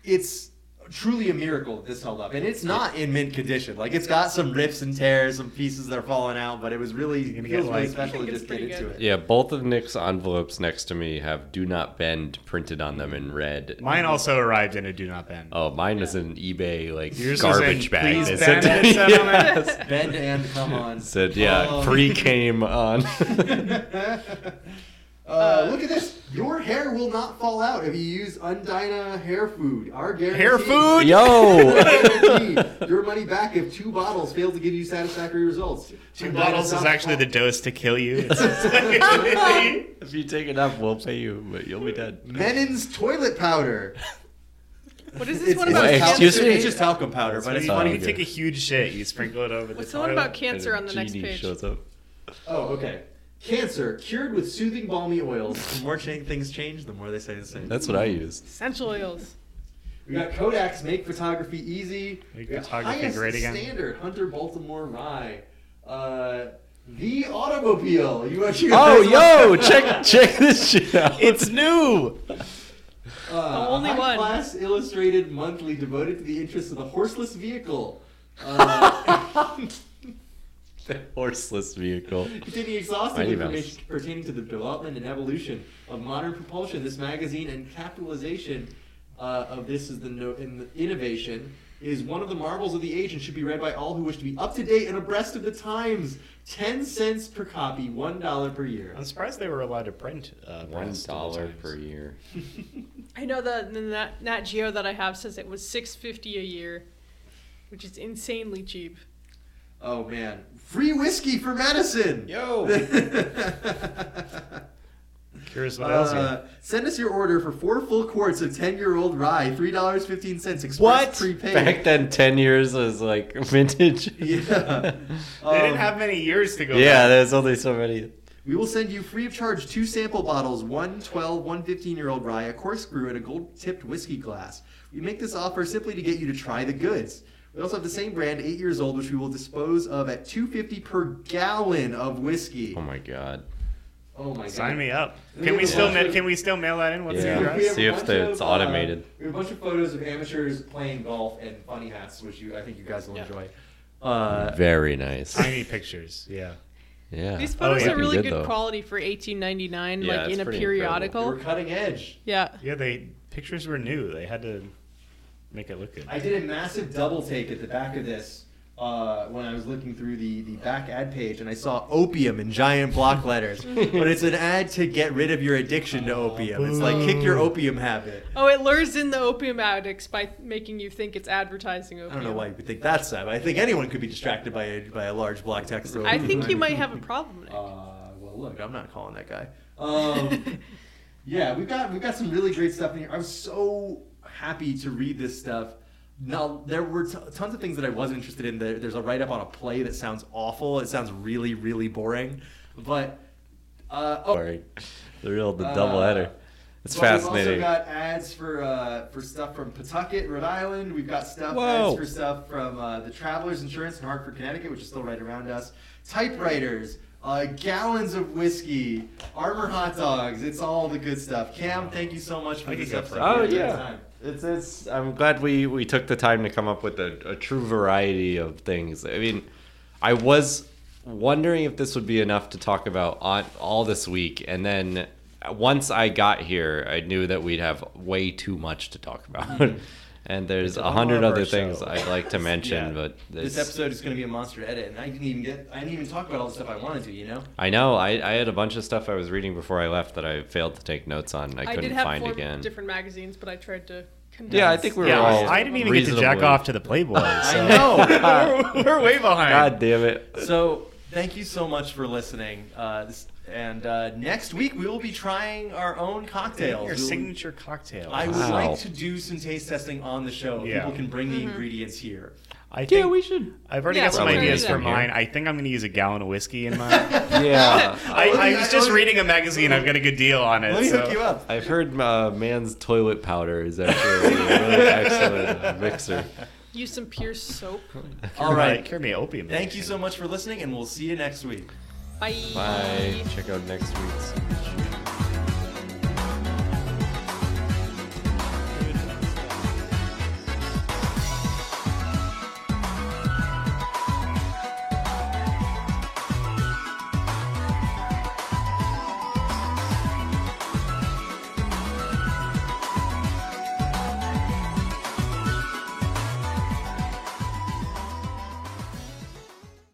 Speaker 2: it's truly a miracle that this held up, and it's not in mint condition. Like, it's got some rips and tears, some pieces that are falling out, but it was really,
Speaker 3: gonna
Speaker 2: it
Speaker 3: get
Speaker 2: was really
Speaker 3: like-
Speaker 2: special to
Speaker 4: I think
Speaker 2: just
Speaker 4: it's
Speaker 2: get
Speaker 4: pretty
Speaker 2: into
Speaker 4: good.
Speaker 2: it.
Speaker 1: Yeah, both of Nick's envelopes next to me have "Do not bend" printed on them in red.
Speaker 3: Mine also arrived in a do not bend.
Speaker 1: oh, mine is an eBay like
Speaker 3: Yours was
Speaker 1: garbage
Speaker 3: in,
Speaker 1: bag.
Speaker 3: "Please
Speaker 1: It
Speaker 3: bend
Speaker 1: said-
Speaker 3: it," said on it.
Speaker 1: Yes.
Speaker 2: Bend and come on.
Speaker 1: Said yeah,
Speaker 2: Um,
Speaker 1: pre came on.
Speaker 2: Uh, look at this. Your hair will not fall out if you use Undyna hair food. Our guarantee.
Speaker 3: Hair food?
Speaker 1: Yo,
Speaker 2: Guarantee your money back if two bottles fail to give you satisfactory results.
Speaker 3: Two bottles is actually the dose to kill you. It's just like-
Speaker 1: if you take it up, we'll pay you, but you'll be dead.
Speaker 2: Menon's toilet powder.
Speaker 4: What is this one
Speaker 1: it's
Speaker 4: about?
Speaker 1: like-
Speaker 4: cancer?
Speaker 1: excuse me?
Speaker 2: It's just talcum powder, but it's
Speaker 3: you
Speaker 2: funny.
Speaker 3: take a huge shit, you sprinkle it over
Speaker 4: What's
Speaker 3: the
Speaker 4: the one
Speaker 3: toilet.
Speaker 4: about cancer on the next
Speaker 1: Genie
Speaker 4: page?
Speaker 1: shows up.
Speaker 2: Oh, okay. Cancer cured with soothing balmy oils. The more ch- things change, the more they say the same.
Speaker 1: That's what I used.
Speaker 4: Essential oils.
Speaker 2: We got Kodak's Make Photography Easy.
Speaker 3: Make
Speaker 2: We got
Speaker 3: photography
Speaker 2: highest
Speaker 3: great again.
Speaker 2: Standard Hunter Baltimore Rye. Uh, the Automobile. You want you
Speaker 1: Oh, yo, check check this shit out.
Speaker 3: It's new.
Speaker 2: Uh,
Speaker 4: only
Speaker 2: high
Speaker 4: one.
Speaker 2: Class Illustrated Monthly devoted to the interests of the horseless vehicle. Uh,
Speaker 1: horseless vehicle.
Speaker 2: containing exhaustive
Speaker 1: Mighty Mouse.
Speaker 2: information pertaining to the development and evolution of modern propulsion. This magazine and capitalization uh, of this is the, no- in the innovation is one of the marvels of the age and should be read by all who wish to be up to date and abreast of the times. Ten cents per copy, one dollar per year.
Speaker 3: I'm surprised they were allowed to print. Uh,
Speaker 1: One
Speaker 3: press
Speaker 1: dollar
Speaker 3: sometimes.
Speaker 1: per year.
Speaker 4: I know the, the Nat, Nat Geo that I have says it was six fifty a year, which is insanely cheap.
Speaker 2: Oh man, free whiskey for Madison.
Speaker 7: Yo.
Speaker 3: Curious what else.
Speaker 2: Uh,
Speaker 3: here.
Speaker 2: send us your order for four full quarts of 10 year old rye, $3.15 express
Speaker 3: What?
Speaker 2: prepaid.
Speaker 1: Back then, ten years was like vintage.
Speaker 2: Yeah.
Speaker 3: They
Speaker 2: Um,
Speaker 3: didn't have many years to go.
Speaker 1: Yeah,
Speaker 3: back.
Speaker 1: there's only so many.
Speaker 2: We will send you free of charge two sample bottles, one 12, one 15 year old rye, a corkscrew, and a gold tipped whiskey glass. We make this offer simply to get you to try the goods. We also have the same brand, eight years old, which we will dispose of at 250 per gallon of whiskey.
Speaker 1: Oh my god.
Speaker 2: Oh my
Speaker 3: Sign me up.
Speaker 2: We
Speaker 3: Can
Speaker 2: have
Speaker 3: we
Speaker 2: a
Speaker 3: still
Speaker 2: lot
Speaker 3: ma-
Speaker 2: of-
Speaker 3: can we still mail that in? What's
Speaker 1: Yeah.
Speaker 3: the
Speaker 2: We
Speaker 3: address?
Speaker 2: have
Speaker 1: See
Speaker 2: a
Speaker 1: if
Speaker 2: bunch
Speaker 1: the- it's
Speaker 2: of, uh,
Speaker 1: automated.
Speaker 2: we have a bunch of photos of amateurs playing golf and funny hats, which you I think you guys will enjoy. Uh,
Speaker 1: Very nice.
Speaker 3: Tiny pictures. Yeah.
Speaker 1: Oh, Yeah.
Speaker 4: These photos
Speaker 3: yeah.
Speaker 4: are really
Speaker 1: Good,
Speaker 4: good,
Speaker 1: though.
Speaker 4: quality for eighteen ninety nine,
Speaker 1: Yeah,
Speaker 4: like
Speaker 1: it's
Speaker 4: in a
Speaker 1: pretty
Speaker 4: periodical.
Speaker 2: they were cutting edge.
Speaker 4: Yeah.
Speaker 3: Yeah. They pictures were new. They had to make it look good.
Speaker 2: I did a massive double take at the back of this uh, when I was looking through the, the back ad page, and I saw opium in giant block letters. but it's an ad to get rid of your addiction to opium. It's like kick your opium habit.
Speaker 4: Oh, it lures in the opium addicts by making you think it's advertising
Speaker 2: I
Speaker 4: opium.
Speaker 2: don't know why you would think that's that. But I think anyone could be distracted by a, by a large block text. of
Speaker 4: I
Speaker 2: opium.
Speaker 4: think you might have a problem. Nick.
Speaker 2: Uh, well, look, I'm not calling that guy. Um, yeah, we've got we've got some really great stuff in here. I was so happy to read this stuff. Now there were t- tons of things that I wasn't interested in. There, there's a write up on a play that sounds awful. It sounds really really boring, but uh, oh,
Speaker 1: Sorry. The real the
Speaker 2: Uh,
Speaker 1: double header. It's
Speaker 2: but
Speaker 1: fascinating.
Speaker 2: We've also got ads for uh, for stuff from Pawtucket, Rhode Island. We've got stuff
Speaker 1: Whoa.
Speaker 2: ads for stuff from uh, the Travelers Insurance in Hartford, Connecticut, which is still right around us. Typewriters, uh, gallons of whiskey, Armor hot dogs. It's all the good stuff. Cam, thank you so much for
Speaker 3: Thank you,
Speaker 2: this
Speaker 3: Cam,
Speaker 2: episode.
Speaker 3: for that.
Speaker 1: Oh,
Speaker 2: We had a great
Speaker 1: yeah.
Speaker 2: time.
Speaker 1: It's it's. I'm glad we we took the time to come up with a, a true variety of things. I mean, I was wondering if this would be enough to talk about on all this week, and then once I got here, I knew that we'd have way too much to talk about. and there's a
Speaker 3: lot
Speaker 1: hundred
Speaker 3: of our
Speaker 1: other things
Speaker 3: show.
Speaker 1: I'd like to mention,
Speaker 2: Yeah.
Speaker 1: but
Speaker 2: This
Speaker 1: it's-
Speaker 2: episode is going to be a monster to edit, and I didn't even get I didn't even talk about all the stuff I wanted to. You know.
Speaker 1: I know I, I had a bunch of stuff I was reading before I left that I failed to take notes on. I
Speaker 4: I
Speaker 1: couldn't
Speaker 4: did have
Speaker 1: find
Speaker 4: four
Speaker 1: again.
Speaker 4: different magazines, but I tried to condense.
Speaker 1: Yeah, I think we were
Speaker 3: yeah,
Speaker 1: all.
Speaker 3: I didn't even get to jack
Speaker 1: reasonably-
Speaker 3: off to the Playboy. So.
Speaker 2: know.
Speaker 3: we're, we're way behind.
Speaker 1: God damn it.
Speaker 2: So Thank you so much for listening. Uh, this- and uh, next week we will be trying our own cocktails. We'll-
Speaker 3: Your signature cocktail.
Speaker 2: I would
Speaker 1: Wow.
Speaker 2: like to do some taste testing on the show.
Speaker 3: Yeah.
Speaker 2: People can bring the ingredients here.
Speaker 3: I think
Speaker 1: should.
Speaker 3: I've already
Speaker 4: Yeah,
Speaker 3: got some
Speaker 4: we're gonna
Speaker 3: ideas
Speaker 4: do
Speaker 3: for
Speaker 4: that.
Speaker 3: mine. I think I'm going to use a gallon of whiskey in mine.
Speaker 1: Yeah.
Speaker 3: I, I was just
Speaker 2: I-
Speaker 3: reading a magazine. I've got a good deal on it.
Speaker 2: Let me
Speaker 3: so-
Speaker 2: hook you up.
Speaker 1: I've heard uh, man's toilet powder is actually a really excellent mixer.
Speaker 4: Use some Pierce soap.
Speaker 3: Cure
Speaker 2: All
Speaker 3: my-
Speaker 2: right.
Speaker 3: Cure me of opium.
Speaker 2: Thank you
Speaker 3: addiction.
Speaker 2: so much for listening, and we'll see you next week.
Speaker 4: Bye.
Speaker 1: Bye. Check out next week's.